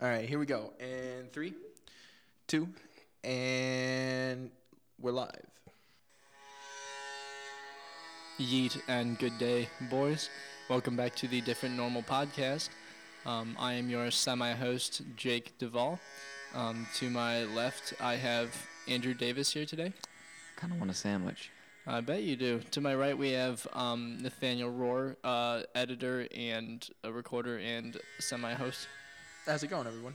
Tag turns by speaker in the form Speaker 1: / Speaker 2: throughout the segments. Speaker 1: All right, here we go. And three, two, and we're live.
Speaker 2: Yeet and good day, boys. Welcome back to the Different Normal podcast. Um, I am your semi host, Jake Duvall. Um, to my left, I have Andrew Davis here today.
Speaker 3: Kind of want a sandwich.
Speaker 2: I bet you do. To my right, we have um, Nathaniel Rohr, uh, editor and a recorder and semi host.
Speaker 1: How's it going, everyone?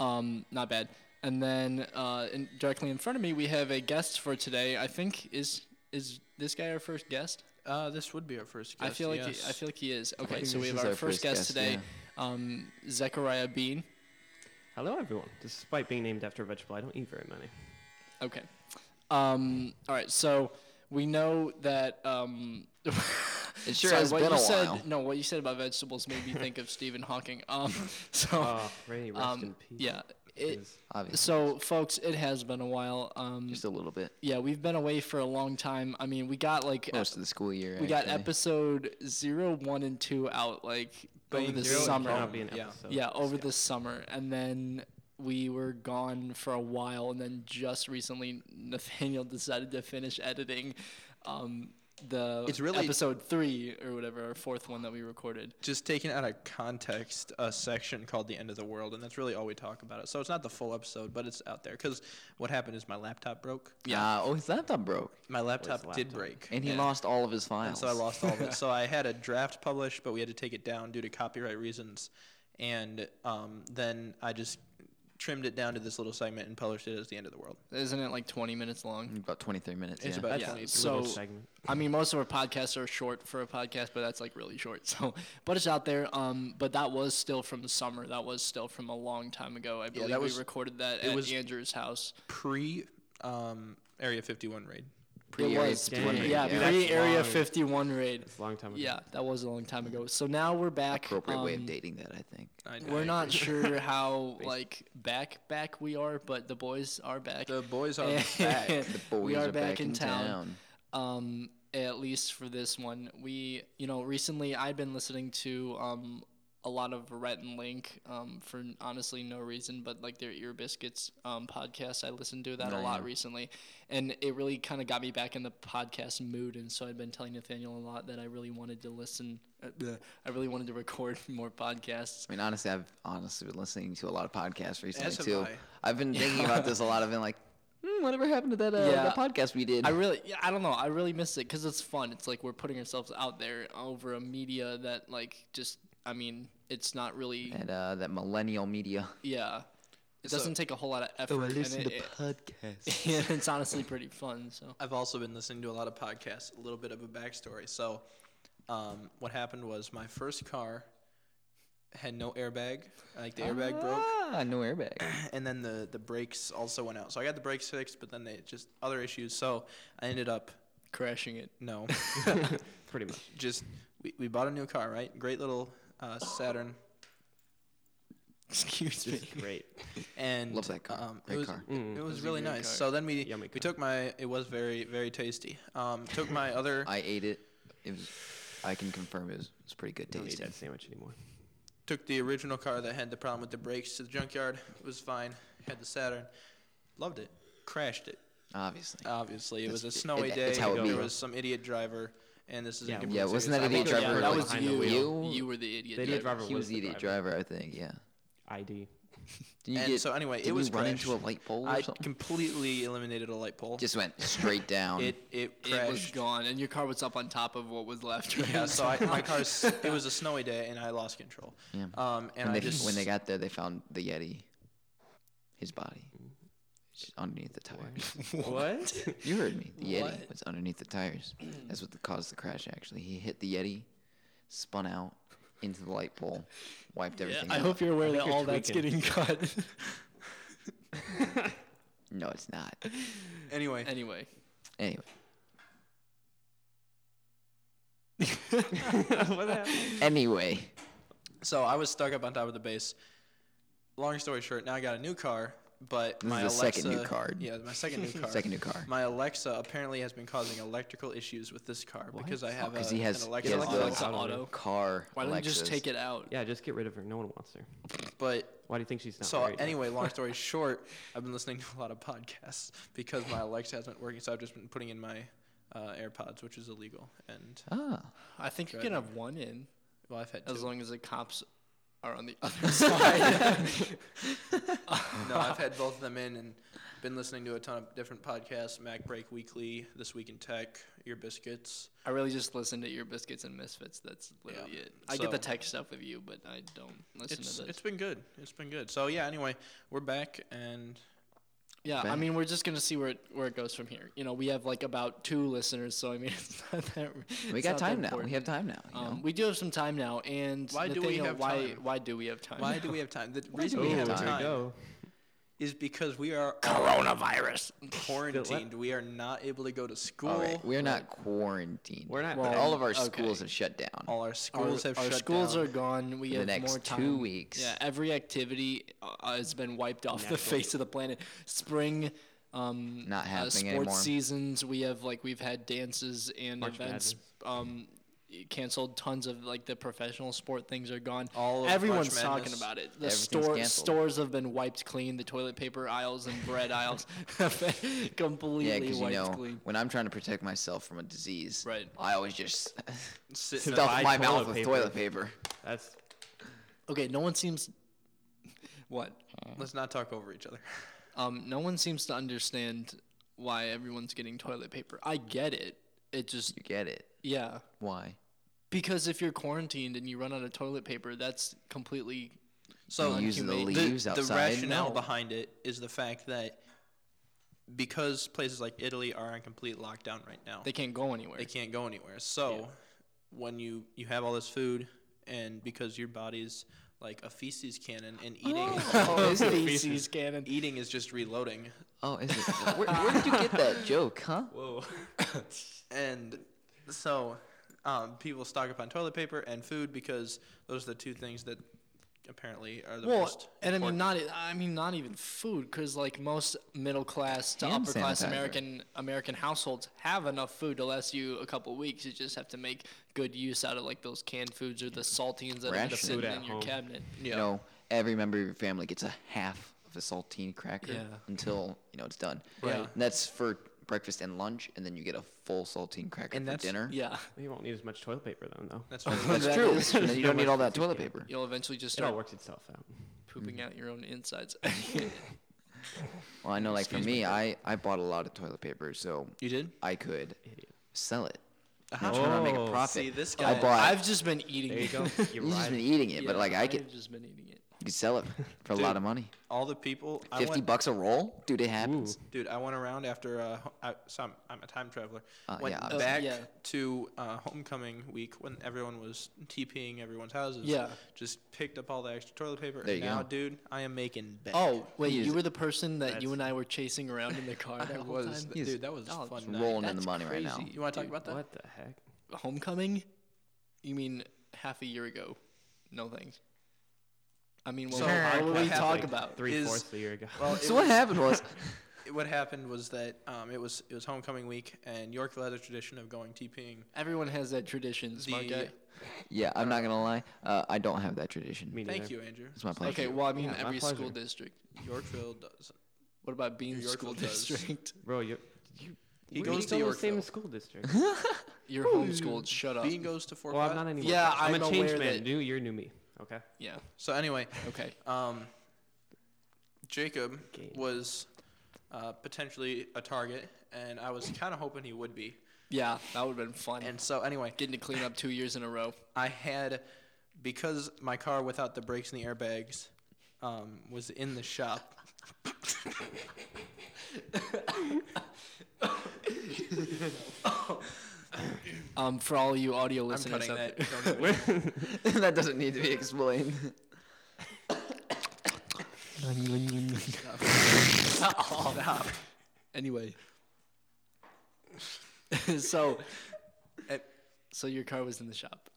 Speaker 2: Um, not bad. And then uh, in, directly in front of me, we have a guest for today. I think is is this guy our first guest?
Speaker 1: Uh, this would be our first guest.
Speaker 2: I feel like he,
Speaker 1: yes.
Speaker 2: I feel like he is. Okay,
Speaker 3: think
Speaker 2: so we
Speaker 3: this
Speaker 2: have
Speaker 3: is
Speaker 2: our,
Speaker 3: our
Speaker 2: first
Speaker 3: first
Speaker 2: guest,
Speaker 3: guest,
Speaker 2: today, um, Zechariah Bean.
Speaker 4: Hello, everyone. Despite being named after a vegetable, I don't eat very many.
Speaker 2: Okay. Um, all right. So we know that. Um,
Speaker 3: It sure
Speaker 2: sorry,
Speaker 3: has
Speaker 2: what
Speaker 3: been
Speaker 2: you
Speaker 3: a
Speaker 2: said,
Speaker 3: while.
Speaker 2: No, what you said about vegetables made me think of Stephen Hawking. Um, so
Speaker 4: Oh, Ray, rest
Speaker 2: um,
Speaker 4: in peace.
Speaker 2: yeah. It,
Speaker 4: Please.
Speaker 3: Obviously.
Speaker 2: so folks, it has been a while. Um,
Speaker 3: Just a little bit.
Speaker 2: yeah, we've been away for a long time. I mean, we got like ep-
Speaker 3: Most of the school year.
Speaker 2: we got
Speaker 3: actually.
Speaker 2: episode zero, one, and two out like over the
Speaker 4: Zero, it
Speaker 2: summer.
Speaker 4: cannot be an
Speaker 1: Yeah.
Speaker 4: episode.
Speaker 2: Yeah, over the summer, and then we were gone for a while, and then just recently Nathaniel decided to finish editing um, the
Speaker 1: It's really-
Speaker 2: episode three or whatever, our fourth one that we recorded.
Speaker 1: Just taking out of context a section called "The End of the World," and that's really all we talk about. It. So it's not the full episode, but it's out there. Because what happened is my laptop broke.
Speaker 3: Yeah. oh, his laptop broke,
Speaker 1: My laptop, did
Speaker 4: laptop?
Speaker 1: break.
Speaker 3: and he
Speaker 2: Yeah.
Speaker 3: lost all of his files.
Speaker 1: And so I lost all of it. so I had a draft published, but we had to take it down due to copyright reasons. And um, then I just trimmed it down to this little segment and published it as the end of the world.
Speaker 2: Isn't it like 20 minutes long?
Speaker 3: About 23 minutes.
Speaker 1: It's
Speaker 3: yeah.
Speaker 1: about
Speaker 2: Yeah,
Speaker 1: 20
Speaker 2: so-
Speaker 4: Little segment.
Speaker 2: I mean, most of our podcasts are short for a podcast, but that's like really short. So, but it's out there. Um, but that was still from summer. That was still from a long time ago. I believe
Speaker 1: that was-
Speaker 2: we recorded that
Speaker 1: it
Speaker 2: at
Speaker 1: was-
Speaker 2: Andrew's house.
Speaker 1: pre um, Area 51 raid.
Speaker 3: Pre-
Speaker 2: it was,
Speaker 3: Area 51
Speaker 2: pre,
Speaker 4: raid,
Speaker 2: yeah,
Speaker 3: yeah.
Speaker 2: pre
Speaker 4: That's
Speaker 2: Area
Speaker 4: long.
Speaker 2: 51 raid.
Speaker 4: It's a long time ago.
Speaker 2: Yeah, that was a long time ago. So now we're back.
Speaker 3: Appropriate way of
Speaker 2: um,
Speaker 3: dating that, I think.
Speaker 1: I,
Speaker 2: We're
Speaker 1: I-
Speaker 2: not sure how like back back we are, but the boys are back.
Speaker 1: The boys are back.
Speaker 3: The boys
Speaker 2: we are, back, in,
Speaker 3: town.
Speaker 2: Um, at least for this one, we you know recently I've been listening to um a lot of Rhett and Link um for honestly no reason, but like their Ear Biscuits um podcast. I listened to that a
Speaker 3: Yeah,
Speaker 2: lot
Speaker 3: yeah.
Speaker 2: recently, and it really kind of got me back in the podcast mood. And so I've been telling Nathaniel a lot that I really wanted to listen. Uh, bleh, I really wanted to record more podcasts.
Speaker 3: I mean, honestly, I've honestly been listening to a lot of podcasts recently
Speaker 1: As have
Speaker 3: too.
Speaker 1: I.
Speaker 3: have been thinking about this a lot. I've been like, hmm, whatever happened to that, uh,
Speaker 2: Yeah.
Speaker 3: that podcast we did?
Speaker 2: I really, yeah, I don't know. I really miss it because it's fun. It's like we're putting ourselves out there over a media that, like, just, I mean, it's not really,
Speaker 3: and uh, that millennial media.
Speaker 2: yeah. It
Speaker 1: So-
Speaker 2: doesn't take a whole lot of effort. and it- it-
Speaker 3: podcasts.
Speaker 2: and it's honestly pretty fun. So
Speaker 1: I've also been listening to a lot of podcasts, a little bit of a backstory. So um, what happened was my first car had no airbag. Like the airbag broke.
Speaker 3: Ah, no airbag.
Speaker 1: and then the the brakes also went out. So I got the brakes fixed, but then they just other issues. So I ended up
Speaker 2: crashing it.
Speaker 1: no,
Speaker 4: Pretty much.
Speaker 1: just we, we bought a new car, right? Great little uh, Saturn,
Speaker 2: Excuse me.
Speaker 4: Just great.
Speaker 1: and
Speaker 3: Love that car.
Speaker 1: Um,
Speaker 3: Great
Speaker 1: it was,
Speaker 3: car.
Speaker 1: It,
Speaker 4: Mm.
Speaker 1: it was
Speaker 2: was a
Speaker 1: really
Speaker 2: great
Speaker 1: nice.
Speaker 2: car.
Speaker 1: So then we
Speaker 4: Yummy
Speaker 1: we
Speaker 4: car.
Speaker 1: took my it was very very tasty. Um, took my other
Speaker 3: I ate it. It was. I can confirm it was, it was pretty good
Speaker 4: Don't eat
Speaker 3: tasting.
Speaker 4: that sandwich anymore.
Speaker 1: took the original car that had the problem with the brakes to the junkyard. It was fine. Had the Saturn, loved it. Crashed it.
Speaker 3: Obviously.
Speaker 1: Obviously, it was
Speaker 3: That's-
Speaker 1: a
Speaker 3: it-
Speaker 1: snowy
Speaker 3: it-
Speaker 1: day.
Speaker 3: it's how it
Speaker 1: there
Speaker 3: be.
Speaker 1: was some idiot driver, and this is
Speaker 4: Yeah,
Speaker 1: incomplete
Speaker 3: yeah, wasn't that
Speaker 1: series. I think
Speaker 3: idiot
Speaker 1: it
Speaker 3: driver
Speaker 1: yeah,
Speaker 2: yeah,
Speaker 3: like
Speaker 2: that was
Speaker 4: behind the
Speaker 2: you.
Speaker 3: wheel?
Speaker 2: You were the idiot.
Speaker 4: They did
Speaker 2: driver.
Speaker 4: Robert
Speaker 3: He was the
Speaker 4: the
Speaker 3: idiot driver, I think. Yeah.
Speaker 4: ID.
Speaker 3: Did you
Speaker 1: And so anyway, it
Speaker 3: didn't
Speaker 1: was
Speaker 3: you run into a
Speaker 1: crashed.
Speaker 3: light pole or
Speaker 1: I
Speaker 3: something?
Speaker 1: completely eliminated a light pole.
Speaker 3: Just went straight down.
Speaker 1: it it crashed.
Speaker 2: It was gone, and your car was up on top of what was left.
Speaker 1: yeah, so I, my car's it was a snowy day and I lost control.
Speaker 3: Yeah.
Speaker 1: Um, and
Speaker 3: when,
Speaker 1: I
Speaker 3: they,
Speaker 1: just
Speaker 3: when they got there, they found the Yeti, his body, just underneath the tires.
Speaker 4: What?
Speaker 3: you heard me. The Yeti
Speaker 1: What?
Speaker 3: was underneath the tires. That's what caused the crash. Actually, he hit the Yeti, spun out into the light pole, wiped everything.
Speaker 2: I
Speaker 3: out.
Speaker 2: hope you're aware that
Speaker 4: think you're
Speaker 2: all that's
Speaker 4: tweaking.
Speaker 2: getting cut.
Speaker 3: No, it's not.
Speaker 1: anyway,
Speaker 2: anyway.
Speaker 3: Anyway,
Speaker 4: what happened?
Speaker 3: anyway,
Speaker 1: so I was stuck up on top of the base. Long story short, now I got a new car, but
Speaker 3: This
Speaker 1: my
Speaker 3: is the
Speaker 1: Alexa,
Speaker 3: second new car.
Speaker 1: Yeah, my second new car.
Speaker 3: second new car.
Speaker 1: My Alexa apparently has been causing electrical issues with this car because I have a,
Speaker 3: Because Oh, he has,
Speaker 1: an
Speaker 3: he
Speaker 1: Alexa,
Speaker 3: has
Speaker 1: on
Speaker 3: the
Speaker 2: Alexa
Speaker 4: Auto.
Speaker 2: Auto.
Speaker 3: car.
Speaker 2: Why don't you just
Speaker 3: Alexas.
Speaker 2: take it out?
Speaker 4: Yeah, just get rid of her. No one wants her.
Speaker 1: but
Speaker 4: Why do you think she's not
Speaker 1: so
Speaker 4: married? yet?
Speaker 1: anyway, long story short, I've been listening to a lot of podcasts because my Alexa hasn't been working, so I've just been putting in my uh, AirPods, which is illegal. And
Speaker 3: Ah,
Speaker 2: I think you
Speaker 1: Right.
Speaker 2: can have one in
Speaker 1: well, I've had two.
Speaker 2: as long as the cops are on the other side.
Speaker 1: no, I've had both of them in and been listening to a ton of different podcasts: Mac Break Weekly, This Week in Tech, Your Biscuits.
Speaker 2: I really just listen to your biscuits and misfits. That's literally
Speaker 1: Yeah.
Speaker 2: it. I get the
Speaker 1: So-
Speaker 2: tech stuff with you, but I don't listen
Speaker 1: It's
Speaker 2: to this.
Speaker 1: it's been good. It's been good. So yeah. Anyway, we're back and
Speaker 2: Yeah, I
Speaker 3: Bang.
Speaker 2: mean, we're just gonna see where it, where it goes from here. You know, we have like about two listeners, so I mean, it's not that.
Speaker 3: we
Speaker 2: it's
Speaker 3: got
Speaker 2: not that
Speaker 3: time now. We
Speaker 2: important.
Speaker 3: have time now. You know?
Speaker 2: Um, we do have some time now, and
Speaker 1: Why do we
Speaker 2: Nathaniel,
Speaker 1: have
Speaker 2: why
Speaker 1: time?
Speaker 2: why do we have time?
Speaker 1: why do we have time? The reason
Speaker 3: do
Speaker 1: we
Speaker 3: we
Speaker 1: have
Speaker 3: have
Speaker 4: there Oh,
Speaker 1: time
Speaker 4: we go.
Speaker 1: is because we are
Speaker 2: coronavirus?
Speaker 1: quarantined. We are not able to go to school.
Speaker 3: All right, we're not quarantined.
Speaker 4: We're not.
Speaker 2: Well,
Speaker 4: there.
Speaker 3: all of our
Speaker 2: okay.
Speaker 3: schools have shut down.
Speaker 1: All our
Speaker 2: Our,
Speaker 1: schools have
Speaker 2: our
Speaker 1: shut
Speaker 2: schools
Speaker 1: down.
Speaker 2: are gone. We
Speaker 3: For the
Speaker 2: have
Speaker 3: next
Speaker 2: more
Speaker 3: two
Speaker 2: time.
Speaker 3: weeks.
Speaker 2: Yeah, every activity uh, has been wiped off the
Speaker 4: Natural.
Speaker 2: face of the planet. Spring, um,
Speaker 3: Not
Speaker 2: uh, sports
Speaker 3: happening anymore.
Speaker 2: seasons. We have like we've had dances and
Speaker 4: March
Speaker 2: events um, canceled. Tons of like the professional sport things are gone.
Speaker 1: All of
Speaker 2: Everyone's
Speaker 1: March
Speaker 2: talking
Speaker 1: Madness.
Speaker 2: about it. The
Speaker 3: Everything's
Speaker 2: store
Speaker 3: canceled.
Speaker 2: stores have been wiped clean. The toilet paper aisles and bread aisles have been
Speaker 3: Yeah,
Speaker 2: completely
Speaker 3: because you
Speaker 2: wiped
Speaker 3: know,
Speaker 2: clean.
Speaker 3: when I'm trying to protect myself from a disease,
Speaker 2: Right.
Speaker 3: I always just
Speaker 1: Sit in a
Speaker 3: stuff
Speaker 4: buy
Speaker 3: my mouth
Speaker 4: toilet
Speaker 3: with
Speaker 4: paper.
Speaker 3: toilet paper.
Speaker 4: That's
Speaker 2: Okay, no one seems. What?
Speaker 1: Let's not talk over each other.
Speaker 2: Um, no one seems to understand why everyone's getting toilet paper. I get it. It just
Speaker 3: You get it?
Speaker 2: yeah.
Speaker 3: Why?
Speaker 2: Because if you're quarantined and you run out of toilet paper, that's completely
Speaker 1: So
Speaker 3: You use the
Speaker 2: inhumane.
Speaker 1: Oh, the,
Speaker 3: leaves
Speaker 1: the
Speaker 3: outside.
Speaker 1: rationale
Speaker 3: No.
Speaker 1: behind it is the fact that because places like Italy are on complete lockdown right now,
Speaker 2: they can't go anywhere.
Speaker 1: they can't go anywhere. So when you you have all this food, and because your body's like a feces cannon, and eating
Speaker 3: Oh, is it?
Speaker 2: feces cannon.
Speaker 1: eating is just reloading,
Speaker 3: Oh, is it? Where, where did you get that joke, huh?
Speaker 1: and so um, people stock up on toilet paper and food because those are the two things that apparently are the
Speaker 2: Well,
Speaker 1: most.
Speaker 2: and I mean
Speaker 1: important.
Speaker 2: not e- I mean not even food because like most middle class to
Speaker 3: Hand
Speaker 2: upper class
Speaker 3: sanitizer.
Speaker 2: American American households have enough food to last you a couple weeks. You just have to make good use out of like those canned foods or the saltines that end up
Speaker 3: Ration.
Speaker 2: sitting
Speaker 4: Food at
Speaker 2: in your
Speaker 4: home.
Speaker 2: cabinet.
Speaker 1: Yeah.
Speaker 3: You know, every member of your family gets a half of a saltine cracker
Speaker 2: Yeah.
Speaker 3: until you know it's done.
Speaker 1: Right.
Speaker 3: And that's for breakfast and lunch, and then you get a full saltine cracker
Speaker 1: And
Speaker 3: for
Speaker 1: that's-
Speaker 3: dinner.
Speaker 2: Yeah,
Speaker 4: you won't need as much toilet paper then, though.
Speaker 1: That's what
Speaker 3: That's
Speaker 2: That
Speaker 3: true.
Speaker 2: is
Speaker 3: And then you don't need all that toilet paper.
Speaker 2: you'll eventually just
Speaker 4: It all
Speaker 2: start
Speaker 4: works itself out.
Speaker 2: pooping
Speaker 3: Mm-hmm.
Speaker 2: out your own insides.
Speaker 3: Well, I know, like for me, I I bought a lot of toilet paper, so
Speaker 1: you did.
Speaker 3: I could
Speaker 4: Idiot.
Speaker 3: sell it.
Speaker 1: Uh-huh.
Speaker 3: I'm trying to make a
Speaker 4: Oh.
Speaker 3: profit.
Speaker 1: See, this
Speaker 3: I
Speaker 1: guy-
Speaker 3: bought.
Speaker 2: I've just been eating.
Speaker 4: There you
Speaker 2: it.
Speaker 4: go. You're
Speaker 3: You've just been
Speaker 4: right.
Speaker 3: eating it, but
Speaker 2: Yeah,
Speaker 3: like I could,
Speaker 2: I've just been eating it.
Speaker 3: you could sell it for a lot of money.
Speaker 1: All the people. I
Speaker 3: Fifty
Speaker 1: went-
Speaker 3: bucks a roll, dude. It
Speaker 4: Ooh.
Speaker 3: happens.
Speaker 1: Dude, I went around after. Uh, ho- I, so I'm, I'm a time traveler.
Speaker 3: Uh,
Speaker 1: went
Speaker 3: yeah, obviously.
Speaker 1: back
Speaker 2: Yeah.
Speaker 1: to uh, homecoming week when everyone was TPing everyone's houses.
Speaker 2: Yeah.
Speaker 1: Just picked up all the extra toilet paper.
Speaker 3: There
Speaker 1: and
Speaker 3: you
Speaker 1: now,
Speaker 3: go.
Speaker 1: dude, I am making bank.
Speaker 2: Oh wait,
Speaker 3: He is-
Speaker 2: you were the person that you
Speaker 4: That's-
Speaker 2: and I were chasing around in the car.
Speaker 1: I
Speaker 2: that whole
Speaker 1: was,
Speaker 2: time?
Speaker 3: He's
Speaker 1: dude. That was a
Speaker 2: dog.
Speaker 1: fun. night.
Speaker 3: Rolling in
Speaker 2: That's
Speaker 3: the money right now.
Speaker 2: crazy.
Speaker 1: You want to talk about that?
Speaker 4: What the heck?
Speaker 2: homecoming? You mean half a year ago? No thanks. I mean, what,
Speaker 1: So,
Speaker 2: what
Speaker 1: what
Speaker 2: were we
Speaker 1: happened-
Speaker 2: talk about?
Speaker 4: Three
Speaker 1: is-
Speaker 4: fourths of a year ago.
Speaker 1: Well, it
Speaker 3: So what
Speaker 1: was-
Speaker 3: happened was,
Speaker 1: What happened was that um, it was it was homecoming week, and Yorkville has a tradition of going TPing.
Speaker 2: Everyone has that tradition, smart
Speaker 1: The-
Speaker 2: guy.
Speaker 3: yeah, I'm not gonna lie. Uh, I don't have that tradition.
Speaker 4: Me
Speaker 1: Thank
Speaker 4: neither.
Speaker 1: you, Andrew.
Speaker 3: It's my pleasure.
Speaker 2: Okay, well, I mean,
Speaker 4: Yeah, my
Speaker 2: every
Speaker 4: pleasure.
Speaker 2: school district.
Speaker 1: Yorkville does.
Speaker 2: What about Bean's
Speaker 1: Yorkville
Speaker 2: school
Speaker 1: does.
Speaker 2: district?
Speaker 4: Bro, you. you
Speaker 1: He
Speaker 4: we
Speaker 1: goes
Speaker 4: go
Speaker 1: to
Speaker 4: the same
Speaker 1: Yorkville.
Speaker 4: school district.
Speaker 2: You're homeschooled. Shut up.
Speaker 1: Bean goes to Fort.
Speaker 4: well, I'm
Speaker 1: Platt.
Speaker 4: not anymore.
Speaker 2: Yeah,
Speaker 4: I'm,
Speaker 2: I'm
Speaker 4: a change
Speaker 2: aware
Speaker 4: man.
Speaker 2: that-
Speaker 4: New year, new me. Okay.
Speaker 2: Yeah.
Speaker 1: So anyway,
Speaker 2: Okay.
Speaker 1: Um, Jacob
Speaker 4: Okay.
Speaker 1: was uh, potentially a target, and I was kind of hoping he would be.
Speaker 2: Yeah, that would have been fun.
Speaker 1: And so, anyway,
Speaker 2: Getting to clean up two years in a row.
Speaker 1: I had because my car without the brakes and the airbags um, was in the shop.
Speaker 2: Um, for all you audio
Speaker 1: I'm
Speaker 2: listeners,
Speaker 1: cutting
Speaker 2: out
Speaker 1: that.
Speaker 2: there-
Speaker 1: Don't worry.
Speaker 3: that doesn't need to be explained.
Speaker 1: Stop.
Speaker 2: anyway. so, eh, so your car was in the shop.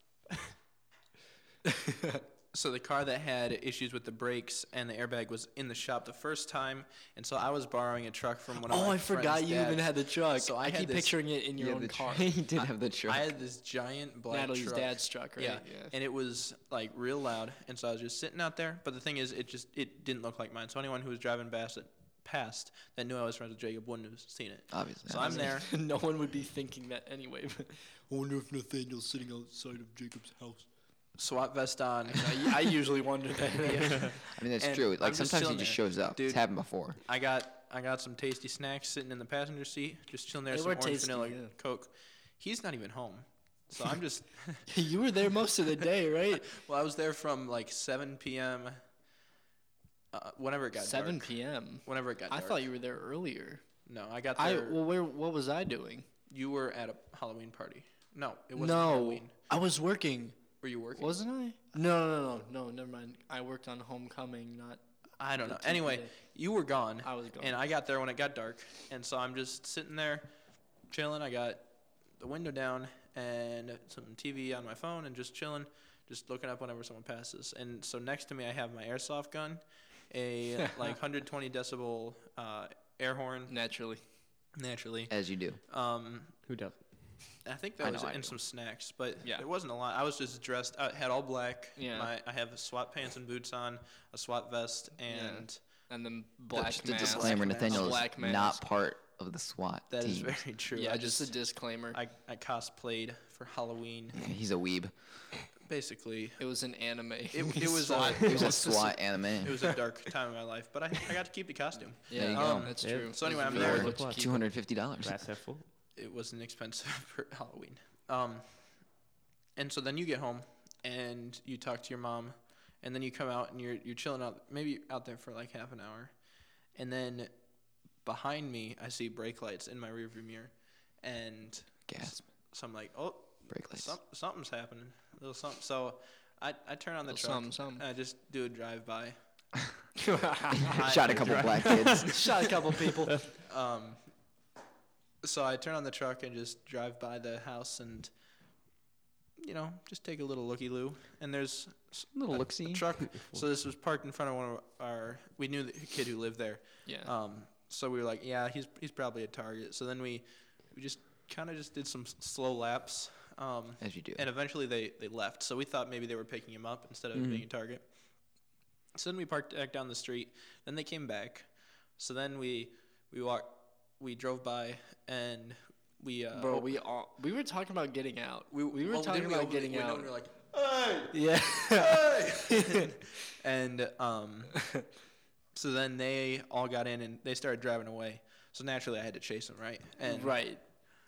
Speaker 1: So the car that had issues with the brakes and the airbag was in the shop the first time, and so I was borrowing a truck from one of
Speaker 2: Oh,
Speaker 1: my
Speaker 2: I forgot
Speaker 1: friend's
Speaker 2: you
Speaker 1: dad.
Speaker 2: even had the truck.
Speaker 1: So I
Speaker 2: I,
Speaker 1: had
Speaker 2: keep
Speaker 1: this-
Speaker 2: picturing it in your
Speaker 3: yeah,
Speaker 2: own
Speaker 3: the
Speaker 2: car.
Speaker 3: truck. he did have the truck.
Speaker 1: I had this giant black
Speaker 2: Natalie's
Speaker 1: truck.
Speaker 2: dad's truck, right?
Speaker 1: Yeah.
Speaker 3: Yes.
Speaker 1: and it was like real loud, and so I was just sitting out there. But the thing is, it just it didn't look like mine. So anyone who was driving past it, past that knew I was friends with Jacob wouldn't have seen it.
Speaker 2: Oh,
Speaker 3: Obviously.
Speaker 1: So I'm there.
Speaker 2: no one would be thinking that anyway. But I wonder if Nathaniel's sitting outside of Jacob's house.
Speaker 1: SWAT vest on.
Speaker 2: I, I usually wonder that.
Speaker 1: Yeah.
Speaker 3: I mean, that's
Speaker 1: and
Speaker 3: true.
Speaker 1: I'm
Speaker 3: Like,
Speaker 1: just
Speaker 3: sometimes he
Speaker 1: chilling
Speaker 3: just
Speaker 1: there.
Speaker 3: shows up.
Speaker 1: Dude.
Speaker 3: It's happened before.
Speaker 1: I got I got some tasty snacks sitting in the passenger seat, just chilling there.
Speaker 2: They
Speaker 1: some
Speaker 2: were
Speaker 1: orange
Speaker 2: tasty,
Speaker 1: vanilla
Speaker 2: yeah.
Speaker 1: Coke. He's not even home, so I'm just.
Speaker 2: you were there most of the day, right?
Speaker 1: Well, I was there from like 7 p.m. Uh, whenever it got
Speaker 2: 7
Speaker 1: dark.
Speaker 2: p.m.
Speaker 1: Whenever it got
Speaker 2: I
Speaker 1: dark.
Speaker 2: thought you were there earlier.
Speaker 1: No, I got
Speaker 2: I
Speaker 1: there.
Speaker 2: well, where what was I doing?
Speaker 1: you were at a Halloween party. No, it wasn't
Speaker 2: No,
Speaker 1: Halloween.
Speaker 2: I was working,
Speaker 1: Were you working?
Speaker 2: wasn't I? No, no, no, no. Never mind. I worked on homecoming, not
Speaker 1: I don't
Speaker 2: the
Speaker 1: know.
Speaker 2: TV
Speaker 1: Anyway,
Speaker 2: day.
Speaker 1: you were gone.
Speaker 2: I was gone.
Speaker 1: And I got there when it got dark, and so I'm just sitting there, chilling. I got the window down and some TV on my phone, and just chilling, just looking up whenever someone passes. And so next to me, I have my airsoft gun, a like 120 decibel uh, air horn,
Speaker 2: naturally.
Speaker 1: naturally.
Speaker 3: As you do.
Speaker 1: Um,
Speaker 4: Who doesn't?
Speaker 1: I think
Speaker 3: I
Speaker 1: that was
Speaker 3: know
Speaker 1: it,
Speaker 3: I
Speaker 1: and
Speaker 3: do.
Speaker 1: some snacks, but
Speaker 2: Yeah.
Speaker 1: there wasn't a lot. I was just dressed. I had all black.
Speaker 2: Yeah.
Speaker 1: My, I have SWAT pants and boots on, a SWAT vest, and
Speaker 2: And then black
Speaker 3: just a
Speaker 2: mask.
Speaker 3: disclaimer:
Speaker 1: Black
Speaker 3: Nathaniel is
Speaker 2: Black mask.
Speaker 3: not part of the SWAT
Speaker 1: that is
Speaker 3: team.
Speaker 1: very true.
Speaker 2: Yeah,
Speaker 1: I
Speaker 2: just, a disclaimer.
Speaker 1: I, I cosplayed for Halloween,
Speaker 3: He's a weeb.
Speaker 1: basically.
Speaker 2: it was an anime. It,
Speaker 1: it was, uh,
Speaker 3: He was a SWAT
Speaker 1: It
Speaker 3: anime.
Speaker 1: was a dark time in my life, but I, I got to keep the costume.
Speaker 3: There
Speaker 2: yeah,
Speaker 3: you
Speaker 1: go.
Speaker 2: that's
Speaker 4: Yeah.
Speaker 2: true.
Speaker 1: So anyway,
Speaker 2: That's
Speaker 1: I'm
Speaker 2: really
Speaker 1: there.
Speaker 2: what you
Speaker 4: Plus
Speaker 2: keep.
Speaker 3: Two hundred fifty dollars.
Speaker 4: Glass half full.
Speaker 1: It wasn't expensive for Halloween. Um, and so then you get home and you talk to your mom, and then you come out and you're you're chilling out, maybe out there for like half an hour, and then behind me I see brake lights in my rearview mirror, and
Speaker 3: Gasp.
Speaker 1: so I'm like, oh,
Speaker 3: Brake lights.
Speaker 1: some, something's happening, little something. So I I turn on the Uh,
Speaker 2: Little
Speaker 1: truck,
Speaker 2: something, something.
Speaker 1: and I just do a drive by.
Speaker 3: Shot a couple black kids.
Speaker 2: Shot a couple people.
Speaker 1: Um, so I turn on the truck and just drive by the house and, you know, just take a little looky loo. And there's s-
Speaker 3: Little
Speaker 1: a-
Speaker 3: look-see.
Speaker 1: a truck. so this was parked in front of one of our. We knew the kid who lived there.
Speaker 2: Yeah.
Speaker 1: Um, so we were like, yeah, he's he's probably a target. So then we, we just kind of just did some s- slow laps. Um,
Speaker 3: As you do.
Speaker 1: and eventually they, they left. So we thought maybe they were picking him up instead of
Speaker 2: Mm-hmm.
Speaker 1: being a target. So then we parked back down the street. Then they came back. So then we we walked we drove by and we uh,
Speaker 2: Bro, we all we were talking about getting out. We, we were
Speaker 1: well,
Speaker 2: talking
Speaker 1: didn't we
Speaker 2: about
Speaker 1: open the
Speaker 2: getting
Speaker 1: window
Speaker 2: out.
Speaker 1: and we were like
Speaker 2: yeah.
Speaker 1: hey! and um, so then they all got in and they started driving away. So naturally I had to chase them, right? And
Speaker 2: right.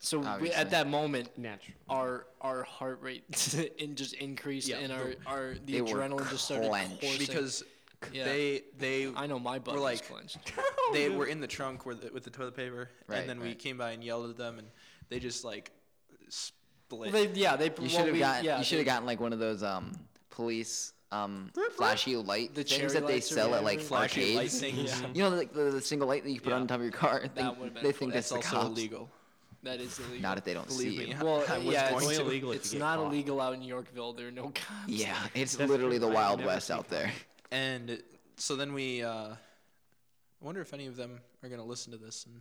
Speaker 2: So we,
Speaker 3: Obviously.
Speaker 2: at that moment,
Speaker 4: Natural.
Speaker 2: our our heart rate in just increased,
Speaker 1: Yeah,
Speaker 2: and our our the
Speaker 3: They were
Speaker 2: adrenaline just started
Speaker 3: clenched.
Speaker 2: coursing.
Speaker 1: because
Speaker 2: Yeah.
Speaker 1: they they
Speaker 2: I know my butt
Speaker 1: We're
Speaker 2: was
Speaker 1: like-
Speaker 2: clenched.
Speaker 1: they were in the trunk with the, with the toilet paper,
Speaker 3: Oh. Right,
Speaker 1: and then we
Speaker 3: right.
Speaker 1: came by and yelled at them, and they just like split.
Speaker 2: They, yeah, they.
Speaker 3: You
Speaker 2: well,
Speaker 3: should have
Speaker 2: we-
Speaker 3: got.
Speaker 2: yeah,
Speaker 3: you should
Speaker 2: they-
Speaker 3: have gotten like one of those um police um flashy light
Speaker 2: The cherry
Speaker 3: things that they
Speaker 2: lights or
Speaker 3: sell at like
Speaker 2: whatever.
Speaker 1: Flashy light
Speaker 3: arcades.
Speaker 1: things.
Speaker 3: You know, like the, the single light that you put
Speaker 1: Yeah.
Speaker 3: on top of your car. They,
Speaker 2: would've been
Speaker 3: they think
Speaker 1: That's
Speaker 3: that's,
Speaker 1: also
Speaker 3: the cops.
Speaker 1: illegal.
Speaker 2: That is illegal.
Speaker 3: Not if they don't
Speaker 1: Believe
Speaker 3: see
Speaker 1: me.
Speaker 3: you.
Speaker 2: well,
Speaker 1: I was
Speaker 2: yeah,
Speaker 1: going
Speaker 2: it's,
Speaker 1: to.
Speaker 4: Only illegal if
Speaker 2: it's
Speaker 4: you get
Speaker 2: not
Speaker 4: caught.
Speaker 2: illegal out in Yorkville. There are no cops.
Speaker 3: Yeah, it's
Speaker 4: That's
Speaker 3: literally
Speaker 4: true.
Speaker 3: the
Speaker 4: I've
Speaker 3: Wild
Speaker 4: never
Speaker 3: West
Speaker 4: seen
Speaker 3: out there.
Speaker 1: And so then we. Uh, I wonder if any of them are gonna listen to this. And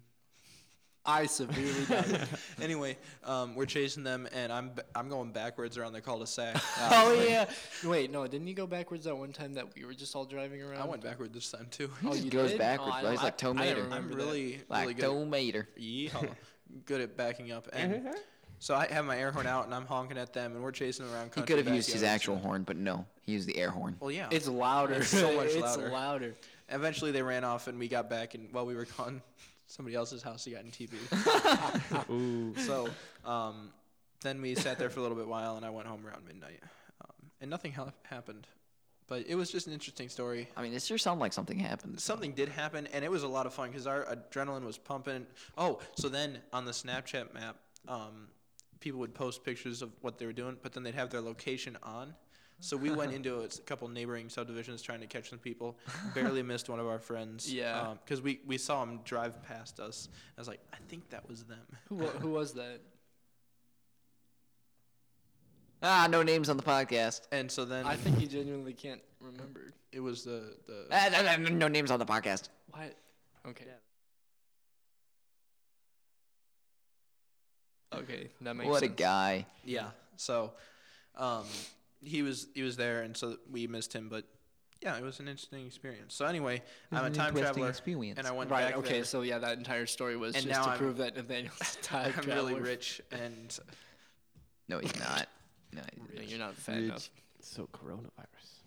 Speaker 2: I severely doubt it.
Speaker 1: anyway, um, we're chasing them, and I'm b- I'm going backwards around the cul-de-sac. Uh,
Speaker 2: oh yeah. Wait, no, didn't you go backwards that one time that we were just all driving around?
Speaker 1: I went backward this time too.
Speaker 2: Oh,
Speaker 3: He
Speaker 2: you
Speaker 3: goes
Speaker 2: did?
Speaker 3: backwards,
Speaker 2: oh, I
Speaker 3: bro. He's
Speaker 2: don't-
Speaker 3: like
Speaker 2: I- I didn't
Speaker 3: Tomater.
Speaker 1: I'm
Speaker 2: remember that.
Speaker 1: really really good. At,
Speaker 3: Lactometer.
Speaker 1: yeehaw, good at backing up,
Speaker 2: Mm-hmm.
Speaker 1: and so I have my air horn out, and I'm honking at them, and we're chasing them around.
Speaker 3: He
Speaker 1: Country
Speaker 3: could have used his
Speaker 1: backyards.
Speaker 3: actual horn, but no, he used the air horn.
Speaker 1: Well, yeah.
Speaker 2: It's louder.
Speaker 1: It's so much
Speaker 2: It's
Speaker 1: louder.
Speaker 2: louder.
Speaker 1: Eventually, they ran off, and we got back, and while we were gone, somebody else's house, he got in TB.
Speaker 4: Ooh.
Speaker 1: so um, then we sat there for a little bit while, and I went home around midnight, um, and nothing ha- happened. But it was just an interesting story.
Speaker 3: I mean, this sure sounded like something happened.
Speaker 1: Something did happen, and it was a lot of fun because our adrenaline was pumping. Oh, so then on the Snapchat map, um, people would post pictures of what they were doing, but then they'd have their location on. So we went into a s- couple neighboring subdivisions trying to catch some people. Barely missed one of our friends.
Speaker 2: Yeah.
Speaker 1: Because we, we saw him drive past us. I was like, I think that was them.
Speaker 2: Who wa- who was that?
Speaker 3: Ah, no names on the podcast.
Speaker 1: And so then
Speaker 2: I think he genuinely can't remember.
Speaker 1: it was the the
Speaker 3: Ah, no, no, no names on the podcast.
Speaker 2: Why? Okay. Okay, that makes
Speaker 3: What a
Speaker 2: sense.
Speaker 3: guy.
Speaker 1: yeah. So um, he was he was there, and so we missed him. But yeah, it was an interesting experience. So anyway, I'm a
Speaker 3: an
Speaker 1: time
Speaker 3: interesting
Speaker 1: traveler,
Speaker 3: experience.
Speaker 1: and I went
Speaker 2: Right.
Speaker 1: back
Speaker 2: Okay.
Speaker 1: there.
Speaker 2: So yeah, that entire story was
Speaker 1: And
Speaker 2: just
Speaker 1: now
Speaker 2: to
Speaker 1: I'm-
Speaker 2: prove that Nathaniel's time
Speaker 1: I'm really
Speaker 2: traveler.
Speaker 1: rich, and
Speaker 3: No, he's not. No, he's
Speaker 2: No,
Speaker 3: not.
Speaker 2: you're not fat
Speaker 4: Rich.
Speaker 2: enough.
Speaker 4: So coronavirus.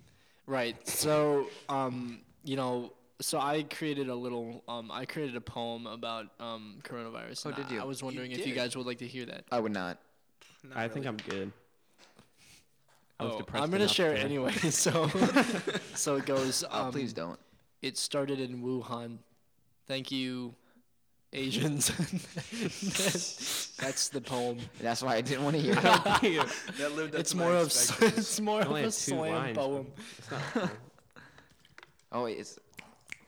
Speaker 2: Right. So, um, you know, so I created a little, um, I created a poem about um coronavirus.
Speaker 3: Oh,
Speaker 2: and
Speaker 3: did
Speaker 2: I-
Speaker 3: you?
Speaker 2: I was wondering if you
Speaker 1: did.
Speaker 2: guys would like to hear that.
Speaker 3: I would not.
Speaker 1: not
Speaker 4: I think
Speaker 1: really.
Speaker 4: I'm good. I was
Speaker 2: oh,
Speaker 4: depressed
Speaker 2: I'm gonna
Speaker 4: enough
Speaker 2: share it
Speaker 4: to-
Speaker 2: anyway. So, so it goes.
Speaker 3: Oh,
Speaker 2: Um,
Speaker 3: please don't.
Speaker 2: It started in Wuhan. Thank you, Asians. That's the poem.
Speaker 3: That's why I didn't want to hear it.
Speaker 4: it's
Speaker 1: that lived up
Speaker 2: It's
Speaker 1: to my
Speaker 2: more of s-
Speaker 1: expectations.
Speaker 2: it's more of
Speaker 4: only
Speaker 2: a
Speaker 4: had two
Speaker 2: slam
Speaker 4: lines, but
Speaker 2: poem.
Speaker 4: not
Speaker 3: Oh, wait, it's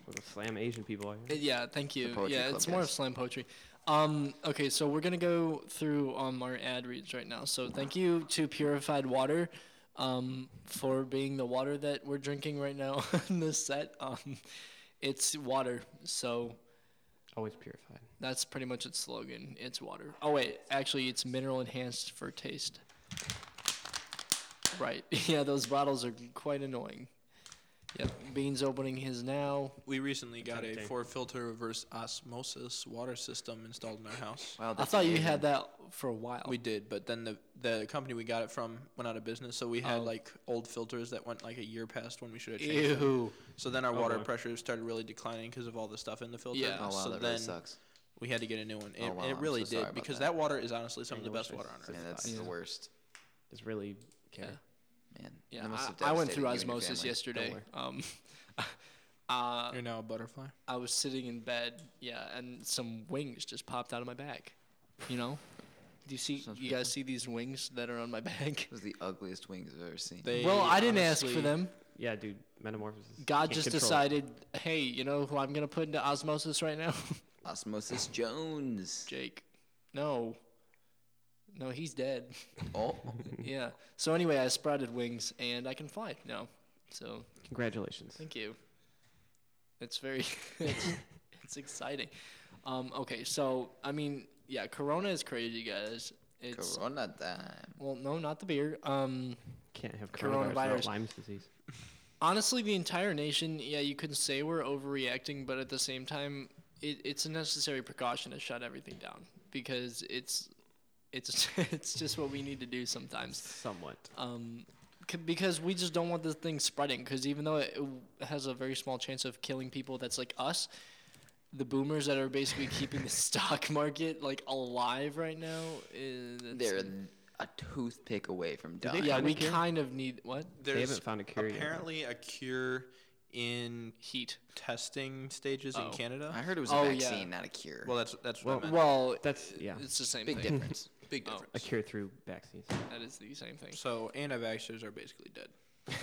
Speaker 4: what a slam Asian people are.
Speaker 2: Uh, Yeah, thank you.
Speaker 3: poetry
Speaker 2: Yeah,
Speaker 3: club,
Speaker 2: it's more of
Speaker 3: guys.
Speaker 2: slam poetry. Um, okay, so we're gonna go through um, our ad reads right now. So thank you to Purified Water um, for being the water that we're drinking right now on this set. Um, it's water, so
Speaker 4: Always purified.
Speaker 2: that's pretty much its slogan. It's water. Oh wait, actually, it's mineral enhanced for taste. Right. Yeah, those bottles are quite annoying. Yep. Beans opening his now.
Speaker 3: Oh,
Speaker 1: We recently got a
Speaker 4: tempting.
Speaker 1: four-filter reverse osmosis water system installed in our house.
Speaker 3: wow.
Speaker 2: I
Speaker 3: That's
Speaker 2: thought you
Speaker 3: amazing.
Speaker 2: had that for a while.
Speaker 1: We did, but then the the company we got it from went out of business, so we had
Speaker 2: Oh.
Speaker 1: like old filters that went like a year past when we should have changed. them.
Speaker 2: Ew.
Speaker 1: So then our
Speaker 4: Oh,
Speaker 1: water
Speaker 4: boy.
Speaker 1: pressure started really declining because of all the stuff in the filter.
Speaker 2: Yeah.
Speaker 3: Oh wow,
Speaker 1: so
Speaker 3: that
Speaker 1: then
Speaker 3: really sucks.
Speaker 1: we had to get a new one. It,
Speaker 3: Oh, wow,
Speaker 1: and it
Speaker 3: I'm
Speaker 1: really
Speaker 3: so
Speaker 1: did
Speaker 3: sorry about
Speaker 1: because
Speaker 3: that.
Speaker 1: that. water is honestly some of
Speaker 4: Dang,
Speaker 1: the
Speaker 4: I
Speaker 1: best
Speaker 4: wish I
Speaker 1: water on earth.
Speaker 3: Man, that's
Speaker 2: Yeah.
Speaker 3: the worst.
Speaker 4: Just really care.
Speaker 3: Man, that
Speaker 2: Yeah,
Speaker 3: must have
Speaker 2: I, I went
Speaker 3: devastated
Speaker 2: through
Speaker 3: you and your
Speaker 2: osmosis
Speaker 3: family.
Speaker 2: yesterday.
Speaker 4: worry.
Speaker 2: Um, uh,
Speaker 1: You're now a butterfly.
Speaker 2: I was sitting in bed, yeah, and some wings just popped out of my back. You know, do you see?
Speaker 3: Sounds
Speaker 2: you
Speaker 3: pretty
Speaker 2: guys see these wings that are on my back?
Speaker 3: It was the ugliest wings I've ever seen.
Speaker 1: They
Speaker 2: well, I didn't ask for
Speaker 1: honestly-
Speaker 2: them.
Speaker 4: Yeah, dude. Metamorphosis.
Speaker 2: God
Speaker 4: Can't
Speaker 2: just
Speaker 4: control it.
Speaker 2: decided, hey, you know who I'm gonna put into osmosis right now?
Speaker 3: Osmosis Jones.
Speaker 2: Jake. No. No, he's dead.
Speaker 3: Oh,
Speaker 2: yeah. So anyway, I sprouted wings and I can fly now. So
Speaker 4: Congratulations.
Speaker 2: Thank you. It's very, it's, it's exciting. Um, okay, so I mean, yeah, Corona is crazy, guys. It's
Speaker 3: Corona time.
Speaker 2: well, no, not the beer. Um,
Speaker 4: Can't have coronavirus,
Speaker 2: Coronavirus.
Speaker 4: without Lyme's disease.
Speaker 2: honestly, the entire nation. Yeah, you could say we're overreacting, but at the same time, it, it's a necessary precaution to shut everything down because it's, it's, it's just what we need to do sometimes.
Speaker 4: Somewhat.
Speaker 2: um, c- because we just don't want this thing spreading. Because even though it w- has a very small chance of killing people, that's like us, the boomers that are basically keeping the stock market like alive right now. Is
Speaker 3: They're a toothpick away from
Speaker 4: they
Speaker 3: dying.
Speaker 2: yeah,
Speaker 4: kinda
Speaker 2: we
Speaker 4: care?
Speaker 2: kind of need what
Speaker 1: There's
Speaker 4: haven't found a cure yet.
Speaker 1: apparently a cure in
Speaker 2: heat.
Speaker 1: testing stages
Speaker 2: Oh.
Speaker 1: in Canada.
Speaker 3: I heard it was a
Speaker 2: Oh, yeah.
Speaker 3: vaccine, not a cure.
Speaker 1: Well, that's that's what I meant.
Speaker 2: Well,
Speaker 4: That's yeah.
Speaker 2: it's the same
Speaker 3: Big
Speaker 2: thing.
Speaker 3: difference.
Speaker 1: Big
Speaker 2: oh.
Speaker 1: difference.
Speaker 4: A cure through vaccines.
Speaker 2: That is the same thing.
Speaker 1: So anti-vaxxers are basically dead.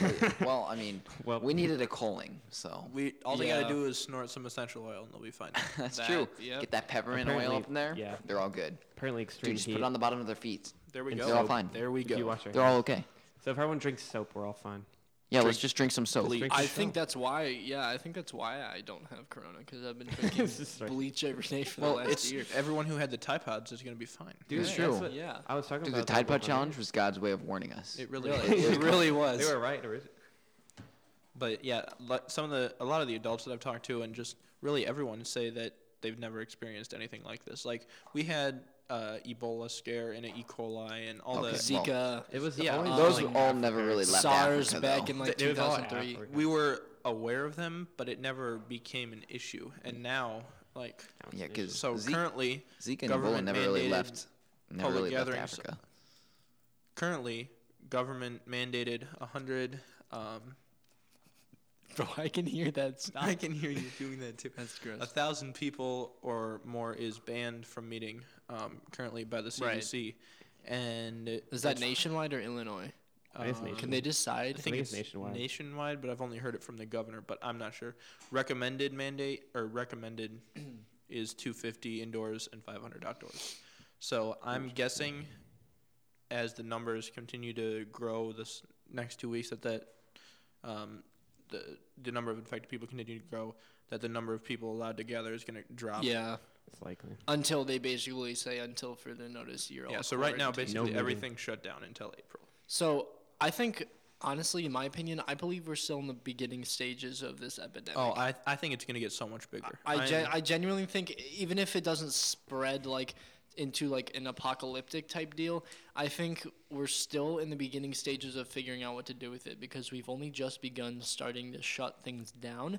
Speaker 3: well, I mean,
Speaker 4: Well-
Speaker 3: we needed a calling, so
Speaker 1: We all they
Speaker 2: Yeah.
Speaker 1: gotta do is snort some essential oil and they'll be fine.
Speaker 3: that's
Speaker 2: That-
Speaker 3: true.
Speaker 2: yep.
Speaker 3: Get that peppermint oil
Speaker 4: Apparently-
Speaker 3: up in there.
Speaker 4: yeah.
Speaker 3: They're all good.
Speaker 4: Apparently
Speaker 3: Dude,
Speaker 4: extreme
Speaker 3: just
Speaker 4: heat.
Speaker 3: put it on the bottom of their feet.
Speaker 1: there we
Speaker 4: And
Speaker 1: go.
Speaker 3: They're all fine.
Speaker 1: There we
Speaker 4: If you
Speaker 1: go.
Speaker 4: wash your
Speaker 3: They're all okay.
Speaker 4: So if everyone drinks soap, we're all fine.
Speaker 3: Yeah, let's just drink some soap.
Speaker 1: Bleach.
Speaker 2: I think that's why. Yeah, I think that's why I don't have Corona because I've been drinking
Speaker 4: It's just like-
Speaker 2: bleach every day for
Speaker 1: Well,
Speaker 2: the last
Speaker 1: it's
Speaker 2: year.
Speaker 1: everyone who had the tie pods is gonna be fine.
Speaker 4: Dude,
Speaker 3: That's true.
Speaker 4: what
Speaker 2: Yeah.
Speaker 4: I was talking
Speaker 3: Dude, the
Speaker 4: about.
Speaker 3: Tide
Speaker 4: that
Speaker 3: Pod
Speaker 4: with my
Speaker 3: challenge was God's way of warning us.
Speaker 1: It really,
Speaker 2: Really?
Speaker 1: is.
Speaker 2: It really was.
Speaker 4: neighbor. They were right, or is it?
Speaker 1: But yeah, li- some of the a lot of the adults that I've talked to and just really everyone say that they've never experienced anything like this. Like we had uh, Ebola scare and E. coli and all
Speaker 3: Okay.
Speaker 1: the.
Speaker 2: Zika.
Speaker 4: It was
Speaker 1: Yeah,
Speaker 4: always
Speaker 2: um,
Speaker 3: Those
Speaker 4: like
Speaker 3: all never really left
Speaker 2: SARS
Speaker 3: Africa,
Speaker 2: back
Speaker 3: though.
Speaker 2: in like
Speaker 1: Th- it was all
Speaker 2: 2003.
Speaker 4: Africa.
Speaker 1: We were aware of them, but it never became an issue. And now, like,
Speaker 3: Yeah, because
Speaker 1: so currently,
Speaker 3: Zika and Ebola
Speaker 1: government
Speaker 3: never really
Speaker 1: mandated
Speaker 3: left. Never
Speaker 1: public
Speaker 3: really left
Speaker 1: gatherings.
Speaker 3: Africa.
Speaker 1: currently, government mandated a hundred. Um,
Speaker 2: Bro, I can hear that. Stop.
Speaker 1: I can hear you doing that too.
Speaker 2: That's
Speaker 1: A
Speaker 2: gross.
Speaker 1: thousand people or more is banned from meeting um, currently by the
Speaker 2: Right.
Speaker 1: CDC, and
Speaker 2: Is that
Speaker 1: it's,
Speaker 2: nationwide or Illinois?
Speaker 1: Uh,
Speaker 4: It's nation-
Speaker 2: Can they decide?
Speaker 1: I think
Speaker 4: think
Speaker 1: it's
Speaker 4: it's nationwide.
Speaker 1: Nationwide, but I've only heard it from the governor, but I'm not sure. Recommended mandate or recommended is 250 indoors and 500 outdoors. So I'm guessing as the numbers continue to grow this next two weeks, that that um, the the number of infected people continue to grow, that the number of people allowed to gather is going to drop.
Speaker 2: Yeah,
Speaker 4: It's likely.
Speaker 2: until they basically say until further notice you're
Speaker 1: Yeah,
Speaker 2: all
Speaker 1: so right now,
Speaker 2: quarantined.
Speaker 1: basically
Speaker 4: meeting.
Speaker 1: everything's shut down until April.
Speaker 2: So I think, honestly, in my opinion, I believe we're still in the beginning stages of this epidemic.
Speaker 1: Oh, I I think it's going to get so much bigger.
Speaker 2: I, gen-
Speaker 1: I'm-
Speaker 2: I genuinely think even if it doesn't spread like into like an apocalyptic type deal, I think we're still in the beginning stages of figuring out what to do with it because we've only just begun starting to shut things down.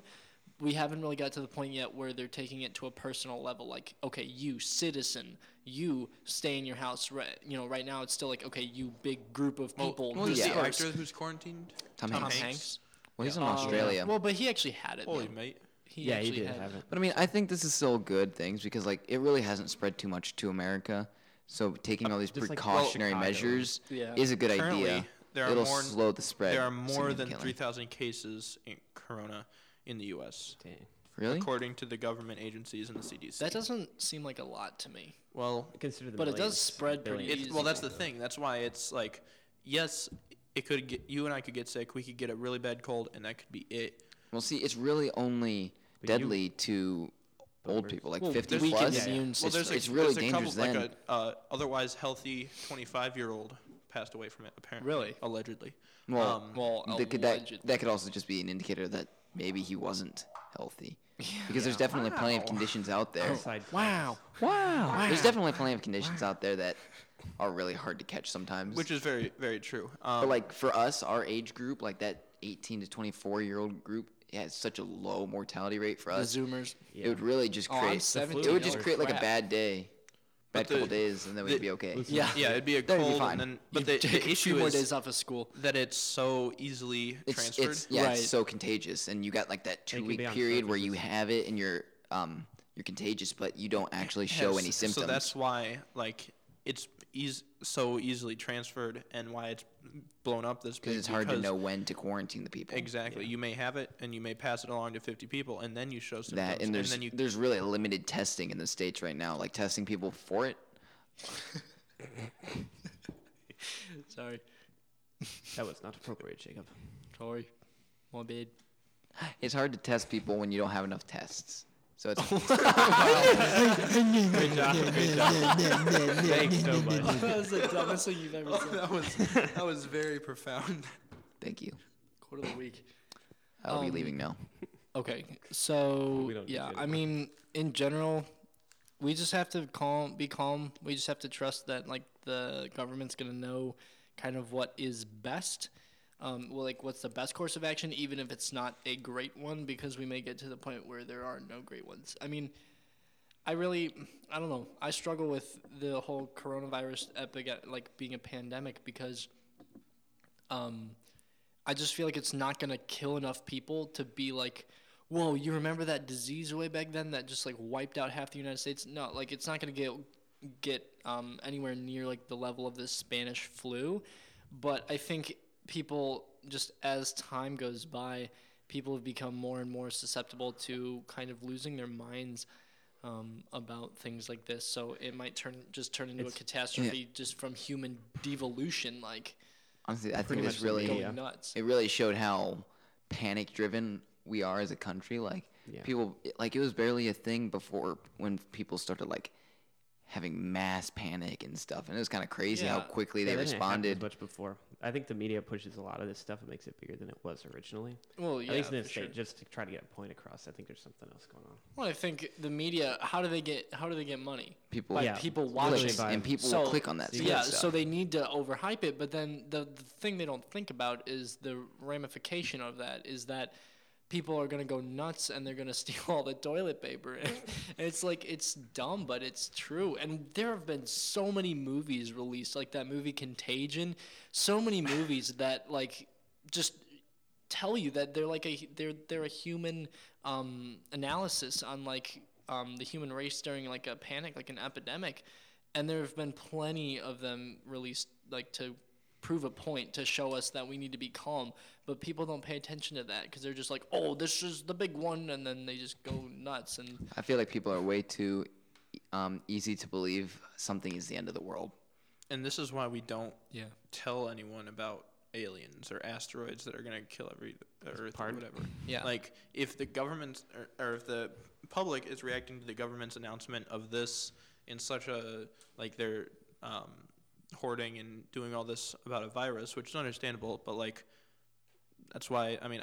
Speaker 2: We haven't really got to the point yet where they're taking it to a personal level like okay, you citizen, you stay in your house right, you know, right now it's still like okay, you big group of
Speaker 1: well,
Speaker 2: people
Speaker 1: who's the
Speaker 3: yeah.
Speaker 2: dispersed.
Speaker 1: actor who's quarantined?
Speaker 3: Tom,
Speaker 1: Tom
Speaker 3: Hanks.
Speaker 1: Hanks.
Speaker 3: Well, he's in
Speaker 2: Uh,
Speaker 3: Australia.
Speaker 2: Well, but he actually had it.
Speaker 1: Holy
Speaker 2: though.
Speaker 1: mate.
Speaker 2: He
Speaker 4: yeah, you
Speaker 2: actually
Speaker 4: did
Speaker 2: had
Speaker 4: have it.
Speaker 3: But I mean, I think this is still good things because like it really hasn't spread too much to America. So taking all these
Speaker 4: just like- well,
Speaker 3: precautionary
Speaker 4: Chicago.
Speaker 3: measures
Speaker 2: Yeah.
Speaker 3: is a good
Speaker 1: Currently,
Speaker 3: idea.
Speaker 1: there are
Speaker 3: It'll
Speaker 1: more-
Speaker 3: slow the spread.
Speaker 1: There are more than
Speaker 3: significantly.
Speaker 1: 3,000 cases in corona in the U.S.,
Speaker 4: Dang.
Speaker 3: Really?
Speaker 1: according to the government agencies and the CDC.
Speaker 2: That doesn't seem like a lot to me.
Speaker 1: well,
Speaker 4: Consider the
Speaker 2: But it does
Speaker 4: millions,
Speaker 2: spread pretty
Speaker 4: billions.
Speaker 2: easily.
Speaker 1: it's, well, that's the thing. That's why it's like, yes, it could get you and I could get sick. We could get a really bad cold, and that could be it.
Speaker 3: Well, see, it's really only
Speaker 4: But you-
Speaker 3: deadly to old
Speaker 4: Boomers.
Speaker 3: people, like
Speaker 2: Well,
Speaker 3: 50
Speaker 1: there's-
Speaker 2: weakened
Speaker 3: plus.
Speaker 2: Yeah, yeah. immune
Speaker 3: It's,
Speaker 1: Well, there's a,
Speaker 3: it's really
Speaker 1: there's a couple,
Speaker 3: dangerous then.
Speaker 1: Like a uh, otherwise healthy 25 year old passed away from it, apparently.
Speaker 2: Really?
Speaker 1: Allegedly.
Speaker 3: well,
Speaker 1: um,
Speaker 2: Well,
Speaker 3: that, could, that, that could also just be an indicator that maybe he wasn't healthy. Because there's definitely plenty of conditions out there.
Speaker 1: Oh.
Speaker 4: Side
Speaker 2: wow.
Speaker 3: Wow. There's definitely plenty of conditions out there that are really hard to catch sometimes.
Speaker 1: Which is very, very true.
Speaker 3: But
Speaker 1: Um,
Speaker 3: like for us, our age group, like that 18 to 24 year old group, it has such a low mortality rate for
Speaker 2: The
Speaker 3: us.
Speaker 2: Zoomers.
Speaker 4: Yeah.
Speaker 3: It would really just
Speaker 2: Oh, I'm
Speaker 3: create.
Speaker 2: 17.
Speaker 3: it would just
Speaker 2: Holy
Speaker 3: create like a
Speaker 2: crap.
Speaker 3: bad day,
Speaker 1: But
Speaker 3: bad couple
Speaker 1: the-
Speaker 3: days, and then we'd
Speaker 1: the-
Speaker 3: be okay.
Speaker 4: Listen,
Speaker 2: Yeah.
Speaker 1: yeah, it'd be a
Speaker 3: That'd be
Speaker 1: cold,
Speaker 3: fine.
Speaker 1: and then but
Speaker 2: You
Speaker 1: the,
Speaker 2: take
Speaker 1: the
Speaker 2: a few
Speaker 1: issue
Speaker 2: more
Speaker 1: is
Speaker 2: days off of school.
Speaker 1: that it's so easily
Speaker 3: It's,
Speaker 1: transferred.
Speaker 3: it's yeah,
Speaker 2: Right.
Speaker 3: it's so contagious, and you got like that
Speaker 4: And
Speaker 3: two
Speaker 4: you can
Speaker 3: week
Speaker 4: be on
Speaker 3: period where
Speaker 4: surfaces.
Speaker 3: you have it and you're um you're contagious, but you don't actually show
Speaker 1: Yes,
Speaker 3: any symptoms.
Speaker 1: So that's why like it's eas- so easily transferred and why it's blown up this
Speaker 3: because
Speaker 1: big,
Speaker 3: it's hard to
Speaker 1: because
Speaker 3: know when to quarantine the people.
Speaker 1: Exactly. You may have it and you may pass it along to 50 people and then you show symptoms
Speaker 3: That and there's
Speaker 1: then you
Speaker 3: there's really limited testing in the states right now, like testing people for it.
Speaker 2: Sorry.
Speaker 4: That was not appropriate, Jacob.
Speaker 2: Sorry. My bad.
Speaker 3: It's hard to test people when you don't have enough tests. So it's
Speaker 4: Great job. Great job. Thanks so much.
Speaker 2: that was the dumbest thing you've ever said.
Speaker 1: that was that was very profound.
Speaker 3: Thank you.
Speaker 2: Quarter of the week.
Speaker 3: I'll be
Speaker 2: Um,
Speaker 3: leaving now.
Speaker 2: Okay.
Speaker 4: We
Speaker 2: So
Speaker 4: don't need
Speaker 2: yeah,
Speaker 4: to
Speaker 2: I
Speaker 4: anymore.
Speaker 2: mean, in general, we just have to calm, be calm. We just have to trust that like the government's gonna know kind of what is best. Um, well, like what's the best course of action, even if it's not a great one, because we may get to the point where there are no great ones. I mean, I really, I don't know. I struggle with the whole coronavirus epic, like being a pandemic, because um, I just feel like it's not gonna kill enough people to be like, whoa, you remember that disease way back then that just like wiped out half the United States? No, like it's not gonna get get um, anywhere near like the level of the Spanish flu, but I think people just as time goes by, people have become more and more susceptible to kind of losing their minds. Um, about things like this, so it might turn just turn into a catastrophe just from human devolution, like
Speaker 3: Honestly, I think
Speaker 4: pretty
Speaker 3: this
Speaker 4: much the
Speaker 3: really
Speaker 4: main-
Speaker 2: going
Speaker 4: Yeah.
Speaker 2: nuts.
Speaker 3: it really showed how panic driven we are as a country. Like
Speaker 4: Yeah.
Speaker 3: people, like it was barely a thing before when people started like having mass panic and stuff, and it was kind of crazy how
Speaker 2: Yeah.
Speaker 3: quickly
Speaker 4: Yeah,
Speaker 3: they
Speaker 4: that didn't happen as
Speaker 3: responded.
Speaker 4: much before. I think the media pushes a lot of this stuff and makes it bigger than it was originally.
Speaker 2: Well, yeah,
Speaker 4: At least in this
Speaker 2: for sure.
Speaker 4: state, just to try to get a point across. I think there's something else going on.
Speaker 2: Well, I think the media. How do they get? How do they get money?
Speaker 3: People
Speaker 2: by
Speaker 4: Yeah.
Speaker 2: people
Speaker 4: Literally
Speaker 2: watching.
Speaker 3: clicks,
Speaker 4: by-
Speaker 3: and people
Speaker 2: So-
Speaker 3: will click on that.
Speaker 2: yeah,
Speaker 3: stuff.
Speaker 2: so they need to overhype it, but then the, the thing they don't think about is the ramification of that. Is that people are going to go nuts and they're going to steal all the toilet paper. and it's like it's dumb, but it's true. And there have been so many movies released, like that movie Contagion. So many movies that like just tell you that they're like a they're they're a human um, analysis on like um, the human race during like a panic, like an epidemic, and there have been plenty of them released like to prove a point to show us that we need to be calm. But people don't pay attention to that because they're just like, oh, this is the big one, and then they just go nuts. And
Speaker 3: I feel like people are way too um, easy to believe something is the end of the world.
Speaker 1: and this is why we don't
Speaker 2: Yeah.
Speaker 1: tell anyone about aliens or asteroids that are gonna kill every Earth
Speaker 4: part.
Speaker 1: or whatever.
Speaker 2: Yeah.
Speaker 1: Like if the government or, or if the public is reacting to the government's announcement of this in such a like they're um, hoarding and doing all this about a virus, which is understandable, but like that's why I mean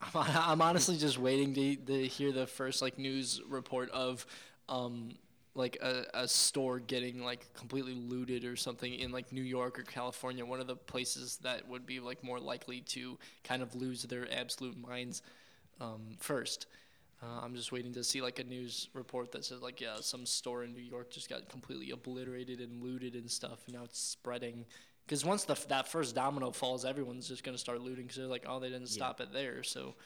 Speaker 2: I'm, I'm honestly just waiting to, to hear the first like news report of um like a, a store getting like completely looted or something in like New York or California, one of the places that would be like more likely to kind of lose their absolute minds um, first. Uh, I'm just waiting to see like a news report that says like yeah some store in New York just got completely obliterated and looted and stuff and now it's spreading because once the, that first domino falls everyone's just gonna start looting because they're like oh they didn't stop it there so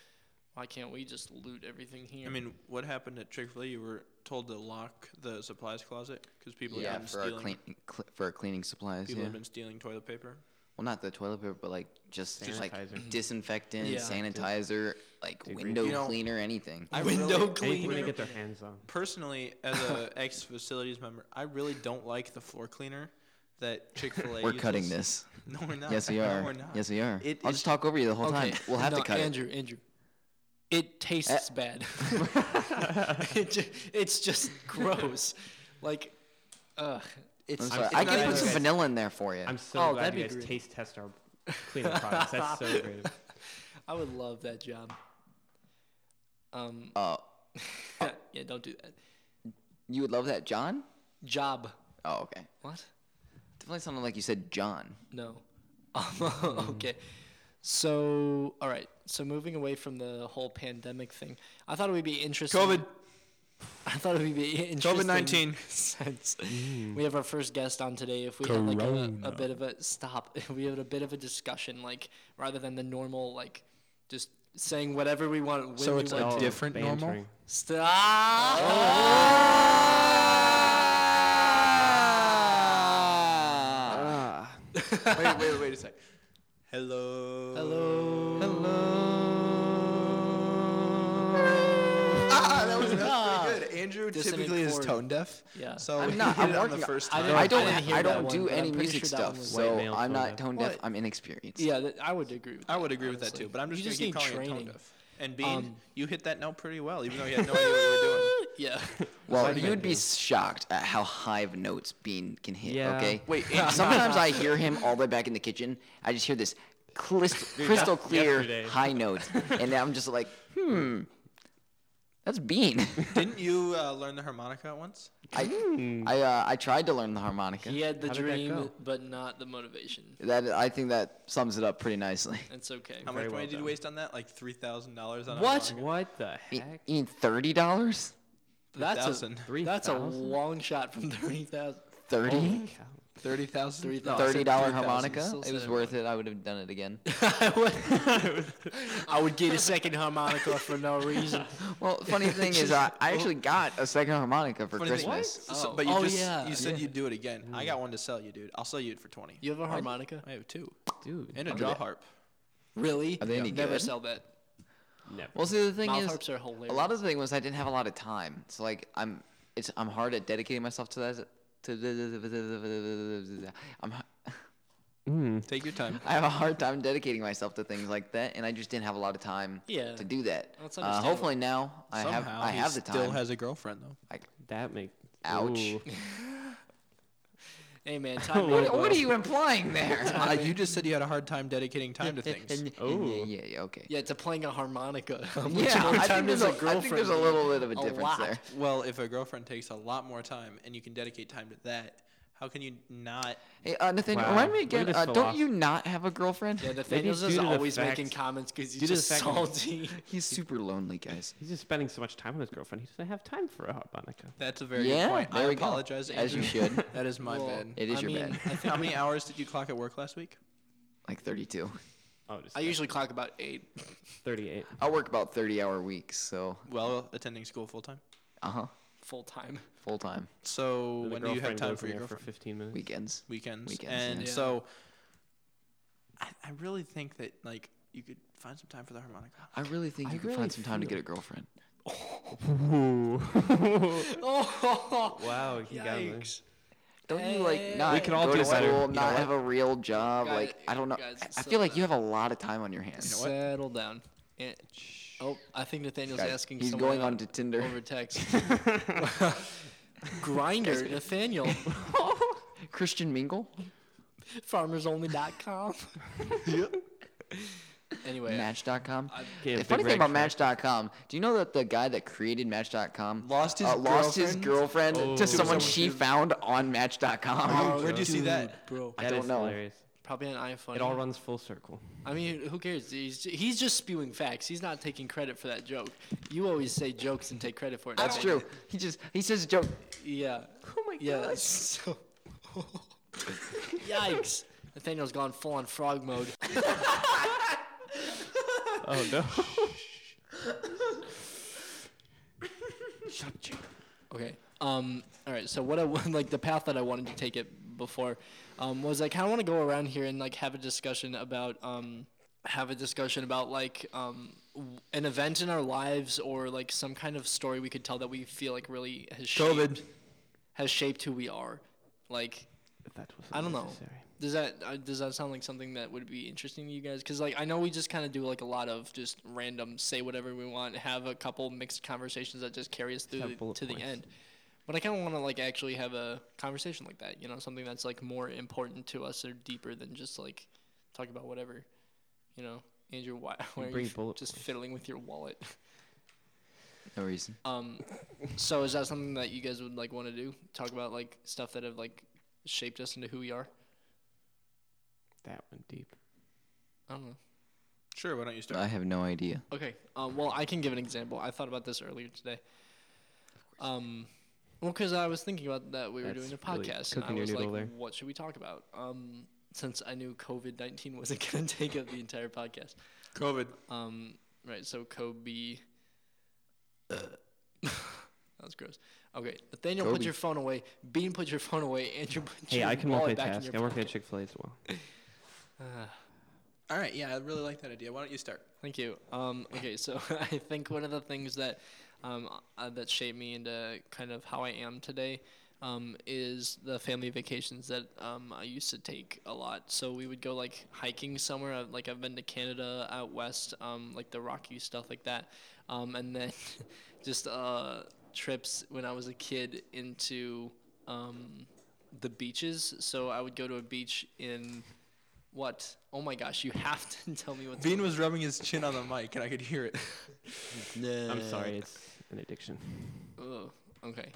Speaker 2: why can't we just loot everything here
Speaker 1: I mean what happened at Chick Fil A? You were told to lock the supplies closet because people
Speaker 3: yeah,
Speaker 1: have been
Speaker 3: for our,
Speaker 1: stealing
Speaker 3: clean, cl- for our cleaning supplies.
Speaker 1: people
Speaker 3: Yeah.
Speaker 1: have been stealing toilet paper.
Speaker 3: Well, not the toilet paper, but like just like
Speaker 4: Sanitizer.
Speaker 3: disinfectant,
Speaker 2: Yeah.
Speaker 3: sanitizer, like
Speaker 4: Dude, we-
Speaker 3: window
Speaker 1: You know-
Speaker 3: cleaner, anything.
Speaker 1: I
Speaker 2: window
Speaker 1: really-
Speaker 4: Anything
Speaker 2: cleaner
Speaker 4: they get their hands on.
Speaker 1: personally, as a ex facilities member, I really don't like the floor cleaner that Chick Fil A.
Speaker 3: We're cutting this.
Speaker 1: No, we're not.
Speaker 3: Yes, we
Speaker 1: No,
Speaker 3: are.
Speaker 1: we're not.
Speaker 3: Yes, we are.
Speaker 1: It
Speaker 3: I'll
Speaker 1: is-
Speaker 3: just talk over you the whole time. We'll have
Speaker 2: no,
Speaker 3: to cut
Speaker 2: Andrew, it. Andrew, it tastes
Speaker 3: Uh,
Speaker 2: bad. it ju- it's just gross. Like, ugh.
Speaker 3: it.
Speaker 2: It's,
Speaker 3: I'm sorry.
Speaker 2: it's
Speaker 3: I
Speaker 2: not
Speaker 3: can put
Speaker 2: even
Speaker 3: some
Speaker 2: good.
Speaker 3: vanilla in there for you.
Speaker 4: I'm so
Speaker 2: Oh,
Speaker 4: glad
Speaker 2: that'd
Speaker 4: you
Speaker 2: be
Speaker 4: guys
Speaker 2: great.
Speaker 4: taste test our cleaning products. That's so great.
Speaker 2: I would love that job. Um,
Speaker 3: Uh,
Speaker 2: yeah, don't do that.
Speaker 3: you would love that, John?
Speaker 2: Job.
Speaker 3: Oh, okay.
Speaker 2: What?
Speaker 3: Definitely sounded like you said John.
Speaker 2: No. okay. So, all right. So, moving away from the whole pandemic thing, I thought it would be interesting.
Speaker 1: COVID.
Speaker 2: I thought it would be interesting.
Speaker 1: COVID-19.
Speaker 2: Since we have our first guest on today, if we had like a, a bit of a stop, if we had a bit of a discussion, like rather than the normal, like just saying whatever we want. When
Speaker 1: So
Speaker 2: we
Speaker 1: it's a
Speaker 2: want to.
Speaker 1: diff- Oh. Different normal?
Speaker 4: Bantering.
Speaker 2: stop. Ah!
Speaker 1: wait, wait, wait a sec. Hello.
Speaker 2: Hello.
Speaker 1: Ah, that was, that was pretty good. Andrew
Speaker 2: Dissonant
Speaker 1: typically is
Speaker 2: chord.
Speaker 1: tone deaf.
Speaker 2: Yeah.
Speaker 1: So
Speaker 3: I'm
Speaker 1: he
Speaker 3: not.
Speaker 1: hit
Speaker 3: I'm
Speaker 1: it on the
Speaker 3: working on-
Speaker 1: first
Speaker 2: I
Speaker 1: time.
Speaker 2: didn't-
Speaker 3: I don't.
Speaker 2: I didn't hear that
Speaker 3: I don't
Speaker 2: one,
Speaker 3: do
Speaker 2: but I'm
Speaker 3: any
Speaker 2: pretty
Speaker 3: music
Speaker 2: sure that
Speaker 3: stuff,
Speaker 2: one was-
Speaker 4: White
Speaker 3: so
Speaker 4: male
Speaker 3: I'm
Speaker 4: tone
Speaker 3: not
Speaker 4: deaf.
Speaker 3: tone deaf. I'm inexperienced.
Speaker 2: Yeah, that, I would agree with that.
Speaker 1: I would agree with that too, but I'm just
Speaker 2: You
Speaker 1: going
Speaker 2: just
Speaker 1: to keep calling
Speaker 2: need
Speaker 1: it tone
Speaker 2: training.
Speaker 1: deaf. And Bean,
Speaker 2: Um,
Speaker 1: you hit that note pretty well, even though you had no idea what you were doing.
Speaker 2: Yeah.
Speaker 3: Well,
Speaker 4: Sorry,
Speaker 3: you'd
Speaker 4: Andrew.
Speaker 3: be shocked at how high of notes Bean can hit.
Speaker 4: Yeah.
Speaker 3: Okay.
Speaker 1: Wait,
Speaker 3: Sometimes I hear him all the way back in the kitchen. I just hear this crystal, crystal clear
Speaker 4: yesterday.
Speaker 3: high notes, and I'm just like, hmm, that's Bean.
Speaker 1: Didn't you uh, learn the harmonica once?
Speaker 4: Hmm.
Speaker 3: I I, uh, I tried to learn the harmonica.
Speaker 2: He had the
Speaker 4: How did that
Speaker 2: dream,
Speaker 4: go?
Speaker 2: but not the motivation.
Speaker 3: That I think that sums it up pretty nicely.
Speaker 2: It's okay.
Speaker 1: How
Speaker 4: Very
Speaker 1: much
Speaker 4: well
Speaker 1: money did you
Speaker 4: done.
Speaker 1: waste on that? Like three thousand dollars on a
Speaker 2: What?
Speaker 1: harmonica?
Speaker 4: What the
Speaker 3: E-
Speaker 4: heck?
Speaker 3: Ian, thirty dollars?
Speaker 2: That's a,
Speaker 1: 3,000.
Speaker 2: that's a
Speaker 4: 3,000?
Speaker 2: long shot from 30,000.
Speaker 3: Thirty?
Speaker 4: Holy cow.
Speaker 1: Thirty thousand.
Speaker 2: Three
Speaker 1: No, I said
Speaker 3: Thirty dollar
Speaker 1: 3,000.
Speaker 3: harmonica?
Speaker 2: still
Speaker 3: It was
Speaker 2: said
Speaker 3: worth it. I would have done it again.
Speaker 2: I would, I would get a second harmonica for no reason.
Speaker 3: Well, funny thing is, I, I actually got a second harmonica for
Speaker 1: Funny thing-
Speaker 3: Christmas.
Speaker 1: So-
Speaker 2: Oh.
Speaker 1: but you
Speaker 2: Oh,
Speaker 1: just
Speaker 2: yeah,
Speaker 1: you said
Speaker 2: yeah. Mm.
Speaker 1: you'd do it again. I got one to sell you, dude. I'll sell you it for twenty.
Speaker 2: You have a harmonica?
Speaker 1: I have two
Speaker 4: Dude.
Speaker 1: and a
Speaker 3: Are
Speaker 1: jaw
Speaker 3: they-
Speaker 1: harp.
Speaker 2: Really?
Speaker 3: Are they any
Speaker 2: Never
Speaker 3: good?
Speaker 2: sell that.
Speaker 4: Never.
Speaker 3: Well, see, the thing
Speaker 2: Mouth
Speaker 3: is,
Speaker 2: harps are hilarious.
Speaker 3: a lot of the thing was I didn't have a lot of time. So like, I'm it's I'm hard at dedicating myself to that. To I'm h-
Speaker 1: Take your time.
Speaker 3: I have a hard time dedicating myself to things like that, and I just didn't have a lot of time
Speaker 2: Yeah.
Speaker 3: to do that.
Speaker 2: That's
Speaker 3: Uh,
Speaker 2: understandable.
Speaker 3: hopefully now I have
Speaker 1: Somehow
Speaker 3: I
Speaker 1: he
Speaker 3: have the
Speaker 1: Still
Speaker 3: time.
Speaker 1: has a girlfriend though.
Speaker 4: That makes.
Speaker 3: Ouch.
Speaker 2: Hey, man, time
Speaker 4: What-
Speaker 3: what, what are you implying there?
Speaker 1: Uh, you just said you had a hard time dedicating time to things.
Speaker 4: Oh.
Speaker 3: Yeah, yeah, yeah, okay.
Speaker 2: Yeah, to playing a harmonica. How much
Speaker 3: Yeah,
Speaker 2: more
Speaker 3: I
Speaker 2: time
Speaker 3: think, there's
Speaker 2: does
Speaker 3: a,
Speaker 2: a
Speaker 3: I think
Speaker 2: girlfriend
Speaker 3: there's a
Speaker 2: need?
Speaker 3: little bit of a
Speaker 2: A
Speaker 3: difference
Speaker 2: lot.
Speaker 3: there.
Speaker 1: Well, if a girlfriend takes a lot more time and you can dedicate time to that, how can you not?
Speaker 3: Hey, uh, Nathan,
Speaker 4: Wow.
Speaker 3: remind me
Speaker 4: Look at
Speaker 3: again.
Speaker 4: this
Speaker 3: Uh, don't you
Speaker 4: philosoph-
Speaker 3: not have a girlfriend?
Speaker 2: Yeah, the
Speaker 4: Maybe
Speaker 2: thing is,
Speaker 4: due to the
Speaker 2: always
Speaker 4: fact-
Speaker 2: making comments because
Speaker 4: due
Speaker 2: he's
Speaker 4: to the
Speaker 2: just
Speaker 4: fact-
Speaker 2: salty.
Speaker 3: He's super lonely, guys.
Speaker 4: He's just spending so much time with his girlfriend. He doesn't have time for a harmonica.
Speaker 1: That's a very
Speaker 3: Yeah,
Speaker 1: good point.
Speaker 3: there
Speaker 1: I
Speaker 3: we go.
Speaker 1: apologize.
Speaker 3: As you
Speaker 1: Andrew.
Speaker 3: should.
Speaker 1: That is my
Speaker 2: Well,
Speaker 1: bad.
Speaker 3: It is
Speaker 2: I
Speaker 3: your
Speaker 2: mean,
Speaker 3: bad.
Speaker 2: I think
Speaker 1: How many hours did you clock at work last week?
Speaker 3: Like 32.
Speaker 4: Oh, just
Speaker 2: I usually clock about eight.
Speaker 4: 38.
Speaker 3: I work about 30 hour weeks, so
Speaker 1: Well, attending school full time.
Speaker 3: uh huh,
Speaker 2: full time.
Speaker 3: full time
Speaker 1: So
Speaker 4: Then
Speaker 1: when do
Speaker 4: the
Speaker 1: you have
Speaker 4: girlfriend
Speaker 1: time
Speaker 4: goes
Speaker 1: for
Speaker 4: in
Speaker 1: your
Speaker 4: there
Speaker 1: girlfriend?
Speaker 4: For 15 minutes.
Speaker 3: weekends.
Speaker 1: weekends.
Speaker 3: Weekends,
Speaker 1: and
Speaker 2: yeah.
Speaker 1: so I, I really think that like you could find some time for the harmonica.
Speaker 3: I really think
Speaker 4: I
Speaker 3: you could
Speaker 4: really
Speaker 3: find some time to get a
Speaker 4: feel-
Speaker 3: girlfriend.
Speaker 4: Ooh.
Speaker 2: Oh,
Speaker 4: wow, he got me.
Speaker 2: yikes!
Speaker 3: don't you like
Speaker 1: Hey.
Speaker 3: not
Speaker 1: We
Speaker 4: can all
Speaker 3: go
Speaker 4: do
Speaker 3: to
Speaker 4: better.
Speaker 3: school,
Speaker 4: You know
Speaker 3: not
Speaker 4: what?
Speaker 3: have a real job?
Speaker 2: Guys-
Speaker 3: like I don't know.
Speaker 2: guys,
Speaker 3: I- I
Speaker 2: so
Speaker 3: feel like
Speaker 2: the-
Speaker 3: you have a lot of time on your hands.
Speaker 1: You know what?
Speaker 2: Settle down. Eh, oh, I think Nathaniel's
Speaker 3: Guys,
Speaker 2: asking.
Speaker 3: he's
Speaker 2: someone
Speaker 3: going
Speaker 2: out
Speaker 3: on to Tinder.
Speaker 2: over text. Grinder, Nathaniel,
Speaker 3: Christian Mingle,
Speaker 1: Oh,
Speaker 2: FarmersOnly.com. Anyway,
Speaker 3: Match.com.
Speaker 4: Yeah,
Speaker 3: the
Speaker 4: big
Speaker 3: funny thing about
Speaker 4: rank track.
Speaker 3: Match.com, do you know that the guy that created Match.com
Speaker 1: Lost his
Speaker 3: uh, lost his girlfriend
Speaker 4: Oh.
Speaker 3: to
Speaker 4: To
Speaker 3: someone
Speaker 4: someone
Speaker 3: she found on
Speaker 2: uh,
Speaker 3: Match.com?
Speaker 1: Oh, where'd you see
Speaker 2: dude,
Speaker 1: that?
Speaker 2: bro?
Speaker 3: I
Speaker 4: That
Speaker 3: don't
Speaker 4: is
Speaker 3: know.
Speaker 4: hilarious.
Speaker 2: Probably an iPhone.
Speaker 4: It all runs full circle.
Speaker 2: I mean, who cares? He's, he's just spewing facts. He's not taking credit for that joke. You always say jokes and take credit for it.
Speaker 3: That's true. He just he says a joke.
Speaker 2: Yeah. Oh my yeah, gosh. So... Yikes. Nathaniel's gone full on frog mode.
Speaker 4: Oh no.
Speaker 2: Okay. Um. All right. So what I wa- like the path that I wanted to take it before, um, was I kind of want to go around here and like have a discussion about um, have a discussion about like um, w- an event in our lives or like some kind of story we could tell that we feel like really has shaped, has shaped who we are. Like
Speaker 4: that was
Speaker 2: I don't know. Does that uh, does that sound like something that would be interesting to you guys? Because like I know we just kind of do like a lot of just random say whatever we want, have a couple mixed conversations that just carry us through
Speaker 4: have
Speaker 2: the-
Speaker 4: bullet
Speaker 2: to the
Speaker 4: points.
Speaker 2: end. But I kind of want to like actually have a conversation like that, you know, something that's like more important to us or deeper than just like talk about whatever, you know. Andrew, why, why are you
Speaker 4: bring
Speaker 2: f-
Speaker 4: bullet
Speaker 2: just
Speaker 4: points.
Speaker 2: fiddling with your wallet?
Speaker 3: No reason.
Speaker 2: Um, so is that something that you guys would like want to do? Talk about like stuff that have like shaped us into who we are.
Speaker 4: That went deep.
Speaker 2: I don't know.
Speaker 1: Sure, why don't you
Speaker 3: I
Speaker 1: start?
Speaker 3: have no idea.
Speaker 2: Okay. Um, well, I can give an example. I thought about this earlier today. Um, well, because I was thinking about that we were doing a
Speaker 4: That's really
Speaker 2: podcast, and
Speaker 4: cooking
Speaker 2: I
Speaker 4: your
Speaker 2: was like,
Speaker 4: noodle there.
Speaker 2: "What should we talk about?" Um, since I knew COVID nineteen wasn't going to take up the entire podcast.
Speaker 1: COVID.
Speaker 2: Um, right. So Kobe. that was gross. Okay, Nathaniel, put
Speaker 3: Kobe.
Speaker 2: your phone away. Bean, put your phone away. Andrew, put
Speaker 4: Hey,
Speaker 2: your
Speaker 4: I can
Speaker 2: wallet back in
Speaker 4: multitask.
Speaker 2: your
Speaker 4: I work at
Speaker 2: pocket.
Speaker 4: Chick Fil A as well.
Speaker 2: Ah.
Speaker 1: All right, yeah, I really like that idea. Why don't you start?
Speaker 2: Thank you. Um, okay, so I think one of the things that um, uh, that shaped me into kind of how I am today um, is the family vacations that um, I used to take a lot. So we would go like hiking somewhere. I've, like I've been to Canada out west, um, like the Rocky stuff like that, um, and then just uh, trips when I was a kid into um, the beaches. So I would go to a beach in what? Oh my gosh! You have to tell me what. the-
Speaker 1: Bean was rubbing his chin on the mic, and I could hear it.
Speaker 4: I'm sorry, Uh, it's an addiction.
Speaker 2: Oh, okay.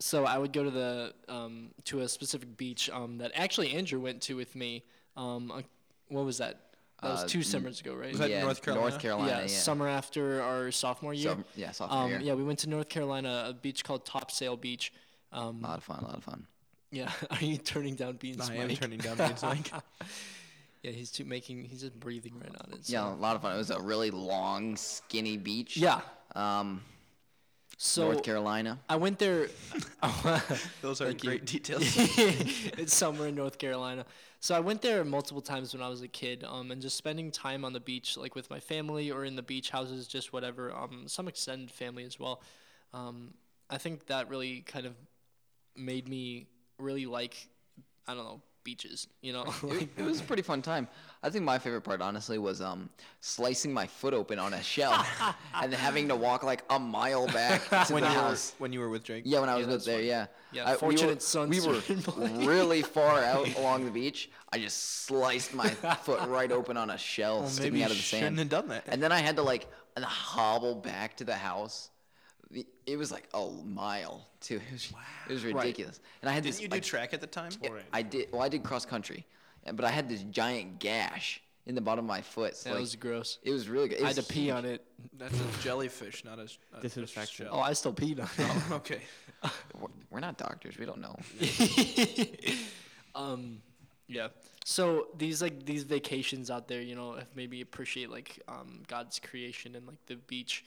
Speaker 2: So I would go to the um, to a specific beach um, that actually Andrew went to with me. Um, uh, what was that? That was
Speaker 3: Uh,
Speaker 2: two
Speaker 3: n-
Speaker 2: summers ago, right?
Speaker 1: Was that
Speaker 3: yeah,
Speaker 1: North Carolina?
Speaker 3: Carolina,
Speaker 2: yeah, summer after our sophomore year.
Speaker 3: Some- yeah, sophomore
Speaker 2: um,
Speaker 3: year.
Speaker 2: yeah, we went to North Carolina, a beach called Topsail Beach. Um,
Speaker 3: A lot of fun. A lot of fun.
Speaker 2: yeah, are you turning down Bean's
Speaker 1: I am
Speaker 2: mic?
Speaker 1: turning down Bean's mic.
Speaker 2: yeah, he's too making. He's just breathing right on it. So.
Speaker 3: Yeah, a lot of fun. It was a really long, skinny beach.
Speaker 2: Yeah.
Speaker 3: Um,
Speaker 2: So
Speaker 3: North Carolina.
Speaker 2: I went there.
Speaker 1: Those are
Speaker 2: Thank you.
Speaker 1: great details.
Speaker 2: it's somewhere in North Carolina. So I went there multiple times when I was a kid, um, and just spending time on the beach, like with my family or in the beach houses, just whatever, um, some extended family as well. Um, I think that really kind of made me really like, I don't know, beaches, you know? like,
Speaker 3: It was a pretty fun time. I think my favorite part, honestly, was um, slicing my foot open on a shell and then having to walk like a mile back to
Speaker 1: when
Speaker 3: the
Speaker 1: you were
Speaker 3: house.
Speaker 1: when you were with Drake.
Speaker 3: Yeah, when I
Speaker 2: Yeah,
Speaker 3: was with
Speaker 2: that's
Speaker 3: there,
Speaker 2: fun.
Speaker 3: yeah.
Speaker 2: Yeah,
Speaker 3: I,
Speaker 2: fortunate son
Speaker 3: we were,
Speaker 2: servant
Speaker 3: we
Speaker 2: boy.
Speaker 3: were really far out along the beach. I just sliced my foot right open on a shell,
Speaker 1: Well,
Speaker 3: sticking
Speaker 1: maybe
Speaker 3: out of the
Speaker 1: you shouldn't have
Speaker 3: sand.
Speaker 1: done that.
Speaker 3: And then I had to like hobble back to the house. The- It was like a mile too. It was, it was ridiculous. And I had
Speaker 1: Didn't
Speaker 3: this
Speaker 1: you do
Speaker 3: like,
Speaker 1: track at the time?
Speaker 3: I did. Well, I did cross country, and- but I had this giant gash in the bottom of my foot. So
Speaker 2: that
Speaker 3: like,
Speaker 2: was gross.
Speaker 3: it was really good. It
Speaker 2: I
Speaker 3: was
Speaker 2: had to pee
Speaker 3: huge.
Speaker 2: on it.
Speaker 1: That's a jellyfish, not a, not a
Speaker 4: Disinfectant.
Speaker 2: Oh,
Speaker 1: shell.
Speaker 2: I still peed on it.
Speaker 1: Oh, okay.
Speaker 3: We're- We're not doctors. We don't know.
Speaker 2: um, yeah. So these like these vacations out there, you know, have made me appreciate like um, God's creation and like the beach,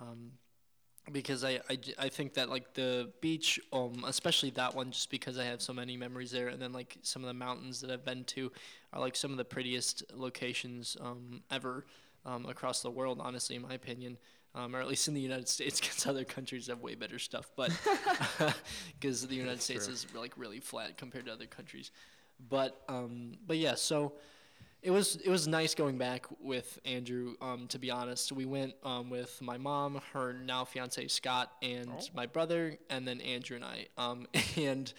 Speaker 2: um, because I, I j- I think that like the beach, um, especially that one, just because I have so many memories there, and then like some of the mountains that I've been to are like some of the prettiest locations um, ever. um, across the world, honestly, in my opinion, um, or at least in the United States, because other countries have way better stuff. But because the United States is like really flat compared to other countries. But um, but yeah, so it was it was nice going back with Andrew. Um, to be honest, we went um, with my mom, her now fiance Scott, and my brother, and then Andrew and I. Um, and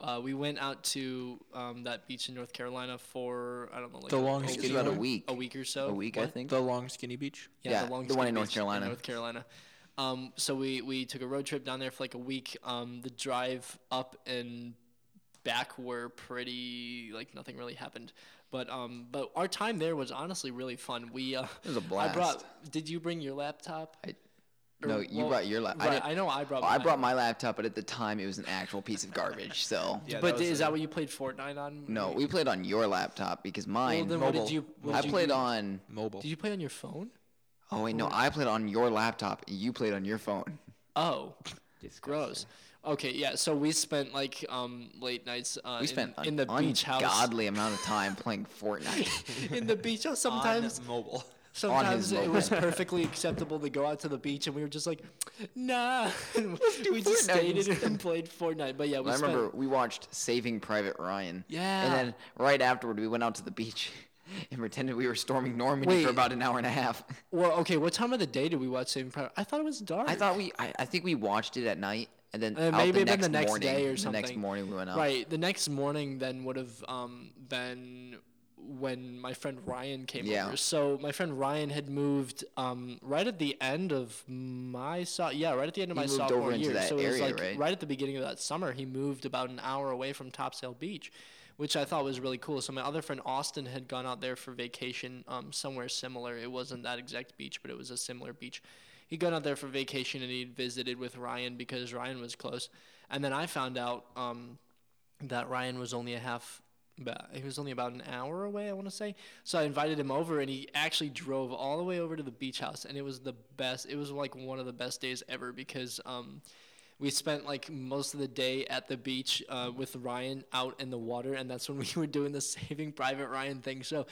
Speaker 2: uh, we went out to um, that beach in North Carolina for I don't know like
Speaker 1: The
Speaker 2: a-
Speaker 1: longest
Speaker 2: a
Speaker 3: It's
Speaker 1: Skinny
Speaker 3: about a
Speaker 1: one?
Speaker 3: week.
Speaker 2: a week or so.
Speaker 3: A week, I
Speaker 2: What?
Speaker 3: think.
Speaker 1: The long skinny beach.
Speaker 3: Yeah, the one in
Speaker 2: Skinny
Speaker 3: North
Speaker 2: Beach
Speaker 3: Carolina.
Speaker 2: North Carolina. Um, so we, we took a road trip down there for like a week. Um, the drive up and back were pretty like nothing really happened, but um, but our time there was honestly really fun. We uh,
Speaker 3: It was a
Speaker 2: I brought.
Speaker 3: blast.
Speaker 2: Did you bring your laptop?
Speaker 3: I-
Speaker 2: Or-
Speaker 3: no, you
Speaker 2: well,
Speaker 3: brought your lap.
Speaker 2: Right,
Speaker 3: I, didn't-
Speaker 2: I know I brought.
Speaker 3: I
Speaker 2: mine.
Speaker 3: brought my laptop, but at the time it was an actual piece of garbage. So
Speaker 1: Yeah, that
Speaker 2: but
Speaker 1: was
Speaker 2: is
Speaker 1: a-
Speaker 2: that what you played Fortnite on?
Speaker 3: no, we played on your laptop because mine.
Speaker 2: then what did you- what
Speaker 3: I
Speaker 2: did you
Speaker 3: played
Speaker 2: do?
Speaker 3: on.
Speaker 1: Mobile.
Speaker 2: Did you play on your phone?
Speaker 3: Oh wait, no, I played on your laptop. You played on your phone.
Speaker 2: Oh,
Speaker 4: It's
Speaker 2: gross. Okay, yeah. So we spent like um late nights. Uh,
Speaker 3: We spent
Speaker 2: in,
Speaker 3: an
Speaker 2: in the beach house.
Speaker 3: ungodly amount of time playing Fortnite.
Speaker 2: in the beach house sometimes
Speaker 1: on mobile.
Speaker 2: sometimes it
Speaker 3: mobile.
Speaker 2: was perfectly acceptable to go out to the beach and we were just like nah and we just
Speaker 3: Fortnite
Speaker 2: stayed in and played Fortnite but yeah we
Speaker 3: I
Speaker 2: spent,
Speaker 3: remember we watched Saving Private Ryan.
Speaker 2: Yeah.
Speaker 3: And then right afterward, we went out to the beach and pretended we were storming Normandy
Speaker 2: Wait.
Speaker 3: for about an hour and a half.
Speaker 2: well okay what time of the day did we watch Saving Private I thought it was dark
Speaker 3: I thought we, I, I think we watched it at night, and then
Speaker 2: Uh,
Speaker 3: out
Speaker 2: maybe
Speaker 3: the
Speaker 2: it been
Speaker 3: next
Speaker 2: the next
Speaker 3: morning,
Speaker 2: day or
Speaker 3: The next
Speaker 2: something.
Speaker 3: morning we went out.
Speaker 2: right the next morning then would have um been when my friend Ryan came
Speaker 3: Yeah.
Speaker 2: over so my friend Ryan had moved um right at the end of my so yeah right at the end of
Speaker 3: He
Speaker 2: my
Speaker 3: moved
Speaker 2: sophomore
Speaker 3: over into
Speaker 2: year
Speaker 3: that
Speaker 2: so it was
Speaker 3: area,
Speaker 2: like
Speaker 3: right?
Speaker 2: right at the beginning of that summer, he moved about an hour away from Topsail Beach, which I thought was really cool. So my other friend Austin had gone out there for vacation um, somewhere similar. It wasn't that exact beach, but it was a similar beach. He'd gone out there for vacation and he'd visited with Ryan because Ryan was close. And then I found out um, that Ryan was only a half. ba- He was only about an hour away, I want to say. So I invited him over, and he actually drove all the way over to the beach house, and it was the best. It was like one of the best days ever because um, we spent like most of the day at the beach uh, with Ryan out in the water, and that's when we were doing the Saving Private Ryan thing. So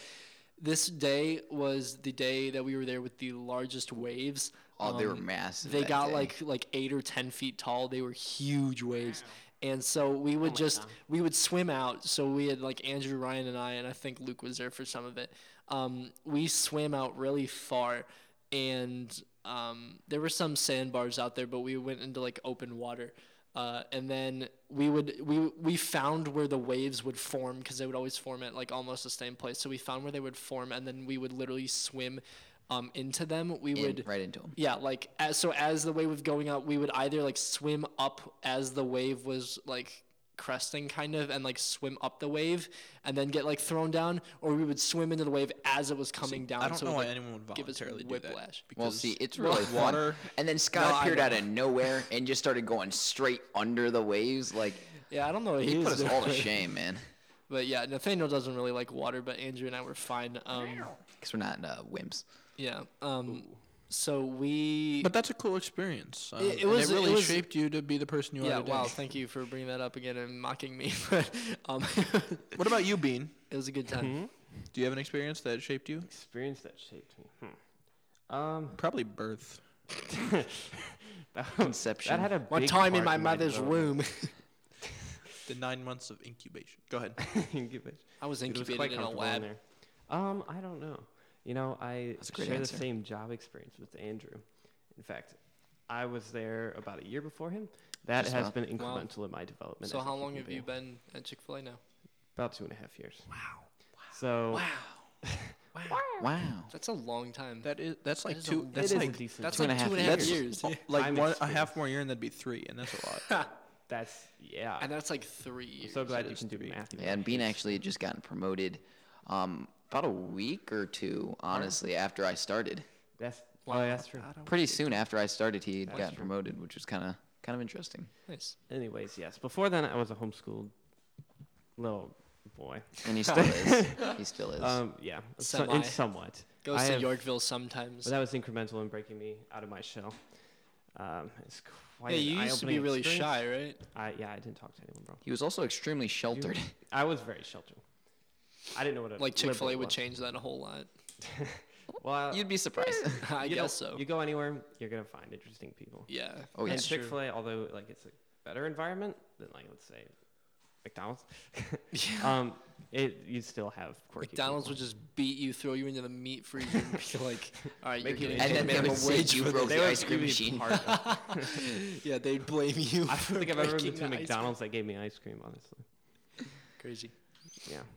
Speaker 2: this day was the day that we were there with the largest waves.
Speaker 3: Oh, they were
Speaker 2: Um,
Speaker 3: massive.
Speaker 2: They
Speaker 3: that
Speaker 2: got
Speaker 3: day.
Speaker 2: like like eight or ten feet tall. They were huge waves. And so we would just we would swim out. So we had like Andrew, Ryan, and I, and I think Luke was there for some of it. Um, we swam out really far, and um, there were some sandbars out there, but we went into like open water. Uh, and then we would we we found where the waves would form because they would always form at like almost the same place. So we found where they would form, and then we would literally swim um, into them. We
Speaker 3: In-
Speaker 2: would
Speaker 3: right into them.
Speaker 2: yeah, like as, so as the wave was going up, we would either like swim up as the wave was like cresting kind of and like swim up the wave and then get like thrown down or we would swim into the wave as it was coming down
Speaker 1: I don't
Speaker 2: Um, so it
Speaker 1: know
Speaker 2: would,
Speaker 1: why
Speaker 2: like,
Speaker 1: anyone would
Speaker 2: give us
Speaker 1: voluntarily do that.
Speaker 2: whiplash.
Speaker 3: Well,
Speaker 1: because
Speaker 3: see, it's
Speaker 1: well,
Speaker 3: really
Speaker 1: water.
Speaker 3: fun. And then Scott
Speaker 2: No, I
Speaker 3: appeared out
Speaker 2: know.
Speaker 3: of nowhere and just started going straight under the waves. Like
Speaker 2: yeah i don't know what
Speaker 3: he
Speaker 2: he
Speaker 3: put
Speaker 2: was
Speaker 3: us all to
Speaker 2: doing.
Speaker 3: shame, man.
Speaker 2: but yeah nathaniel doesn't really like water but andrew and i were fine um
Speaker 3: Because we're not uh, wimps.
Speaker 2: yeah um so we
Speaker 1: But that's a cool experience. Um,
Speaker 2: it
Speaker 1: and
Speaker 2: was-
Speaker 1: it
Speaker 2: it
Speaker 1: really
Speaker 2: was-
Speaker 1: shaped you to be the person you
Speaker 2: yeah
Speaker 1: are today.
Speaker 2: wow thank you for bringing that up again and mocking me but um
Speaker 1: What about you, Bean?
Speaker 2: it was a good time
Speaker 4: Mm-hmm.
Speaker 1: Do you have an experience that shaped you?
Speaker 4: Experience that shaped me. Hmm. Um,
Speaker 1: Probably birth.
Speaker 4: that,
Speaker 3: Conception.
Speaker 4: that had a
Speaker 2: one
Speaker 4: big
Speaker 2: time in
Speaker 4: part
Speaker 2: my mother's
Speaker 4: development.
Speaker 2: womb
Speaker 1: The nine months of incubation. Go ahead.
Speaker 4: Give it-
Speaker 2: I was
Speaker 4: It was
Speaker 2: incubated
Speaker 4: quite
Speaker 2: in a
Speaker 4: comfortable
Speaker 2: lab.
Speaker 4: there. Um, I don't know. You know, I
Speaker 3: That's a great
Speaker 4: share
Speaker 3: answer.
Speaker 4: the same job experience with Andrew. In fact, I was there about a year before him. That
Speaker 3: Just
Speaker 4: has
Speaker 3: about-
Speaker 4: been
Speaker 2: Wow.
Speaker 4: incremental in my development.
Speaker 2: So
Speaker 4: as a
Speaker 2: how long
Speaker 4: human
Speaker 2: have you
Speaker 4: being.
Speaker 2: been at Chick Fil A now?
Speaker 4: About two and a half years. Wow. So
Speaker 3: Wow.
Speaker 2: That's a long time.
Speaker 1: That is that's like
Speaker 2: is a
Speaker 1: two.
Speaker 2: long-
Speaker 1: That's
Speaker 4: it is
Speaker 1: like
Speaker 4: a decent.
Speaker 2: that's
Speaker 4: time.
Speaker 2: like two and a half years,
Speaker 1: uh, like
Speaker 4: I'm
Speaker 1: one a
Speaker 4: experienced.
Speaker 1: half more year, and that'd be three, and that's a lot.
Speaker 4: that's yeah.
Speaker 2: and that's like three years.
Speaker 4: I'm so glad you
Speaker 1: used
Speaker 4: can
Speaker 1: to
Speaker 4: do
Speaker 1: be.
Speaker 4: math. even
Speaker 3: Yeah, and
Speaker 4: though
Speaker 3: Bean
Speaker 4: it's-
Speaker 3: actually had just gotten promoted um, about a week or two, honestly, after I started.
Speaker 4: That's oh, that's true.
Speaker 3: Pretty soon after I started, he had
Speaker 4: That's
Speaker 3: gotten
Speaker 4: true.
Speaker 3: promoted, which was kind of kind of interesting.
Speaker 2: Nice.
Speaker 4: Anyways, yes. Before then, I was a homeschooled little boy.
Speaker 3: And he still is. He still is.
Speaker 4: Um, yeah, so,
Speaker 2: Semi.
Speaker 4: and somewhat.
Speaker 2: Goes
Speaker 4: I
Speaker 2: to
Speaker 4: have-
Speaker 2: Yorkville sometimes.
Speaker 4: But that was incremental in breaking me out of my shell. Um, it's quite.
Speaker 2: yeah,
Speaker 4: an
Speaker 2: you used to be
Speaker 4: eye-opening
Speaker 2: really
Speaker 4: experience.
Speaker 2: shy, right?
Speaker 4: I, yeah, I didn't talk to anyone, bro.
Speaker 3: he was also extremely sheltered.
Speaker 4: I was very sheltered. I didn't know what a
Speaker 2: Like Chick Fil A
Speaker 4: liberal
Speaker 2: would
Speaker 4: was.
Speaker 2: change that a whole lot.
Speaker 4: Well,
Speaker 3: You'd be surprised.
Speaker 2: I
Speaker 4: you know,
Speaker 2: guess so.
Speaker 4: You go anywhere, you're gonna find interesting people.
Speaker 2: yeah.
Speaker 3: Oh, yeah.
Speaker 4: and
Speaker 2: that's true.
Speaker 4: Chick Fil A, although like it's a better environment than like let's say McDonald's, um, it you still have quirky.
Speaker 2: McDonald's
Speaker 4: people.
Speaker 2: would just beat you, throw you into the meat freezer, and be like, "All right, you're
Speaker 4: Make you
Speaker 2: getting
Speaker 3: and
Speaker 4: pay
Speaker 2: paid
Speaker 3: then they
Speaker 2: minimum
Speaker 3: would say
Speaker 2: wage
Speaker 3: you
Speaker 2: for
Speaker 3: broke
Speaker 2: this."
Speaker 3: the
Speaker 4: would-
Speaker 3: ice cream
Speaker 4: you'd
Speaker 3: machine.
Speaker 4: be part of it.
Speaker 2: yeah, they'd blame you.
Speaker 4: I
Speaker 2: for
Speaker 4: don't think I've ever
Speaker 2: breaking
Speaker 4: been to a
Speaker 2: the ice
Speaker 4: McDonald's that gave me ice cream. Honestly,
Speaker 2: cream. Crazy.
Speaker 4: yeah,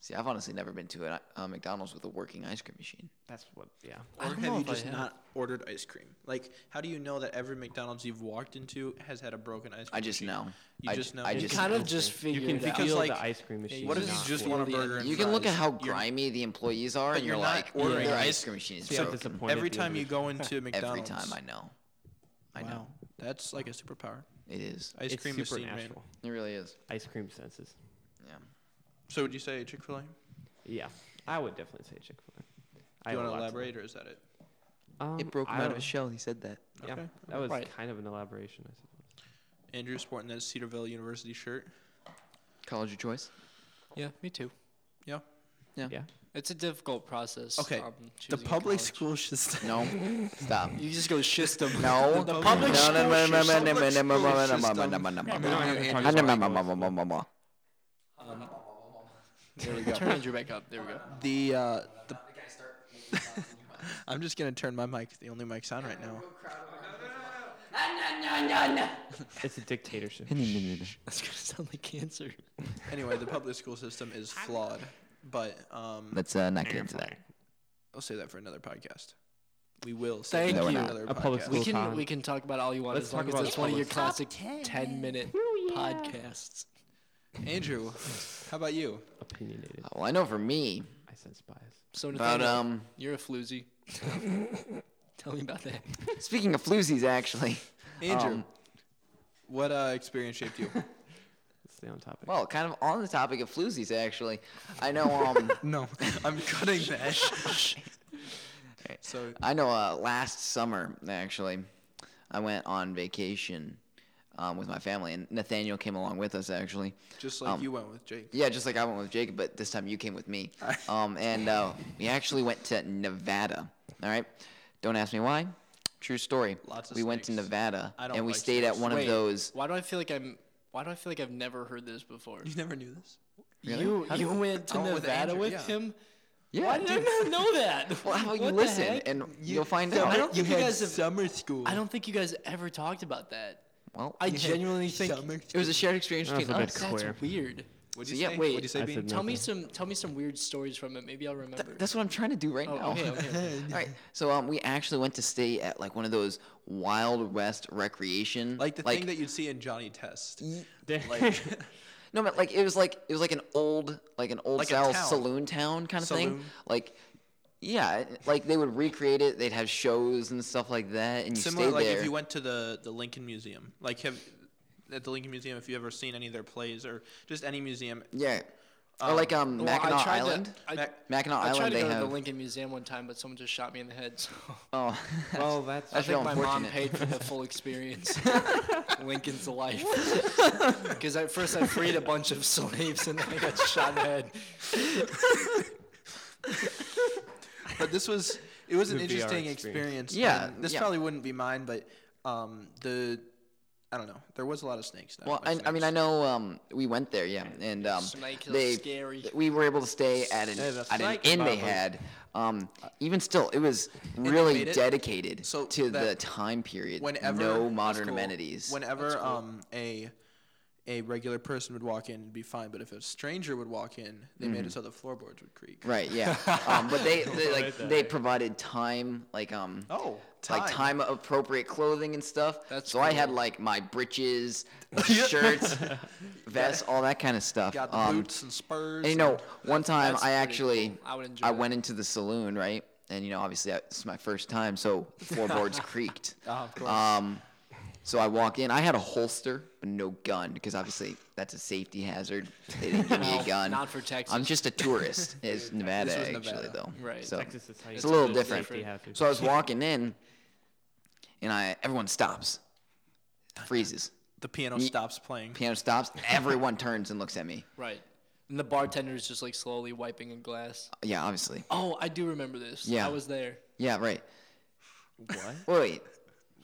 Speaker 3: See, I've honestly never been to a uh, McDonald's with a working ice cream machine.
Speaker 4: that's what. Yeah,
Speaker 1: Or
Speaker 2: I don't
Speaker 1: have
Speaker 2: know
Speaker 1: you
Speaker 2: if I
Speaker 1: just
Speaker 2: have.
Speaker 1: not ordered ice cream? Like, how do you know that every McDonald's you've walked into has had a broken ice cream?
Speaker 3: I just
Speaker 1: machine?
Speaker 3: know.
Speaker 1: You
Speaker 3: I,
Speaker 1: just know.
Speaker 3: I
Speaker 2: You
Speaker 3: just
Speaker 2: kind
Speaker 3: know.
Speaker 2: of just
Speaker 4: you
Speaker 2: figure
Speaker 4: can
Speaker 2: it out.
Speaker 1: because,
Speaker 4: feel
Speaker 1: like,
Speaker 4: the ice cream machine.
Speaker 1: What
Speaker 2: you
Speaker 1: if you
Speaker 2: not
Speaker 1: just
Speaker 2: feel
Speaker 1: want a
Speaker 2: the
Speaker 1: burger?
Speaker 2: end.
Speaker 1: And
Speaker 3: You can look at
Speaker 1: fries?
Speaker 3: how
Speaker 1: You're-
Speaker 3: grimy the employees are, and
Speaker 1: you're
Speaker 3: you're,
Speaker 1: not
Speaker 3: like,
Speaker 1: ordering
Speaker 3: their
Speaker 1: ice
Speaker 3: ice cream machine is
Speaker 4: See how
Speaker 3: broken.
Speaker 4: disappointed
Speaker 1: Every
Speaker 4: the
Speaker 1: time
Speaker 4: other-
Speaker 1: you go into
Speaker 3: Every
Speaker 1: McDonald's.
Speaker 3: time I know, I
Speaker 1: wow.
Speaker 3: know
Speaker 1: That's like a superpower.
Speaker 3: it is.
Speaker 1: Ice
Speaker 4: it's
Speaker 1: cream machine. man.
Speaker 4: supernatural.
Speaker 3: It really is.
Speaker 4: Ice cream senses.
Speaker 3: Yeah.
Speaker 1: So would you say Chick Fil A? Do
Speaker 4: Yeah, I would definitely say Chick Fil A.
Speaker 1: you want to elaborate, or is that it?
Speaker 4: Um,
Speaker 3: It broke
Speaker 4: I
Speaker 3: him out of
Speaker 4: don't-
Speaker 3: his shell. He said that.
Speaker 4: Yeah,
Speaker 1: Okay.
Speaker 4: that was
Speaker 2: Right.
Speaker 4: kind of an elaboration, I suppose.
Speaker 1: Andrew's sporting that Cedarville University shirt.
Speaker 3: College of choice.
Speaker 2: Yeah, me too.
Speaker 4: Yeah.
Speaker 2: It's a difficult process.
Speaker 1: Okay,
Speaker 2: um,
Speaker 1: The
Speaker 2: choosing a
Speaker 1: public
Speaker 2: college.
Speaker 1: school should.
Speaker 3: No. Stop.
Speaker 2: You just go system.
Speaker 3: No.
Speaker 2: the
Speaker 1: public
Speaker 2: public
Speaker 1: school
Speaker 3: No, no, no, no, no,
Speaker 1: system-
Speaker 3: no, no, no, no, no, no, no, no, no, no, no,
Speaker 4: We don't
Speaker 3: no,
Speaker 4: have to talk
Speaker 3: no, no, no,
Speaker 4: about
Speaker 3: no,
Speaker 4: Eagles.
Speaker 3: no, no, no, no.
Speaker 2: Um, there we go. Turn Andrew back up. There we go.
Speaker 1: The uh, the. I'm just gonna turn my mic. The only mic's on right now.
Speaker 4: It's a dictatorship.
Speaker 2: That's gonna sound like cancer.
Speaker 1: Anyway, the public school system is flawed, but um,
Speaker 3: Let's uh, not get into that.
Speaker 1: I'll say that for another podcast. We will.
Speaker 2: Thank
Speaker 1: Say that for
Speaker 2: you.
Speaker 1: Another
Speaker 4: A public
Speaker 1: podcast.
Speaker 4: school-
Speaker 2: We can
Speaker 4: time.
Speaker 2: we can talk about all you want
Speaker 4: Let's
Speaker 2: as long
Speaker 4: talk
Speaker 2: as
Speaker 4: about
Speaker 2: it's one of your
Speaker 4: Top
Speaker 2: classic ten minute podcasts.
Speaker 1: Andrew, how about you?
Speaker 4: Opinionated.
Speaker 3: Well, I know for me,
Speaker 4: I sense bias.
Speaker 2: So
Speaker 3: but
Speaker 2: Nathaniel,
Speaker 3: um,
Speaker 2: you're a floozy. Tell me about that.
Speaker 3: speaking of floozies, actually,
Speaker 1: Andrew,
Speaker 3: Um,
Speaker 1: what uh, experience shaped you?
Speaker 4: Let's stay on topic.
Speaker 3: well, kind of on the topic of floozies, actually, I know um,
Speaker 1: no, I'm cutting that. so
Speaker 3: I know uh, last summer, actually, I went on vacation um, with my family, and Nathaniel came along with us, actually.
Speaker 1: just like
Speaker 3: Um,
Speaker 1: you went with Jake.
Speaker 3: Yeah, just like I went with Jacob, but this time you came with me. Um, and uh, we actually went to Nevada. All right. Don't ask me why. True story.
Speaker 1: Lots of
Speaker 3: we went to
Speaker 1: snakes.
Speaker 3: Nevada,
Speaker 1: I don't
Speaker 3: and we
Speaker 1: like
Speaker 3: stayed at
Speaker 1: snakes.
Speaker 3: one
Speaker 2: Wait,
Speaker 3: of those.
Speaker 2: Why do I feel like I'm? Why do I feel like I've never heard this before?
Speaker 1: You never knew this.
Speaker 3: Really?
Speaker 2: You
Speaker 3: How
Speaker 2: you
Speaker 3: did-
Speaker 2: went to
Speaker 1: I went with
Speaker 2: Nevada
Speaker 1: Andrew,
Speaker 2: with,
Speaker 1: yeah.
Speaker 2: him.
Speaker 3: Yeah.
Speaker 2: Why did
Speaker 3: dude.
Speaker 2: I not know that?
Speaker 3: Well, how about you
Speaker 2: What the
Speaker 3: listen,
Speaker 2: heck?
Speaker 3: and you'll find
Speaker 2: I
Speaker 3: out.
Speaker 2: don't
Speaker 1: you
Speaker 2: think you
Speaker 1: had
Speaker 2: guys have-
Speaker 1: summer school.
Speaker 2: I don't think you guys ever talked about that.
Speaker 3: Well,
Speaker 2: I genuinely think
Speaker 1: summer
Speaker 3: it was a shared experience
Speaker 4: That was
Speaker 3: between
Speaker 4: a bit
Speaker 3: us.
Speaker 4: cool. Square.
Speaker 2: that's weird.
Speaker 1: What'd you
Speaker 3: So, yeah,
Speaker 1: say?
Speaker 3: wait.
Speaker 1: What'd you say,
Speaker 4: I
Speaker 1: Bean?
Speaker 4: said
Speaker 2: Tell me
Speaker 4: nothing.
Speaker 2: some tell me some weird stories from it. Maybe I'll remember.
Speaker 3: That's what I'm trying to do right
Speaker 2: oh,
Speaker 3: now.
Speaker 2: okay, okay, okay.
Speaker 3: All right. So um, we actually went to stay at like one of those Wild West recreation.
Speaker 1: Like the thing that you'd see in Johnny Test.
Speaker 4: Like,
Speaker 3: No, but like it was like it was like an old like an old
Speaker 1: Like a
Speaker 3: style
Speaker 1: town.
Speaker 3: saloon town kind of thing.
Speaker 1: Saloon.
Speaker 3: Like yeah, like they would recreate it. They'd have shows and stuff like that, and you
Speaker 1: Similar,
Speaker 3: stay
Speaker 1: like
Speaker 3: there.
Speaker 1: if you went to the the Lincoln Museum, like have at the Lincoln Museum, if you ever seen any of their plays or just any museum.
Speaker 3: yeah,
Speaker 1: Um,
Speaker 3: or like um
Speaker 2: Well,
Speaker 3: Mackinac
Speaker 2: I tried
Speaker 3: Island.
Speaker 2: To, I,
Speaker 1: Mac-
Speaker 3: Mackinac
Speaker 2: I tried
Speaker 3: Island,
Speaker 2: to
Speaker 3: they
Speaker 2: go
Speaker 3: have.
Speaker 2: to the Lincoln Museum one time, but someone just shot me in the head. So
Speaker 3: Oh,
Speaker 4: well, that's.
Speaker 2: I
Speaker 3: That's real
Speaker 2: think my mom
Speaker 3: unfortunate.
Speaker 2: paid for the full experience. Lincoln's life. Because at first I freed a bunch of slaves and then I got shot in the head.
Speaker 1: But this was it was an
Speaker 4: Would be our
Speaker 1: interesting experience.
Speaker 4: experience.
Speaker 3: Yeah,
Speaker 1: and this
Speaker 3: yeah.
Speaker 1: probably wouldn't be mine, but um, the I don't know. There was a lot of snakes. not
Speaker 3: well,
Speaker 1: much
Speaker 3: I, I mean,
Speaker 1: snakes.
Speaker 3: I know um, we went there, yeah, and um,
Speaker 2: Snake is
Speaker 3: they
Speaker 2: scary.
Speaker 3: we were able to stay at an
Speaker 4: Say the
Speaker 3: at an
Speaker 4: snake
Speaker 3: inn they
Speaker 4: bubble.
Speaker 3: had. Um, even still, it was really
Speaker 1: made it
Speaker 3: dedicated
Speaker 1: so
Speaker 3: to
Speaker 1: that
Speaker 3: the time period.
Speaker 1: whenever
Speaker 3: no
Speaker 1: that's
Speaker 3: modern
Speaker 1: cool.
Speaker 3: amenities.
Speaker 1: Whenever um a a regular person would walk in, it'd be fine. But if a stranger would walk in, they made it so the floorboards would creak.
Speaker 3: Mm-hmm. Right. Yeah. um, but they, they like
Speaker 4: Right
Speaker 3: they
Speaker 4: there.
Speaker 3: provided time like um
Speaker 1: Oh,
Speaker 3: like time appropriate clothing and stuff.
Speaker 2: That's
Speaker 3: so I had
Speaker 2: cool.
Speaker 3: like my breeches, shirts, vests, all that kind of stuff.
Speaker 1: Got the
Speaker 3: um,
Speaker 1: boots and spurs.
Speaker 3: and you know, one time
Speaker 2: that's
Speaker 3: I
Speaker 2: pretty
Speaker 3: actually
Speaker 2: cool. I would enjoy
Speaker 3: I
Speaker 2: that.
Speaker 3: went into the saloon right, and you know obviously that- it's my first time, so the floorboards creaked.
Speaker 2: Oh,
Speaker 1: of course.
Speaker 3: Um, so I walk in. I had a holster, but no gun, because obviously that's a safety hazard. They didn't give me
Speaker 2: No,
Speaker 3: a gun.
Speaker 2: not for
Speaker 3: I'm
Speaker 2: Texas.
Speaker 3: just a tourist. It's Nevada,
Speaker 1: was
Speaker 3: actually,
Speaker 1: Nevada.
Speaker 3: though.
Speaker 2: Right.
Speaker 3: So
Speaker 4: Texas is how you
Speaker 3: it's a little
Speaker 4: do
Speaker 3: different.
Speaker 4: safety hazards.
Speaker 3: So I was walking in, and I everyone stops, freezes.
Speaker 1: the piano stops playing.
Speaker 3: Piano stops. Everyone turns and looks at me.
Speaker 2: Right. And the bartender is just like slowly wiping a glass.
Speaker 3: Yeah, obviously.
Speaker 2: Oh, I do remember this.
Speaker 3: Yeah.
Speaker 2: I was there.
Speaker 3: Yeah, right.
Speaker 4: What?
Speaker 3: Wait,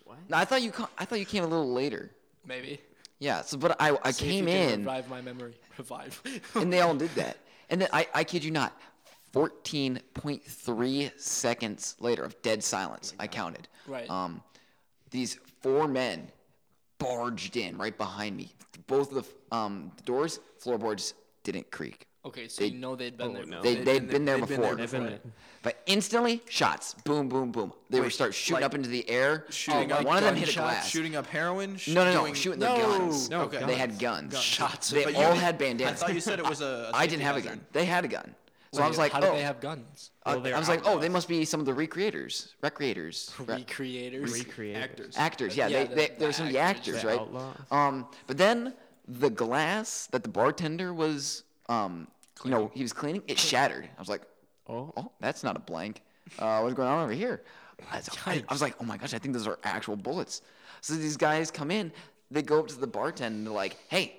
Speaker 4: what?
Speaker 3: no, I thought you ca- I thought you came a little later.
Speaker 2: Maybe.
Speaker 3: Yeah, so but I I
Speaker 2: See if
Speaker 3: came
Speaker 2: you can
Speaker 3: in
Speaker 2: Revive my memory. Revive.
Speaker 3: and they all did that. And then I I kid you not, 14.3 seconds later of dead silence. I counted.
Speaker 2: Right.
Speaker 3: Um, these four men barged in right behind me. Both of the um doors floorboards didn't creak.
Speaker 2: okay, so you know they'd been there.
Speaker 4: no.
Speaker 3: They
Speaker 1: They'd
Speaker 3: they'd
Speaker 1: been
Speaker 3: been there
Speaker 1: there- they'd been there
Speaker 3: before.
Speaker 4: I've been there.
Speaker 3: But instantly, shots. Boom, boom, boom. They would
Speaker 1: Wait,
Speaker 3: start shooting
Speaker 1: like-
Speaker 3: up into the air.
Speaker 1: Shooting
Speaker 3: Oh,
Speaker 1: up
Speaker 3: one of them hit a
Speaker 1: gunshots,
Speaker 3: glass.
Speaker 1: Shooting up heroin. sh-
Speaker 3: no, no, no.
Speaker 1: doing-
Speaker 3: shooting their
Speaker 2: No.
Speaker 3: guns.
Speaker 4: No,
Speaker 1: Okay.
Speaker 3: They had guns.
Speaker 1: Guns.
Speaker 2: Shots.
Speaker 3: They
Speaker 1: But you
Speaker 3: all
Speaker 1: did-
Speaker 3: had
Speaker 1: I
Speaker 3: bandanas.
Speaker 1: thought you said it was a. a
Speaker 3: I didn't
Speaker 1: safety
Speaker 3: have a
Speaker 1: hazard.
Speaker 3: gun. They had a gun. So I was like,
Speaker 2: how
Speaker 3: oh.
Speaker 2: did they have guns?
Speaker 3: I-
Speaker 4: Well, they're
Speaker 3: I was like, oh, they
Speaker 4: outlaws.
Speaker 3: must be some of the recreators, recreators, re-
Speaker 2: Recreators.
Speaker 4: Recreate.
Speaker 1: Actors.
Speaker 3: actors. Yeah,
Speaker 2: Yeah,
Speaker 3: they,
Speaker 2: the-
Speaker 3: they,
Speaker 2: the
Speaker 3: there's some of the actors,
Speaker 2: actors.
Speaker 4: The
Speaker 3: right?
Speaker 4: outlaws.
Speaker 3: Um, but then the glass that the bartender was, um, you know, he was cleaning, it shattered. I was like,
Speaker 4: Oh.
Speaker 3: oh, that's not a blank. Uh, what's going on over here? I, was- I- I was like, oh my gosh, I think those are actual bullets. So these guys come in, they go up to the bartender and they're like, hey,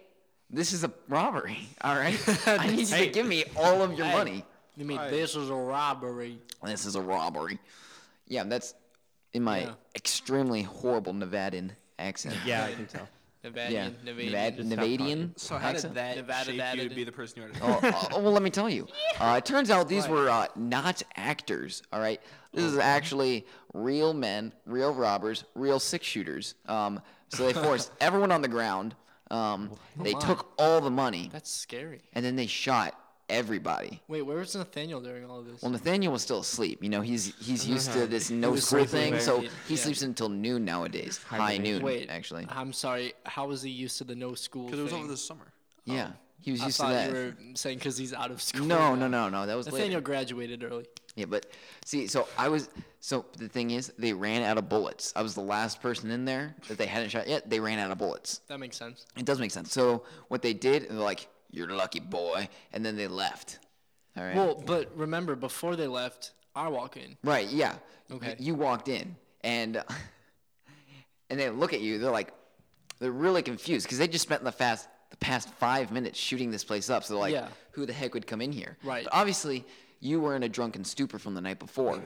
Speaker 3: this is a robbery, all right? I need you to give me all of your money.
Speaker 2: You mean this was a robbery?
Speaker 3: This is a robbery. Yeah, that's in my
Speaker 2: Yeah.
Speaker 3: extremely horrible Nevadan accent.
Speaker 4: Yeah, I can tell.
Speaker 2: Nevadian.
Speaker 3: Yeah.
Speaker 2: Nevadian.
Speaker 3: Nevad-
Speaker 4: stop talking.
Speaker 3: Nevadian.
Speaker 1: So how
Speaker 3: accent?
Speaker 1: did that
Speaker 2: Nevada
Speaker 1: shape you
Speaker 2: batted
Speaker 1: to be the person you are?
Speaker 3: oh, uh, well, let me tell you. Uh, it turns out these were uh, not actors. All right, this
Speaker 2: Oh.
Speaker 3: is actually real men, real robbers, real six shooters. Um, so they forced everyone on the ground. Um, they
Speaker 2: my.
Speaker 3: took all the money,
Speaker 2: That's scary.
Speaker 3: and then they shot everybody.
Speaker 2: Wait, where was Nathaniel during all of this?
Speaker 3: Well, Nathaniel was still asleep. You know, he's he's used to this no
Speaker 2: Uh-huh. was
Speaker 3: school
Speaker 2: sleeping
Speaker 3: thing,
Speaker 2: very-
Speaker 3: so he
Speaker 2: yeah.
Speaker 3: sleeps until noon nowadays. High
Speaker 4: Hibernation.
Speaker 3: noon,
Speaker 2: Wait,
Speaker 3: actually.
Speaker 2: I'm sorry. How was he used to the no school?
Speaker 1: Because it was
Speaker 2: thing?
Speaker 1: over the summer.
Speaker 3: Yeah, he was
Speaker 2: I
Speaker 3: used to
Speaker 2: thought
Speaker 3: that.
Speaker 2: you were saying because he's out of school.
Speaker 3: No,
Speaker 2: now.
Speaker 3: no, no, no. That was
Speaker 2: Nathaniel
Speaker 3: later.
Speaker 2: graduated early.
Speaker 3: Yeah, but see, so I was. So the thing is, they ran out of bullets. I was the last person in there that they hadn't shot yet. They ran out of bullets.
Speaker 2: That makes sense.
Speaker 3: It does make sense. So what they did, they're like, "You're lucky, boy," and then they left. All right.
Speaker 2: Well, but remember, before they left, I walk in.
Speaker 3: right. Yeah. Y-
Speaker 2: Okay.
Speaker 3: You walked in, and and they look at you. They're like, they're really confused because they just spent the fast the past five minutes shooting this place up. So they're like,
Speaker 2: Yeah.
Speaker 3: who the heck would come in here?
Speaker 2: Right.
Speaker 3: But obviously, you were in a drunken stupor from the night before.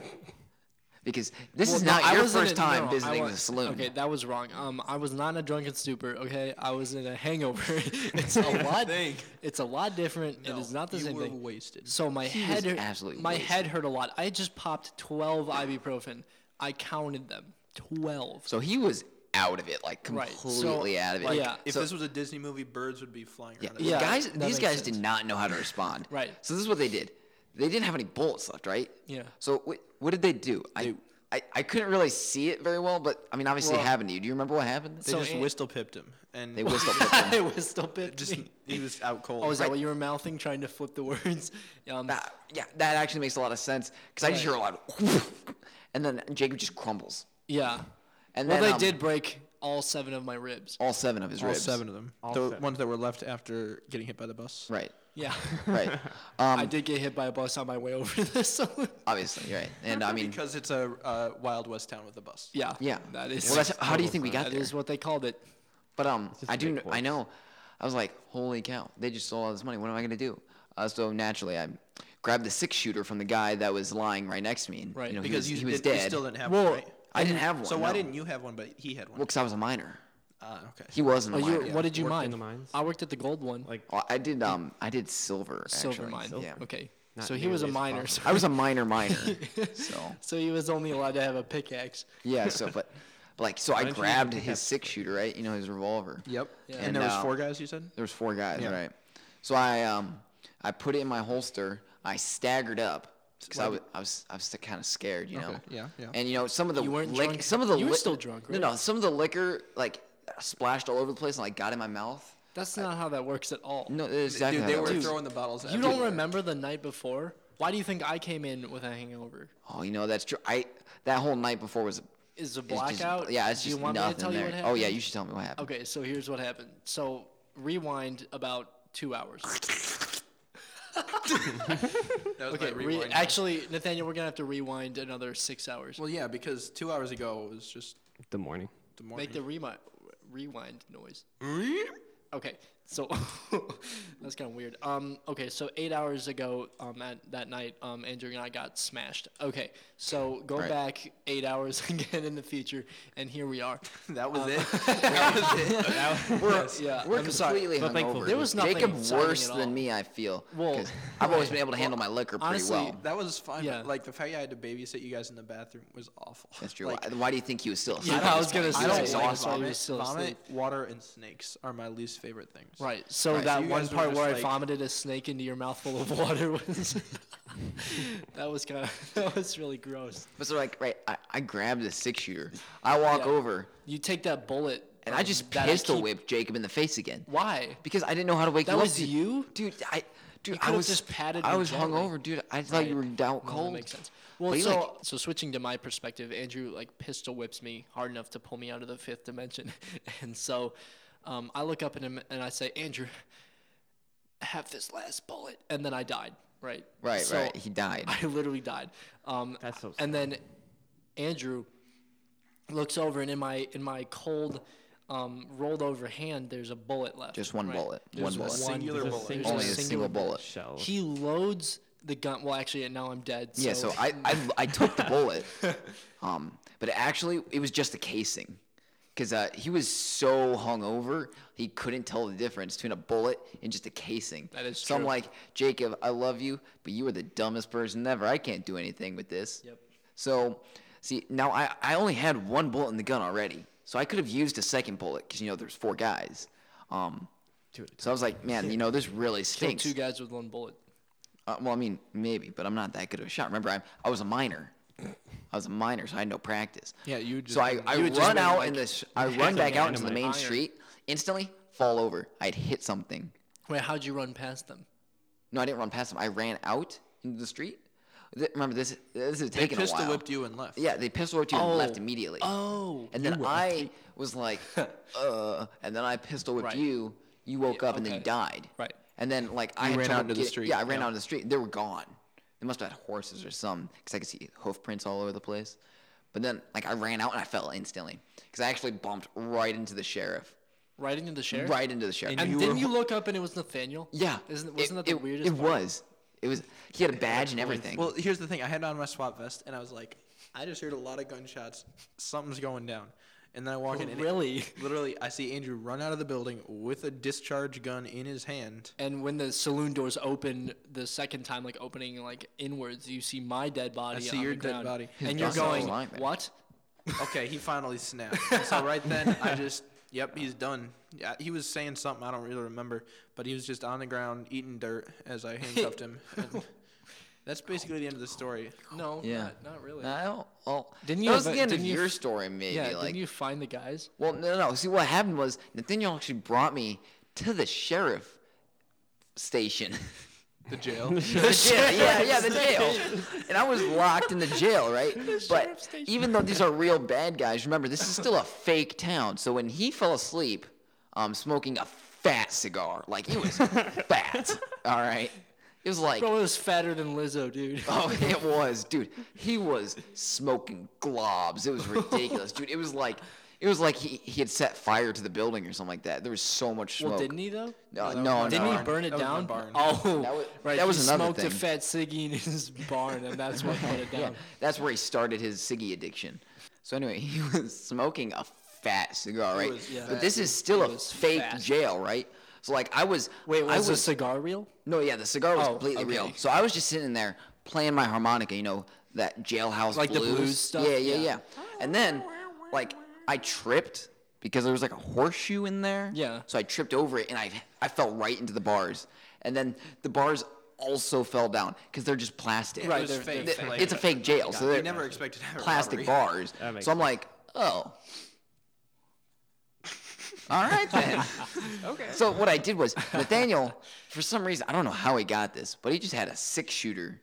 Speaker 3: Because this is
Speaker 2: Well, no,
Speaker 3: not your
Speaker 2: was in
Speaker 3: first
Speaker 2: a-
Speaker 3: time
Speaker 2: no, I
Speaker 3: visiting
Speaker 2: was-
Speaker 3: the saloon.
Speaker 2: Okay, that was wrong. Um, I was not in a drunken stupor. Okay, I was in a hangover. it's a lot.
Speaker 1: thing.
Speaker 2: It's a lot different. it is not the
Speaker 1: you
Speaker 2: same
Speaker 1: were
Speaker 2: thing.
Speaker 1: wasted.
Speaker 2: So my head,
Speaker 3: was
Speaker 2: hurt-
Speaker 3: absolutely
Speaker 2: my
Speaker 3: wasted.
Speaker 2: head hurt a lot. I just popped twelve ibuprofen. I counted them, twelve.
Speaker 3: So he was out of it, like
Speaker 2: Right, so,
Speaker 3: completely out of it.
Speaker 2: like, Yeah.
Speaker 1: If
Speaker 3: So-
Speaker 1: this was a Disney movie, birds would be flying around.
Speaker 3: The
Speaker 1: in the-
Speaker 2: Yeah,
Speaker 3: guys,
Speaker 2: that
Speaker 3: these
Speaker 2: makes
Speaker 3: guys
Speaker 2: sense.
Speaker 3: did not know how to respond.
Speaker 2: Right.
Speaker 3: So this is what they did. They didn't have any bullets left, right?
Speaker 2: Yeah.
Speaker 3: So wh- what did they do? I, I I couldn't really see it very well, but I mean, obviously
Speaker 2: Well-
Speaker 3: it happened to you. Do you remember what happened?
Speaker 1: They
Speaker 2: So
Speaker 1: just
Speaker 2: it-
Speaker 1: whistle pipped him, and
Speaker 3: They whistled. at them.
Speaker 2: I was still bit.
Speaker 1: just he was out cold.
Speaker 2: oh, is that
Speaker 1: Right.
Speaker 2: what you were mouthing, trying to flip the words? Um,
Speaker 3: that, yeah, that actually makes a lot of sense because I just
Speaker 2: Right.
Speaker 3: hear a lot of, and then Jacob just crumbles.
Speaker 2: yeah.
Speaker 3: And
Speaker 2: well,
Speaker 3: then
Speaker 2: they
Speaker 3: um,
Speaker 2: did break all seven of my ribs.
Speaker 3: all seven of his
Speaker 1: All
Speaker 3: ribs.
Speaker 1: seven of them.
Speaker 4: All
Speaker 1: the
Speaker 4: seven.
Speaker 1: ones that were left after getting hit by the bus.
Speaker 3: Right.
Speaker 2: Yeah.
Speaker 3: Right.
Speaker 2: I
Speaker 3: Um,
Speaker 2: did get hit by a bus on my way over this. saloon.
Speaker 3: obviously, right. And I mean,
Speaker 1: because it's a uh, Wild West town with a bus.
Speaker 2: yeah.
Speaker 3: yeah.
Speaker 2: That is.
Speaker 3: Well, that's, how do you think we got
Speaker 2: that
Speaker 3: there?
Speaker 2: is what they called it.
Speaker 3: But um,
Speaker 4: just
Speaker 3: I
Speaker 4: a
Speaker 3: do.
Speaker 4: big
Speaker 3: kn- I
Speaker 4: corpse.
Speaker 3: know. I was like, holy cow! They just stole all this money. What am I gonna do? Uh, so naturally, I grabbed the six shooter from the guy that was lying right next to me. And,
Speaker 2: Right,
Speaker 3: You know,
Speaker 1: Because
Speaker 3: he was,
Speaker 1: you,
Speaker 3: he was
Speaker 1: did-
Speaker 3: dead.
Speaker 1: you still didn't have
Speaker 2: Well,
Speaker 1: one. Right?
Speaker 3: I didn't have one.
Speaker 1: So why
Speaker 3: no.
Speaker 1: didn't you have one, but he had one?
Speaker 3: Well, because I was a minor.
Speaker 1: ah, okay.
Speaker 3: He wasn't a
Speaker 2: Oh, you,
Speaker 3: minor.
Speaker 2: were- What did you
Speaker 4: Worked in
Speaker 2: mine?
Speaker 4: the mines.
Speaker 2: I worked at the gold one.
Speaker 4: Like,
Speaker 3: Oh, I did. Um, I did silver.
Speaker 2: silver
Speaker 3: actually.
Speaker 2: mine.
Speaker 3: Yeah.
Speaker 2: Okay.
Speaker 4: Not
Speaker 2: so he was a
Speaker 4: nearly as
Speaker 2: miner.
Speaker 4: popular.
Speaker 2: So,
Speaker 3: I was a minor minor. so
Speaker 2: so he was only allowed to have a pickaxe.
Speaker 3: yeah. So but like so, I
Speaker 4: don't you even
Speaker 3: grabbed
Speaker 4: pick up-
Speaker 3: his six shooter, right? You know, his revolver.
Speaker 1: Yep.
Speaker 2: Yeah.
Speaker 1: And,
Speaker 3: And,
Speaker 1: there was
Speaker 3: uh,
Speaker 1: four guys. You said.
Speaker 3: There was four guys,
Speaker 1: Yeah.
Speaker 3: right? So I um I put it in my holster. I staggered up because I
Speaker 1: Why
Speaker 3: was, I was I was kind of scared, you know.
Speaker 1: Okay, yeah, yeah.
Speaker 3: And you know some of the
Speaker 2: You weren't
Speaker 3: lic-
Speaker 2: drunk?
Speaker 3: some of the
Speaker 2: You were
Speaker 3: lic-
Speaker 2: still drunk,
Speaker 3: No,
Speaker 2: right?
Speaker 3: no, some of the liquor like splashed all over the place and like got in my mouth.
Speaker 2: That's not how that works at all.
Speaker 3: No, that's exactly.
Speaker 1: Dude,
Speaker 3: how
Speaker 1: they
Speaker 3: that
Speaker 1: were
Speaker 3: works.
Speaker 1: throwing the bottles.
Speaker 2: you don't
Speaker 1: everywhere.
Speaker 2: remember the night before? Why do you think I came in with a hangover?
Speaker 3: Oh, you know that's true. I that whole night before was
Speaker 2: Is a
Speaker 3: it's just-
Speaker 2: blackout?
Speaker 3: yeah, it's
Speaker 2: Do
Speaker 3: just
Speaker 2: you want
Speaker 3: nothing
Speaker 2: me to tell
Speaker 3: there.
Speaker 2: you what happened?
Speaker 3: oh yeah, you should tell me what happened.
Speaker 2: Okay, so here's what happened. So rewind about two hours.
Speaker 1: That was my
Speaker 2: Okay, re-
Speaker 1: rewind.
Speaker 2: actually, Nathaniel, we're gonna have to rewind another six hours.
Speaker 1: well, yeah, because two hours ago it was just
Speaker 4: the morning.
Speaker 1: the morning.
Speaker 2: Make the remi- rewind noise. Okay, So that's kind of weird. Um, okay, so eight hours ago um, at that night, um, Andrew and I got smashed. Okay, so go
Speaker 3: Right.
Speaker 2: back eight hours again in the future, and here we are.
Speaker 3: That was
Speaker 2: Um,
Speaker 3: it. that was it. We're,
Speaker 2: Yeah,
Speaker 3: we're
Speaker 2: I'm sorry,
Speaker 3: completely
Speaker 4: but thankful.
Speaker 3: hungover.
Speaker 2: There was nothing
Speaker 3: Jacob
Speaker 2: exciting
Speaker 3: worse
Speaker 2: at all.
Speaker 3: than me, I feel.
Speaker 2: Well,
Speaker 3: 'cause I've always
Speaker 2: right.
Speaker 3: been able to
Speaker 2: Well,
Speaker 3: handle my liquor pretty
Speaker 2: honestly,
Speaker 3: well.
Speaker 1: That was fine.
Speaker 2: Yeah.
Speaker 1: but Like the fact that I had to babysit you guys in the bathroom was awful.
Speaker 3: That's true.
Speaker 1: Like,
Speaker 3: Why, why do you think he was still?
Speaker 2: Yeah,
Speaker 3: asleep
Speaker 2: I
Speaker 3: at
Speaker 2: was
Speaker 3: this
Speaker 2: gonna
Speaker 3: point?
Speaker 2: say
Speaker 3: He
Speaker 1: I
Speaker 3: was
Speaker 1: don't
Speaker 2: He's
Speaker 1: like
Speaker 2: exhausted. He
Speaker 3: exhausted.
Speaker 1: vomit.
Speaker 2: was still
Speaker 1: vomit,
Speaker 2: asleep.
Speaker 1: water, and snakes are my least favorite things.
Speaker 2: Right. So
Speaker 3: Right, so
Speaker 2: that
Speaker 1: you
Speaker 2: one
Speaker 1: guys were
Speaker 2: part where
Speaker 1: just
Speaker 2: I
Speaker 1: like-
Speaker 2: vomited a snake into your mouth full of water was that was kind of that was really gross.
Speaker 3: But so like, right, I, I grabbed a six shooter. I walk
Speaker 2: Yeah.
Speaker 3: over
Speaker 2: You take that bullet
Speaker 3: and I
Speaker 2: um,
Speaker 3: just
Speaker 2: that I
Speaker 3: pistol
Speaker 2: keep-
Speaker 3: whipped Jacob in the face again
Speaker 2: Why?
Speaker 3: because I didn't know how to wake
Speaker 2: That
Speaker 3: you
Speaker 2: was
Speaker 3: up. dude.
Speaker 2: you?
Speaker 3: dude. I dude, I
Speaker 2: could've
Speaker 3: was
Speaker 2: just patted
Speaker 3: I
Speaker 2: me
Speaker 3: was
Speaker 2: gently.
Speaker 3: hungover, dude. I thought you were
Speaker 2: Right.
Speaker 3: out
Speaker 2: No,
Speaker 3: cold.
Speaker 2: That makes sense. Well,
Speaker 3: But he,
Speaker 2: so
Speaker 3: like-
Speaker 2: so switching to my perspective, Andrew like pistol whips me hard enough to pull me out of the fifth dimension, and so um, I look up at him and I say, Andrew, have this last bullet, and then I died. Right.
Speaker 3: Right,
Speaker 2: So
Speaker 3: right. He died.
Speaker 2: I literally died. Um,
Speaker 4: That's so
Speaker 2: And then Andrew looks over and in my in my cold. Um, rolled over hand. There's a bullet left.
Speaker 3: Just one
Speaker 2: right?
Speaker 3: bullet.
Speaker 2: There's
Speaker 3: One
Speaker 1: A
Speaker 3: bullet.
Speaker 1: singular
Speaker 4: There's a
Speaker 1: bullet.
Speaker 4: single-
Speaker 2: There's
Speaker 3: Only a single bullet.
Speaker 4: Shell.
Speaker 2: He loads the gun. Well, actually, now I'm dead. So
Speaker 3: Yeah, so I, I, I took the bullet, um, but actually it was just the casing, because uh, he was so hungover he couldn't tell the difference between a bullet and just a casing.
Speaker 2: That is
Speaker 3: So I'm
Speaker 2: true.
Speaker 3: like, Jacob, I love you, but you are the dumbest person ever. I can't do anything with this.
Speaker 2: Yep.
Speaker 3: So, see, now I, I only had one bullet in the gun already, so I could have used a second bullet because you know there's four guys. Um,
Speaker 4: Two at a
Speaker 3: so I was like, man, you know this really
Speaker 2: killed
Speaker 3: stinks.
Speaker 2: two guys with one bullet.
Speaker 3: Uh, well, I mean, maybe, but I'm not that good of a shot. Remember, I, I was a minor. I was a minor, so I had no practice.
Speaker 1: Yeah, you just
Speaker 3: so I,
Speaker 1: been-
Speaker 3: I
Speaker 2: you had just
Speaker 3: run
Speaker 2: been,
Speaker 3: out
Speaker 2: like,
Speaker 3: in this. I run back out into the main
Speaker 2: dynamite.
Speaker 3: street. Instantly fall over. I had hit something.
Speaker 2: Wait, how'd you run past them?
Speaker 3: No, I didn't run past them. I ran out into the street. Th- remember this? This is
Speaker 1: They
Speaker 3: taking a
Speaker 1: pistol
Speaker 3: while.
Speaker 1: whipped you and left.
Speaker 3: Yeah, they pistol whipped you and left
Speaker 2: Oh.
Speaker 3: immediately.
Speaker 2: Oh,
Speaker 3: and
Speaker 2: you
Speaker 3: then
Speaker 2: were
Speaker 3: I was like, uh, and then I pistol whipped
Speaker 2: Right.
Speaker 3: you. You woke up and then you
Speaker 2: okay.
Speaker 3: died.
Speaker 2: Right.
Speaker 3: And then like I
Speaker 1: You
Speaker 3: had
Speaker 1: ran out
Speaker 3: trouble
Speaker 1: into the
Speaker 3: get-
Speaker 1: street,
Speaker 3: Yeah, I ran
Speaker 1: yeah.
Speaker 3: out into the street. They were gone. They must have had horses or something because I could see hoof prints all over the place. But then like I ran out and I fell instantly because I actually bumped right into the sheriff.
Speaker 2: right into the sheriff.
Speaker 3: Right into the sheriff.
Speaker 2: And
Speaker 1: You
Speaker 2: then
Speaker 1: were-
Speaker 2: you look up and it was Nathaniel.
Speaker 3: yeah.
Speaker 2: Isn't
Speaker 3: It-
Speaker 2: wasn't that the
Speaker 3: it,
Speaker 2: weirdest?
Speaker 3: It
Speaker 2: part?
Speaker 3: was. It was. He had a badge and everything.
Speaker 1: Well, here's the thing. I had on my SWAT vest, and I was like, I just heard a lot of gunshots. Something's going down. And then I walk
Speaker 2: Oh,
Speaker 1: in. and it-
Speaker 2: really?
Speaker 1: literally, I see Andrew run out of the building with a discharge gun in his hand.
Speaker 2: And when the saloon doors open the second time, like opening like inwards, you see my dead body.
Speaker 1: see
Speaker 2: on
Speaker 1: your
Speaker 2: the
Speaker 1: dead
Speaker 2: ground.
Speaker 1: body. His
Speaker 2: and you're
Speaker 3: dog was
Speaker 2: going,
Speaker 3: lying there.
Speaker 2: what?
Speaker 1: Okay, he finally snapped. And so right then, I just, yep, he's done. Yeah, he was saying something I don't really remember, but he was just on the ground eating dirt as I handcuffed him. And that's basically the end of the story.
Speaker 2: No,
Speaker 3: Yeah.
Speaker 2: not, not really.
Speaker 3: I don't. Well,
Speaker 2: Didn't
Speaker 3: That
Speaker 2: you
Speaker 3: was
Speaker 2: have a-
Speaker 3: the end of
Speaker 2: didn't you
Speaker 3: your
Speaker 2: f-
Speaker 3: story, maybe.
Speaker 2: yeah,
Speaker 3: like,
Speaker 2: didn't you find the guys?
Speaker 3: Well, no, no. no. See, what happened was Nathaniel actually brought me to the sheriff station.
Speaker 1: The jail.
Speaker 3: The jail, yeah, yeah, the jail. And I was locked in the jail, right?
Speaker 2: sheriff
Speaker 3: But
Speaker 2: station.
Speaker 3: even though these are real bad guys, remember this is still a fake town. So when he fell asleep, um, smoking a fat cigar, like he was fat. All right, it was like.
Speaker 2: Bro, it was fatter than Lizzo, dude.
Speaker 3: Oh, it was, dude. He was smoking globs. It was ridiculous, dude. It was like, it was like he, he had set fire to the building or something like that. There was so much smoke.
Speaker 2: well, didn't he though? Oh,
Speaker 3: No, no,
Speaker 1: that
Speaker 3: no.
Speaker 1: was
Speaker 2: Didn't he
Speaker 1: Barn.
Speaker 2: burn it
Speaker 1: That was my
Speaker 2: down?
Speaker 1: barn.
Speaker 2: Oh,
Speaker 3: That was-
Speaker 2: right.
Speaker 3: that was
Speaker 2: he
Speaker 3: another
Speaker 2: smoked a
Speaker 3: thing.
Speaker 2: fat ciggy in his barn, and that's what put it down.
Speaker 3: Yeah, that's where he started his ciggy addiction. So anyway, he was smoking a fat cigar, right?
Speaker 1: was Yeah.
Speaker 3: But
Speaker 1: fat,
Speaker 3: this is still a
Speaker 2: was
Speaker 3: fake
Speaker 2: fat.
Speaker 3: jail, right? So like I was,
Speaker 2: Wait,
Speaker 3: I
Speaker 2: was, the
Speaker 3: was
Speaker 2: cigar real?
Speaker 3: no, yeah, the cigar was
Speaker 2: Oh,
Speaker 3: completely
Speaker 2: okay.
Speaker 3: real. So I was just sitting there playing my harmonica, you know, that jailhouse
Speaker 2: Like the
Speaker 3: blues.
Speaker 2: blues stuff?
Speaker 3: Yeah, yeah,
Speaker 2: Yeah.
Speaker 3: yeah, And then, like, I tripped because there was like a horseshoe in there.
Speaker 2: Yeah.
Speaker 3: So I tripped over it and I I fell right into the bars, and then the bars also fell down because they're just plastic.
Speaker 2: Right,
Speaker 1: it was
Speaker 2: they're-
Speaker 1: fake.
Speaker 3: Th-
Speaker 1: Like,
Speaker 3: it's a fake jail, so they're
Speaker 1: You never expected to have a
Speaker 3: plastic
Speaker 1: robbery.
Speaker 3: bars. So
Speaker 4: That
Speaker 3: I'm
Speaker 4: makes
Speaker 3: like, oh. All right then. okay. So what I did was Nathaniel, for some reason I don't know how he got this, but he just had a six shooter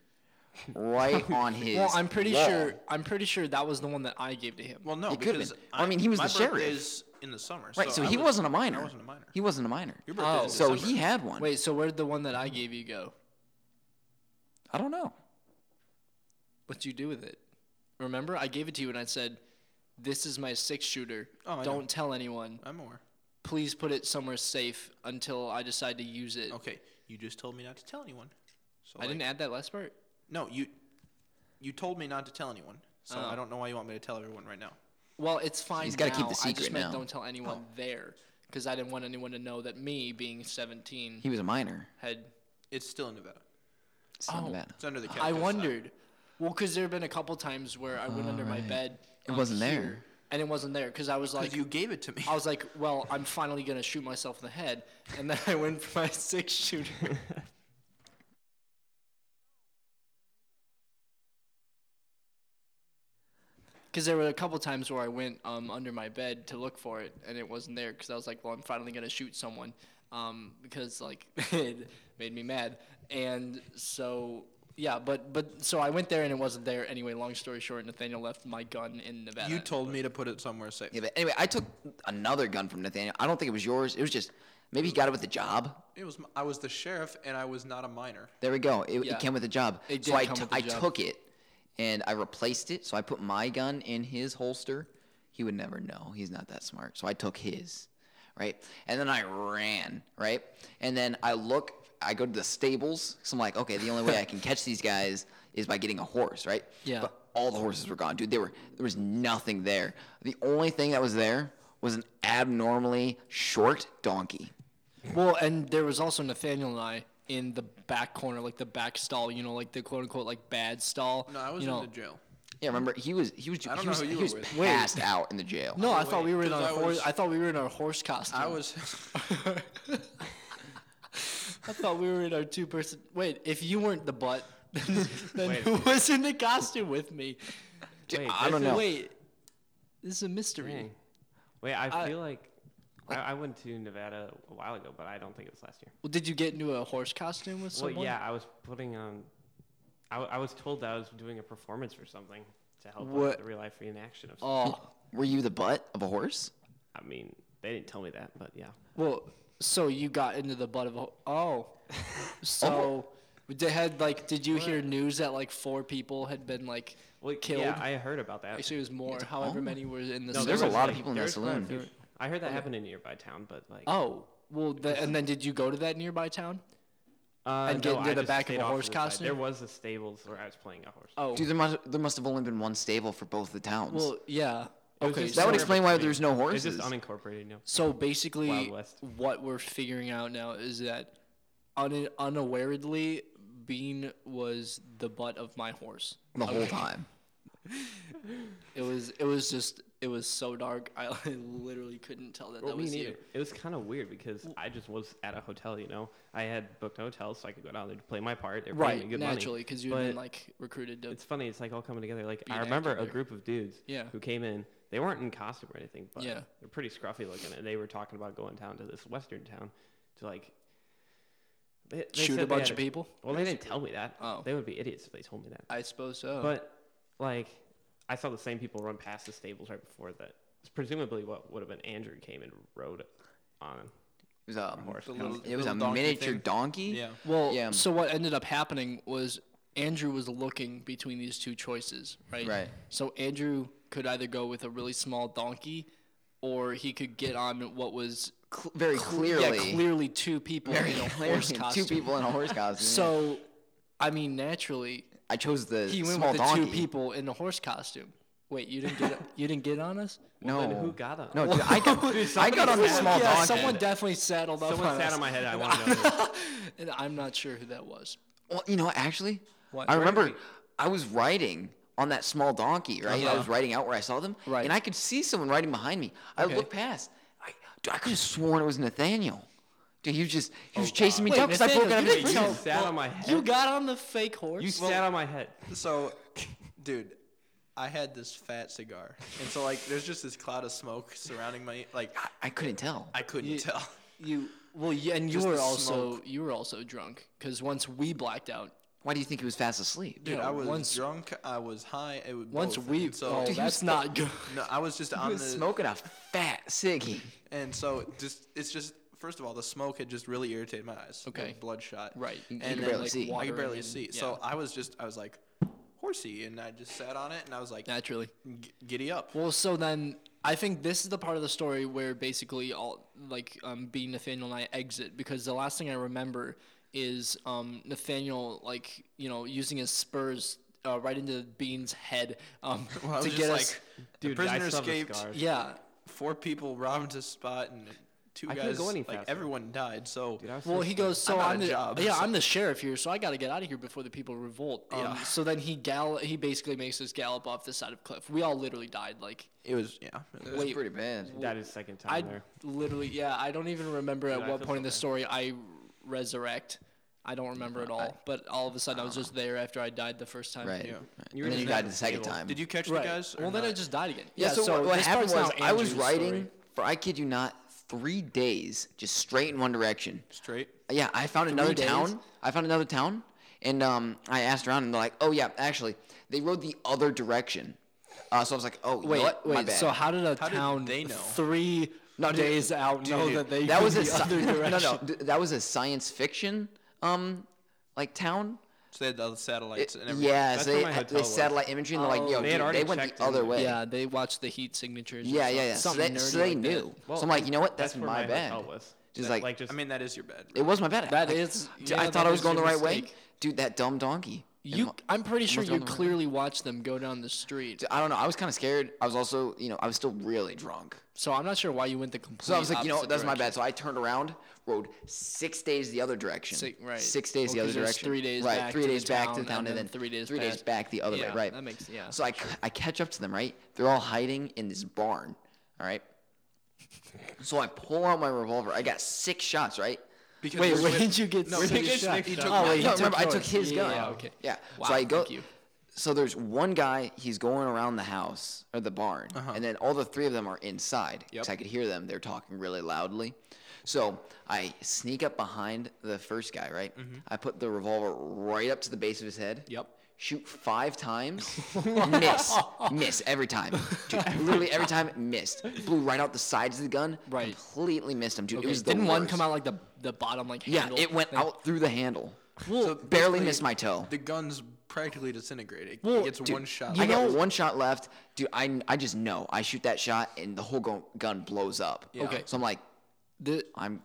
Speaker 3: right on his.
Speaker 2: Well, I'm pretty
Speaker 3: wall.
Speaker 2: sure. I'm pretty sure that was the one that I gave to him.
Speaker 1: Well, no,
Speaker 3: He could've
Speaker 1: because
Speaker 3: been. I mean, he was
Speaker 1: my
Speaker 3: the sheriff.
Speaker 1: birthday's in the summer.
Speaker 3: Right, so,
Speaker 1: I
Speaker 3: he
Speaker 1: was,
Speaker 3: was, not a minor.
Speaker 1: I wasn't a minor.
Speaker 3: He wasn't a minor.
Speaker 1: Your birthday's in
Speaker 3: So
Speaker 1: December.
Speaker 3: he had one.
Speaker 2: Wait, so where'd the one that I gave you go?
Speaker 3: I don't know.
Speaker 2: What'd you do with it? Remember, I gave it to you and I said, "This is my six shooter.
Speaker 1: Oh, I know. Uh-huh.
Speaker 2: Don't tell anyone."
Speaker 1: I'm aware.
Speaker 2: please put it somewhere safe until I decide to use it.
Speaker 1: Okay, you just told me not to tell anyone. So
Speaker 2: I didn't add that last part.
Speaker 1: No, you you told me not to tell anyone. So
Speaker 2: Oh.
Speaker 1: I don't know why you want me to tell everyone right now.
Speaker 2: Well, it's fine.
Speaker 3: He's gotta
Speaker 2: now.
Speaker 3: keep the
Speaker 2: I just
Speaker 3: secret
Speaker 2: meant
Speaker 3: now.
Speaker 2: don't tell anyone
Speaker 1: Oh.
Speaker 2: there because I didn't want anyone to know that me, being 17,
Speaker 3: He was a minor.
Speaker 2: had.
Speaker 1: It's still in Nevada.
Speaker 3: It's not
Speaker 2: Oh.
Speaker 3: bad.
Speaker 1: It's under the cap.
Speaker 2: I wondered. Well, because there have been a couple times where I went under my
Speaker 3: Alright.
Speaker 2: bed.
Speaker 3: It
Speaker 2: um,
Speaker 3: wasn't
Speaker 2: here,
Speaker 3: there.
Speaker 2: And it wasn't there because I was like,
Speaker 1: you gave it to me.
Speaker 2: I was like, well, I'm finally gonna shoot myself in the head, and then I went for my six shooter. Because there were a couple times where I went um, under my bed to look for it, and it wasn't there. Because I was like, well, I'm finally gonna shoot someone. Um, because like it made me mad, and so yeah, but but so I went there and it wasn't there anyway. Long story short, Nathaniel left my gun in Nevada.
Speaker 1: you told me to put it somewhere safe.
Speaker 3: Yeah, but anyway, I took another gun from Nathaniel. I don't think it was yours. It was just maybe he got it with the job.
Speaker 1: It was m- I was the sheriff and I was not a minor.
Speaker 3: There we go. It,
Speaker 2: Yeah.
Speaker 3: it came with the job.
Speaker 2: It
Speaker 3: so
Speaker 2: did
Speaker 3: I
Speaker 2: come
Speaker 3: t-
Speaker 2: with the
Speaker 3: I
Speaker 2: job.
Speaker 3: took it and I replaced it. So I put my gun in his holster. He would never know. He's not that smart. So I took his, right? And then I ran, right? And then I look. I go to the stables. So I'm like, okay, the only way I can catch these guys is by getting a horse, right?
Speaker 2: Yeah.
Speaker 3: But all the horses were gone, dude. There were there was nothing there. The only thing that was there was an abnormally short donkey.
Speaker 2: Well, and there was also Nathaniel and I in the back corner, like the back stall, you know, like the quote unquote like bad stall.
Speaker 1: No, I was
Speaker 2: you know.
Speaker 1: in the jail.
Speaker 3: Yeah, remember he was he was
Speaker 1: I don't
Speaker 3: he
Speaker 1: know
Speaker 3: was,
Speaker 1: who you
Speaker 3: he
Speaker 1: were
Speaker 3: was
Speaker 1: with.
Speaker 2: Wait.
Speaker 3: passed out in the jail.
Speaker 2: No, I thought we were in
Speaker 1: Wait, 'cause
Speaker 2: our
Speaker 1: I
Speaker 2: horse.
Speaker 1: was-
Speaker 2: I thought we were in our horse costume.
Speaker 1: I was
Speaker 2: I thought we were in our two person. Wait, if you weren't the butt, then, then who was in the costume with me?
Speaker 3: Dude,
Speaker 4: Wait,
Speaker 3: I don't know.
Speaker 2: Wait, this is a mystery.
Speaker 4: Dang. Wait, I,
Speaker 2: I-
Speaker 4: feel like I, I went to Nevada a while ago, but I don't think it was last year.
Speaker 2: Well, did you get into a horse costume with someone?
Speaker 4: Well, yeah, I was putting on. I, w- I was told that I was doing a performance for something to help
Speaker 2: What?
Speaker 4: with the real life reenaction of.
Speaker 2: Oh,
Speaker 3: Were you the butt of a horse?
Speaker 4: I mean, they didn't tell me that, but yeah.
Speaker 2: Well, so you got into the butt of a ho- oh, so they had like did you hear news that like four people had been like
Speaker 4: Well,
Speaker 2: killed?
Speaker 4: yeah, I heard about that.
Speaker 2: Actually, it was more. However
Speaker 3: oh.
Speaker 2: many were in the.
Speaker 3: No,
Speaker 2: No,
Speaker 3: there's a
Speaker 4: was,
Speaker 3: lot of people in
Speaker 4: there
Speaker 3: that
Speaker 4: was quite a
Speaker 3: saloon.
Speaker 4: few- I heard that happened in a nearby town, but like.
Speaker 2: Oh, well, the, and then did you go to that nearby town?
Speaker 4: Uh,
Speaker 2: and get
Speaker 4: no,
Speaker 2: into
Speaker 4: I
Speaker 2: the
Speaker 4: just
Speaker 2: back of
Speaker 4: stayed
Speaker 2: a
Speaker 4: off to
Speaker 2: horse
Speaker 4: the side.
Speaker 2: costume?
Speaker 4: There was a stables where I was playing a horse.
Speaker 2: Oh,
Speaker 3: Dude, there must, there must have only been one stable for both the towns.
Speaker 2: well, yeah.
Speaker 4: It was
Speaker 2: Okay,
Speaker 4: just
Speaker 3: that
Speaker 2: so,
Speaker 3: would
Speaker 4: sort of-
Speaker 3: explain why there's no
Speaker 4: It's
Speaker 3: horses.
Speaker 4: just unincorporated, no.
Speaker 2: so basically,
Speaker 4: Wild West.
Speaker 2: what we're figuring out now is that un- unawarely, Bean was the butt of my horse.
Speaker 3: the whole time.
Speaker 2: It was. It was just. It was so dark. I literally couldn't tell that that
Speaker 4: me
Speaker 2: was
Speaker 4: neither.
Speaker 2: you.
Speaker 4: It was kind of weird because I just was at a hotel, you know. I had booked a hotel so I could go down there to play my part. They were paying
Speaker 2: Right,
Speaker 4: me good
Speaker 2: naturally, because you've
Speaker 4: But
Speaker 2: been like recruited to.
Speaker 4: It's funny. It's like all coming together. Like I
Speaker 2: an
Speaker 4: remember
Speaker 2: actor
Speaker 4: a
Speaker 2: there.
Speaker 4: group of dudes
Speaker 2: Yeah.
Speaker 4: who came in. They weren't in costume or anything, but
Speaker 2: Yeah.
Speaker 4: they're pretty scruffy looking, and they were talking about going down to this western town to like they, they
Speaker 2: Shoot
Speaker 4: said
Speaker 2: a
Speaker 4: they
Speaker 2: bunch
Speaker 4: had
Speaker 2: of people?
Speaker 4: Well, they didn't tell me that.
Speaker 2: Oh.
Speaker 4: They would be idiots if they told me that.
Speaker 2: I suppose so.
Speaker 4: But like, I saw the same people run past the stables right before that. It's presumably what would have been Andrew came and rode on.
Speaker 3: It was a,
Speaker 4: horse. The
Speaker 1: little-
Speaker 3: it was a
Speaker 1: little donkey
Speaker 3: miniature
Speaker 1: thing.
Speaker 3: donkey.
Speaker 1: yeah.
Speaker 2: well,
Speaker 3: yeah.
Speaker 2: so what ended up happening was Andrew was looking between these two choices, right?
Speaker 3: Right.
Speaker 2: So Andrew could either go with a really small donkey, or he could get on what was
Speaker 3: Cl- very clearly.
Speaker 2: yeah clearly two people
Speaker 3: very
Speaker 2: in a
Speaker 3: clearly,
Speaker 2: horse costume.
Speaker 3: Two people in a horse costume.
Speaker 2: So, I mean, naturally,
Speaker 3: I chose the
Speaker 2: he went
Speaker 3: small
Speaker 2: with the
Speaker 3: donkey.
Speaker 2: two people in a horse costume. Wait, you didn't get you didn't get on us?
Speaker 3: No.
Speaker 4: Then
Speaker 2: Oh.
Speaker 4: who got on?
Speaker 3: no, dude, I got, I got on the small
Speaker 2: yeah,
Speaker 3: donkey.
Speaker 2: someone definitely saddled up
Speaker 4: Someone
Speaker 2: on
Speaker 4: sat
Speaker 2: us.
Speaker 4: on my head. I want to know. who.
Speaker 2: And I'm not sure who that was.
Speaker 3: Well, you know, what, actually,
Speaker 2: What?
Speaker 3: I
Speaker 2: Where
Speaker 3: remember I was riding on that small donkey, right? I was riding out where I saw them,
Speaker 2: Uh-huh. Right.
Speaker 3: and I could see someone riding behind me. I
Speaker 2: Okay.
Speaker 3: looked past. I, dude, I could have sworn it was Nathaniel. Dude, he was just he was chasing me down because I broke out of
Speaker 2: Oh, Nathaniel,
Speaker 3: his
Speaker 2: you
Speaker 4: You
Speaker 2: didn't
Speaker 3: prison.
Speaker 2: tell-
Speaker 4: sat on my head.
Speaker 2: You got on the fake horse.
Speaker 4: You sat on my head.
Speaker 1: So, dude, I had this fat cigar, and so like, there's just this cloud of smoke surrounding my like.
Speaker 3: I, I couldn't tell.
Speaker 1: I couldn't tell.
Speaker 2: you well, yeah, and you
Speaker 1: Just
Speaker 2: were
Speaker 1: the
Speaker 2: also you were also drunk because once we blacked out,
Speaker 3: Why do you think he was fast asleep?
Speaker 1: Dude,
Speaker 2: Yeah,
Speaker 1: I was
Speaker 2: once-
Speaker 1: drunk. I was high. It was
Speaker 2: once
Speaker 1: both,
Speaker 2: we
Speaker 1: and so
Speaker 2: oh
Speaker 3: Dude, he
Speaker 2: that's
Speaker 3: was-
Speaker 2: not good.
Speaker 1: no, I was just
Speaker 3: He
Speaker 1: on the
Speaker 3: was smoking a fat ciggy.
Speaker 1: and so it just it's just first of all the smoke had just really irritated my eyes. They were
Speaker 2: Okay.
Speaker 1: bloodshot.
Speaker 2: Right,
Speaker 1: and
Speaker 3: could
Speaker 1: then,
Speaker 3: barely
Speaker 1: like,
Speaker 3: see. I could
Speaker 1: I could
Speaker 2: watering
Speaker 1: barely
Speaker 2: and-
Speaker 1: see.
Speaker 2: yeah,
Speaker 1: So I was just I was like horsey, and I just sat on it, and I was like
Speaker 2: naturally.
Speaker 1: "G- giddy up.
Speaker 2: Well, so then I think this is the part of the story where basically all like um, being Nathaniel and I exit because the last thing I remember is um, Nathaniel like you know using his spurs uh, right into Bean's head um,
Speaker 1: Well, I was
Speaker 2: to
Speaker 1: just
Speaker 2: get
Speaker 1: like,
Speaker 2: us.
Speaker 1: the
Speaker 4: Dude, I
Speaker 1: prisoner
Speaker 4: saw the
Speaker 1: escaped.
Speaker 4: scars.
Speaker 2: Yeah,
Speaker 1: Four people robbed his spot, and two
Speaker 4: I couldn't
Speaker 1: guys.
Speaker 4: go any
Speaker 1: like
Speaker 4: faster.
Speaker 1: everyone died. So
Speaker 4: Dude, I was
Speaker 2: Well,
Speaker 4: so
Speaker 2: he
Speaker 4: scared.
Speaker 2: goes. So
Speaker 1: I'm out
Speaker 2: I'm,
Speaker 1: of
Speaker 2: the
Speaker 1: job,
Speaker 2: yeah,
Speaker 1: so-
Speaker 2: I'm the sheriff here, so I got to get out of here before the people revolt. Um,
Speaker 1: Yeah.
Speaker 2: So then he gal he basically makes us gallop off the side of cliff. We all literally died. Like
Speaker 1: it was yeah. it was-
Speaker 3: That's
Speaker 2: wait,
Speaker 3: pretty bad.
Speaker 4: That is second time
Speaker 2: I
Speaker 4: there.
Speaker 2: literally yeah. I don't even remember
Speaker 4: I
Speaker 2: at what point
Speaker 4: feel so
Speaker 2: in the
Speaker 4: bad.
Speaker 2: story I resurrect. I don't remember at all. but all of a sudden I was just there after I died the first time.
Speaker 3: Right.
Speaker 1: Ah. Yeah.
Speaker 4: You
Speaker 3: You
Speaker 4: were
Speaker 3: and then
Speaker 4: just
Speaker 3: you
Speaker 4: mad
Speaker 3: died
Speaker 4: at
Speaker 3: the
Speaker 4: the
Speaker 3: second
Speaker 4: table.
Speaker 3: time.
Speaker 1: Did you catch
Speaker 2: Right.
Speaker 1: the guys? or
Speaker 2: well, then I
Speaker 1: not?
Speaker 2: just died again.
Speaker 3: Yeah, so, what, what
Speaker 2: this
Speaker 3: happened
Speaker 2: part's
Speaker 3: was
Speaker 2: now
Speaker 3: I was
Speaker 2: Andrew's
Speaker 3: riding
Speaker 2: story.
Speaker 3: for I kid you not three days, just straight in one direction.
Speaker 1: straight.
Speaker 3: Yeah, I found another
Speaker 2: days?
Speaker 3: town. I found another town, and um, I asked around, and they're like, "Oh yeah, actually, they rode the other direction." Uh, so I was like, "Oh, you know
Speaker 2: Wait,
Speaker 3: what? My
Speaker 2: wait.
Speaker 3: bad."
Speaker 2: So how did a
Speaker 1: How did
Speaker 2: town
Speaker 1: they know?
Speaker 2: three
Speaker 3: dude,
Speaker 2: days out
Speaker 3: dude,
Speaker 2: know
Speaker 3: dude,
Speaker 2: that they
Speaker 3: that
Speaker 2: go
Speaker 3: was
Speaker 2: the
Speaker 3: a sci-
Speaker 2: other direction?
Speaker 3: no, no, d- that was a science fiction um, like town.
Speaker 1: So they had the satellites and everything.
Speaker 3: Yeah,
Speaker 4: That's
Speaker 3: so
Speaker 4: where
Speaker 3: they,
Speaker 4: my
Speaker 3: had-
Speaker 4: hotel
Speaker 3: they
Speaker 4: was.
Speaker 3: satellite imagery, and they're like,
Speaker 2: Oh.
Speaker 3: "Yo,
Speaker 4: They had
Speaker 3: dude,
Speaker 4: already
Speaker 3: they went
Speaker 4: checked
Speaker 3: the
Speaker 4: in.
Speaker 3: other way."
Speaker 2: Yeah, they watch the heat signatures. or
Speaker 3: Yeah, yeah, yeah. So
Speaker 2: something-
Speaker 3: they,
Speaker 2: something
Speaker 3: so
Speaker 2: nerdy
Speaker 3: they
Speaker 2: like that.
Speaker 3: knew. so I'm like, you know what? That's,
Speaker 4: where
Speaker 3: my, bad.
Speaker 4: hotel was.
Speaker 3: Just
Speaker 4: That,
Speaker 3: like-
Speaker 1: I mean that is your bad.
Speaker 3: It was my bad.
Speaker 2: That
Speaker 3: I,
Speaker 2: is-
Speaker 3: dude,
Speaker 2: yeah,
Speaker 3: I thought
Speaker 2: that
Speaker 3: I was
Speaker 2: is
Speaker 3: going the
Speaker 2: your
Speaker 3: right way,
Speaker 2: mistake.
Speaker 3: dude. That dumb donkey. And
Speaker 2: You,
Speaker 3: lo-
Speaker 2: I'm pretty sure
Speaker 3: must
Speaker 2: you
Speaker 3: go on the right.
Speaker 2: clearly watched them go down the street.
Speaker 3: I don't know. I was kind of scared. I was also, you know, I was still really drunk.
Speaker 2: So I'm not sure why you went the complete.
Speaker 3: So I was like, you know,
Speaker 2: opposite
Speaker 3: that's my
Speaker 2: direction.
Speaker 3: bad. So I turned around, rode six days the other direction.
Speaker 2: Six- right.
Speaker 3: Six days
Speaker 2: Well,
Speaker 3: the other
Speaker 2: 'cause there's
Speaker 3: direction.
Speaker 2: three days
Speaker 3: right.
Speaker 2: back
Speaker 3: three
Speaker 2: to the
Speaker 3: days back to
Speaker 2: town
Speaker 3: the town,
Speaker 2: and
Speaker 3: and,
Speaker 2: then
Speaker 3: then
Speaker 2: three days
Speaker 3: three days
Speaker 2: back.
Speaker 3: back the other
Speaker 2: Yeah,
Speaker 3: way. Right.
Speaker 2: that makes- yeah,
Speaker 3: So I, c- I catch up to them. Right. They're all hiding in this barn. All right. So I pull out my revolver. I got six shots. Right.
Speaker 1: Because
Speaker 2: Wait,
Speaker 1: this
Speaker 2: where
Speaker 1: was-
Speaker 2: did you get
Speaker 1: No,
Speaker 2: six
Speaker 1: he gets-
Speaker 2: shots?
Speaker 1: he took
Speaker 2: oh,
Speaker 1: my-
Speaker 2: wait, he
Speaker 3: no, remember, I took
Speaker 2: yours.
Speaker 3: his
Speaker 2: Yeah,
Speaker 3: gun.
Speaker 2: Yeah, yeah, okay.
Speaker 3: Yeah.
Speaker 2: Wow,
Speaker 3: so I go.
Speaker 2: fuck you.
Speaker 3: So there's one guy. He's going around the house or the barn,
Speaker 1: Uh-huh.
Speaker 3: and then all the three of them are inside because
Speaker 1: Yep.
Speaker 3: I could hear them. They're talking really loudly. So I sneak up behind the first guy. Right. I put the revolver right up to the base of his head.
Speaker 1: Yep.
Speaker 3: Shoot five times, miss, miss every time. Dude, literally every time, missed. Blew right out the sides of the gun.
Speaker 2: Right.
Speaker 3: Completely missed him, dude.
Speaker 2: Okay,
Speaker 3: It was the
Speaker 2: didn't one come
Speaker 3: worst.
Speaker 2: out like the the bottom like
Speaker 3: Yeah,
Speaker 2: handle
Speaker 3: it went
Speaker 2: thing?
Speaker 3: out through the handle.
Speaker 1: So
Speaker 3: barely
Speaker 1: basically,
Speaker 3: missed my toe.
Speaker 1: The gun's practically disintegrated. It
Speaker 2: Well,
Speaker 1: gets
Speaker 3: Dude,
Speaker 1: one shot.
Speaker 3: I
Speaker 1: Like,
Speaker 3: got one shot left, dude. I, I just know I shoot that shot and the whole gun, gun blows up.
Speaker 2: Okay.
Speaker 3: So I'm like,
Speaker 2: The,
Speaker 3: I'm,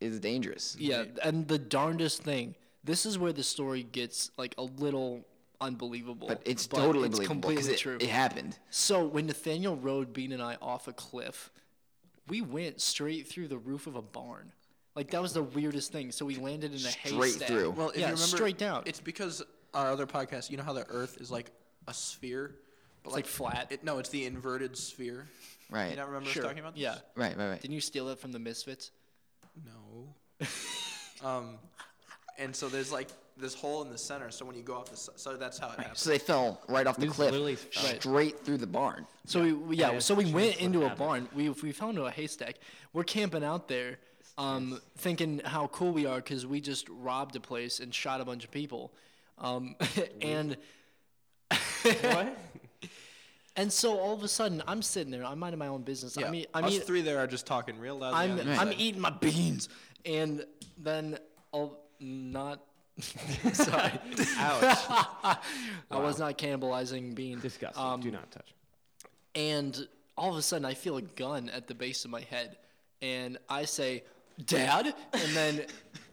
Speaker 3: it's dangerous.
Speaker 2: yeah, and the darndest thing. This is where the story gets like a little unbelievable.
Speaker 3: But it's totally
Speaker 2: it's
Speaker 3: believable because
Speaker 2: completely
Speaker 3: it,
Speaker 2: true.
Speaker 3: it happened.
Speaker 2: So when Nathaniel rode Bean and I off a cliff, we went straight through the roof of a barn. Like that was the weirdest thing. So we landed in a
Speaker 3: Straight
Speaker 2: haystack.
Speaker 3: through.
Speaker 1: well, if
Speaker 2: yeah,
Speaker 1: you remember,
Speaker 2: straight down.
Speaker 1: It's because our other podcast, you know how the Earth is like a sphere, but
Speaker 2: It's, like, flat.
Speaker 1: It, no, it's the inverted sphere.
Speaker 3: Right.
Speaker 1: You not remember
Speaker 2: Sure,
Speaker 1: us talking about this?
Speaker 2: yeah.
Speaker 3: Right, right, right.
Speaker 2: Didn't you steal it from the Misfits?
Speaker 1: No. um, and so there's like this hole in the center. So when you go off the, si- so that's how it happens.
Speaker 3: So they fell right off the
Speaker 4: This
Speaker 3: cliff,
Speaker 4: literally fell.
Speaker 2: Right.
Speaker 3: straight through the barn.
Speaker 2: So we- we yeah,
Speaker 4: it's
Speaker 2: so we went
Speaker 4: just what
Speaker 2: into a
Speaker 4: happened.
Speaker 2: barn. We we fell into a haystack. We're camping out there, um, thinking how cool we are because we just robbed a place and shot a bunch of people, um, and
Speaker 4: what?
Speaker 2: and so all of a sudden I'm sitting there. I'm minding my own business.
Speaker 1: yeah.
Speaker 2: I mean, I
Speaker 1: us
Speaker 2: mean,
Speaker 1: three there are just talking real loud.
Speaker 2: I'm I'm eating my beans, and then I'll not. Sorry,
Speaker 1: Ouch.
Speaker 2: I was not cannibalizing beans.
Speaker 4: Disgusting.
Speaker 2: Um,
Speaker 4: Do not touch.
Speaker 2: and all of a sudden I feel a gun at the base of my head, and I say, "Dad!" and then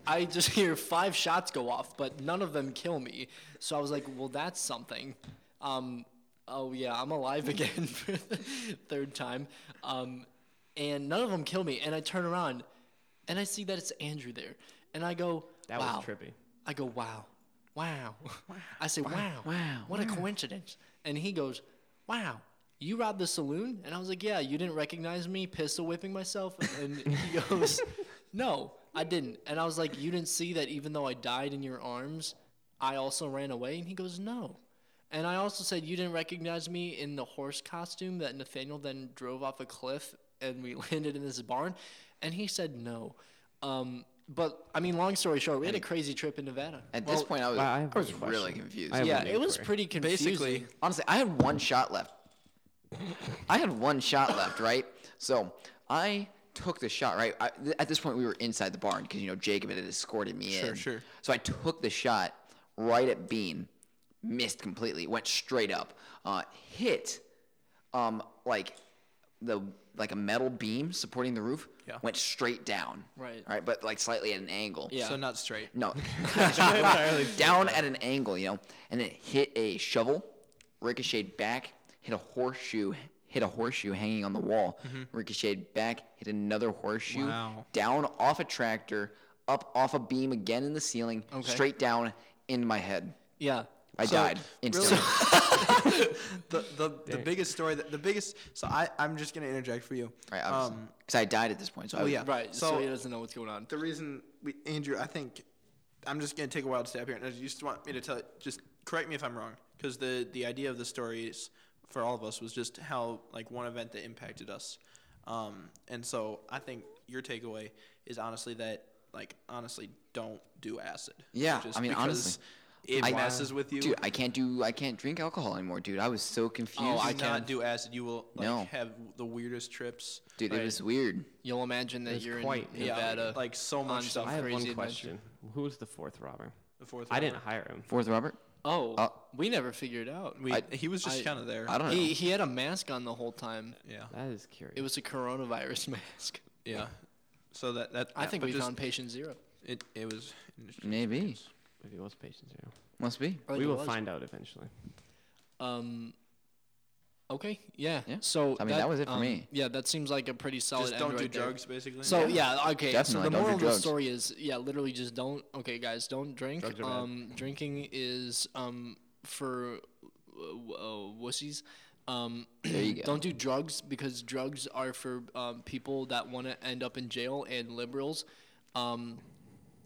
Speaker 2: I just hear five shots go off, but none of them kill me. So I was like, "Well, that's something." Um, oh yeah, I'm alive again for the third time, um, and none of them kill me. And I turn around, and I see that it's Andrew there, and I go,
Speaker 4: That
Speaker 2: "Wow."
Speaker 4: was trippy.
Speaker 2: I go, wow, wow. I say, wow,
Speaker 3: wow,
Speaker 2: what a coincidence. And he goes, wow, you robbed the saloon? And I was like, yeah, you didn't recognize me pistol whipping myself? And he goes, no, I didn't. And I was like, you didn't see that even though I died in your arms, I also ran away? And he goes, no. And I also said, you didn't recognize me in the horse costume that Nathaniel then drove off a cliff and we landed in this barn? And he said, no. Um, but I mean, long story short, we had a crazy trip in Nevada.
Speaker 3: At this point, I was,
Speaker 4: I- I
Speaker 3: I,
Speaker 4: have
Speaker 3: was
Speaker 4: one
Speaker 3: really
Speaker 4: question.
Speaker 3: confused.
Speaker 4: I have-
Speaker 2: Yeah,
Speaker 4: one
Speaker 2: it was
Speaker 4: inquiry.
Speaker 2: pretty confusing.
Speaker 1: Basically,
Speaker 3: Honestly, I had one shot left. I had one shot left, right? So I took the shot, right? I, th- at this point, we were inside the barn because, you know, Jacob had escorted me in.
Speaker 1: sure.
Speaker 3: So I took the shot right at Bean, missed completely, went straight up, uh, hit, um, like, the like a metal beam supporting the roof
Speaker 1: Yeah.
Speaker 3: went straight down.
Speaker 2: Right.
Speaker 3: Right, but like slightly at an angle.
Speaker 2: Yeah.
Speaker 1: So not straight.
Speaker 3: No. down at an angle, you know, and it hit a shovel, ricocheted back, hit a horseshoe, hit a horseshoe hanging on the wall, ricocheted back, hit another horseshoe,
Speaker 1: Mm-hmm. Wow.
Speaker 3: down off a tractor, up off a beam again in the ceiling,
Speaker 2: Okay.
Speaker 3: straight down in my head.
Speaker 2: Yeah.
Speaker 3: I
Speaker 1: So,
Speaker 3: died instantly.
Speaker 1: The the, the biggest story that the biggest. So I I'm just gonna interject for you.
Speaker 3: right, obviously.
Speaker 1: Um.
Speaker 3: 'Cause I died at this point. So I
Speaker 1: Well,
Speaker 3: was-
Speaker 1: yeah.
Speaker 2: Right. So,
Speaker 1: So-
Speaker 2: he doesn't know what's going on.
Speaker 1: The reason we Andrew, I think, I'm just gonna take a wild stab here, and I just want me to tell. Just correct me if I'm wrong, because the the idea of the stories for all of us was just how like one event that impacted us. Um. And so I think your takeaway is honestly that like honestly don't do acid.
Speaker 3: Yeah, I mean,
Speaker 1: because
Speaker 3: honestly.
Speaker 1: It
Speaker 3: I-
Speaker 1: messes with you.
Speaker 3: Dude, I can't do I can't drink alcohol anymore, dude. I was so confused.
Speaker 1: Oh,
Speaker 2: I
Speaker 1: I
Speaker 2: can.
Speaker 1: cannot do acid. You will like,
Speaker 3: No.
Speaker 1: have the weirdest trips.
Speaker 3: dude,
Speaker 4: Right.
Speaker 3: it was weird.
Speaker 2: You'll imagine that
Speaker 4: There's
Speaker 2: you're
Speaker 4: quite-
Speaker 2: in Nevada.
Speaker 1: Yeah, like so
Speaker 2: on
Speaker 1: much
Speaker 2: some
Speaker 1: stuff.
Speaker 4: I have
Speaker 2: crazy
Speaker 4: one
Speaker 2: adventure.
Speaker 4: question. Who was the fourth robber?
Speaker 1: The fourth
Speaker 4: I
Speaker 1: one.
Speaker 4: didn't hire him.
Speaker 3: Fourth Robert?
Speaker 2: oh,
Speaker 3: Uh,
Speaker 2: we never figured out.
Speaker 1: We,
Speaker 3: I-
Speaker 1: he was just
Speaker 2: I-
Speaker 1: kind of there.
Speaker 3: I don't know.
Speaker 2: He he had a mask on the whole time.
Speaker 1: yeah,
Speaker 4: That is curious.
Speaker 2: It was a coronavirus mask.
Speaker 1: yeah. So that that
Speaker 2: I
Speaker 1: yeah,
Speaker 2: think
Speaker 1: but
Speaker 2: we
Speaker 1: just,
Speaker 2: found patient zero.
Speaker 1: it. It was interesting.
Speaker 3: Maybe.
Speaker 4: Maybe it was patient zero.
Speaker 3: Must be.
Speaker 2: Or
Speaker 4: we
Speaker 2: it
Speaker 4: will
Speaker 2: was.
Speaker 4: find out eventually.
Speaker 2: Um. Okay. Yeah.
Speaker 3: Yeah.
Speaker 2: So
Speaker 3: I mean, that was it for
Speaker 2: um,
Speaker 3: me.
Speaker 2: Yeah, that seems like a pretty solid.
Speaker 1: Just
Speaker 2: end
Speaker 1: don't do
Speaker 2: right there.
Speaker 1: drugs, basically.
Speaker 2: So yeah, okay. so the
Speaker 3: Definitely don't do
Speaker 2: moral of the
Speaker 3: drugs.
Speaker 2: story is yeah, literally just don't. Okay, guys, don't drink.
Speaker 4: Drugs are bad.
Speaker 2: Um, drinking is um for w- uh, wussies. Um,
Speaker 3: There you go.
Speaker 2: don't do drugs because drugs are for um, people that want to end up in jail and liberals. Um,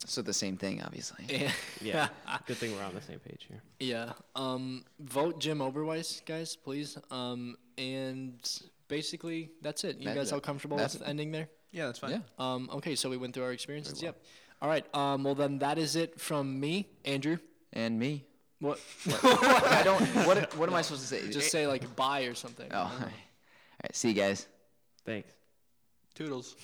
Speaker 3: So the same thing, obviously.
Speaker 2: and-
Speaker 4: Yeah. Good thing we're on the same page here.
Speaker 2: Yeah. Um, vote Jim Oberweis, guys, please. Um, and basically, that's it. You
Speaker 3: That's
Speaker 2: guys
Speaker 3: it.
Speaker 2: all comfortable
Speaker 3: That's
Speaker 2: with
Speaker 3: it.
Speaker 2: ending there?
Speaker 1: yeah, that's fine.
Speaker 3: Yeah.
Speaker 2: Um, okay, so we went through our experiences. Yep. All right. Um, well, then that is it from me, Andrew.
Speaker 3: And me.
Speaker 2: What?
Speaker 3: I don't. What, what am I supposed to say?
Speaker 2: Just say like bye or something. Uh-huh.
Speaker 3: Oh. All right. See you guys.
Speaker 4: Thanks.
Speaker 1: Toodles.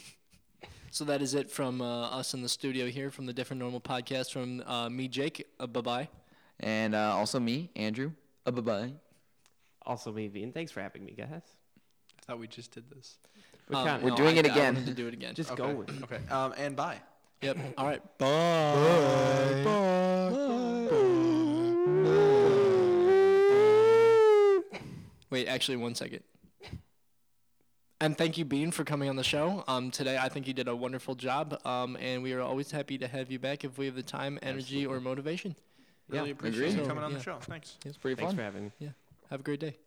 Speaker 2: So that is it from uh, us in the studio here from the Different Normal podcast from uh, me, Jake. Uh, bye bye.
Speaker 3: And uh, also me, Andrew. Uh, bye bye.
Speaker 4: Also, me, Bean. Thanks for having me, guys.
Speaker 1: I thought we just did this.
Speaker 4: We're kinda-
Speaker 3: We're doing it
Speaker 2: I
Speaker 3: again.
Speaker 2: wanted to do Um, it again.
Speaker 4: just
Speaker 1: Okay.
Speaker 4: go with it.
Speaker 1: Okay. Um. And bye.
Speaker 2: yep. All right. Wait, actually, one second. And thank you, Bean, for coming on the show um, today. I think you did a wonderful job, um, and we are always happy to have you back if we have the time, energy, or motivation.
Speaker 4: Yeah,
Speaker 1: Really appreciate
Speaker 3: agree.
Speaker 1: you coming on
Speaker 2: Yeah.
Speaker 1: the show. Thanks.
Speaker 3: It's pretty
Speaker 4: Thanks
Speaker 3: fun.
Speaker 4: for having me.
Speaker 2: Yeah. Have a great day.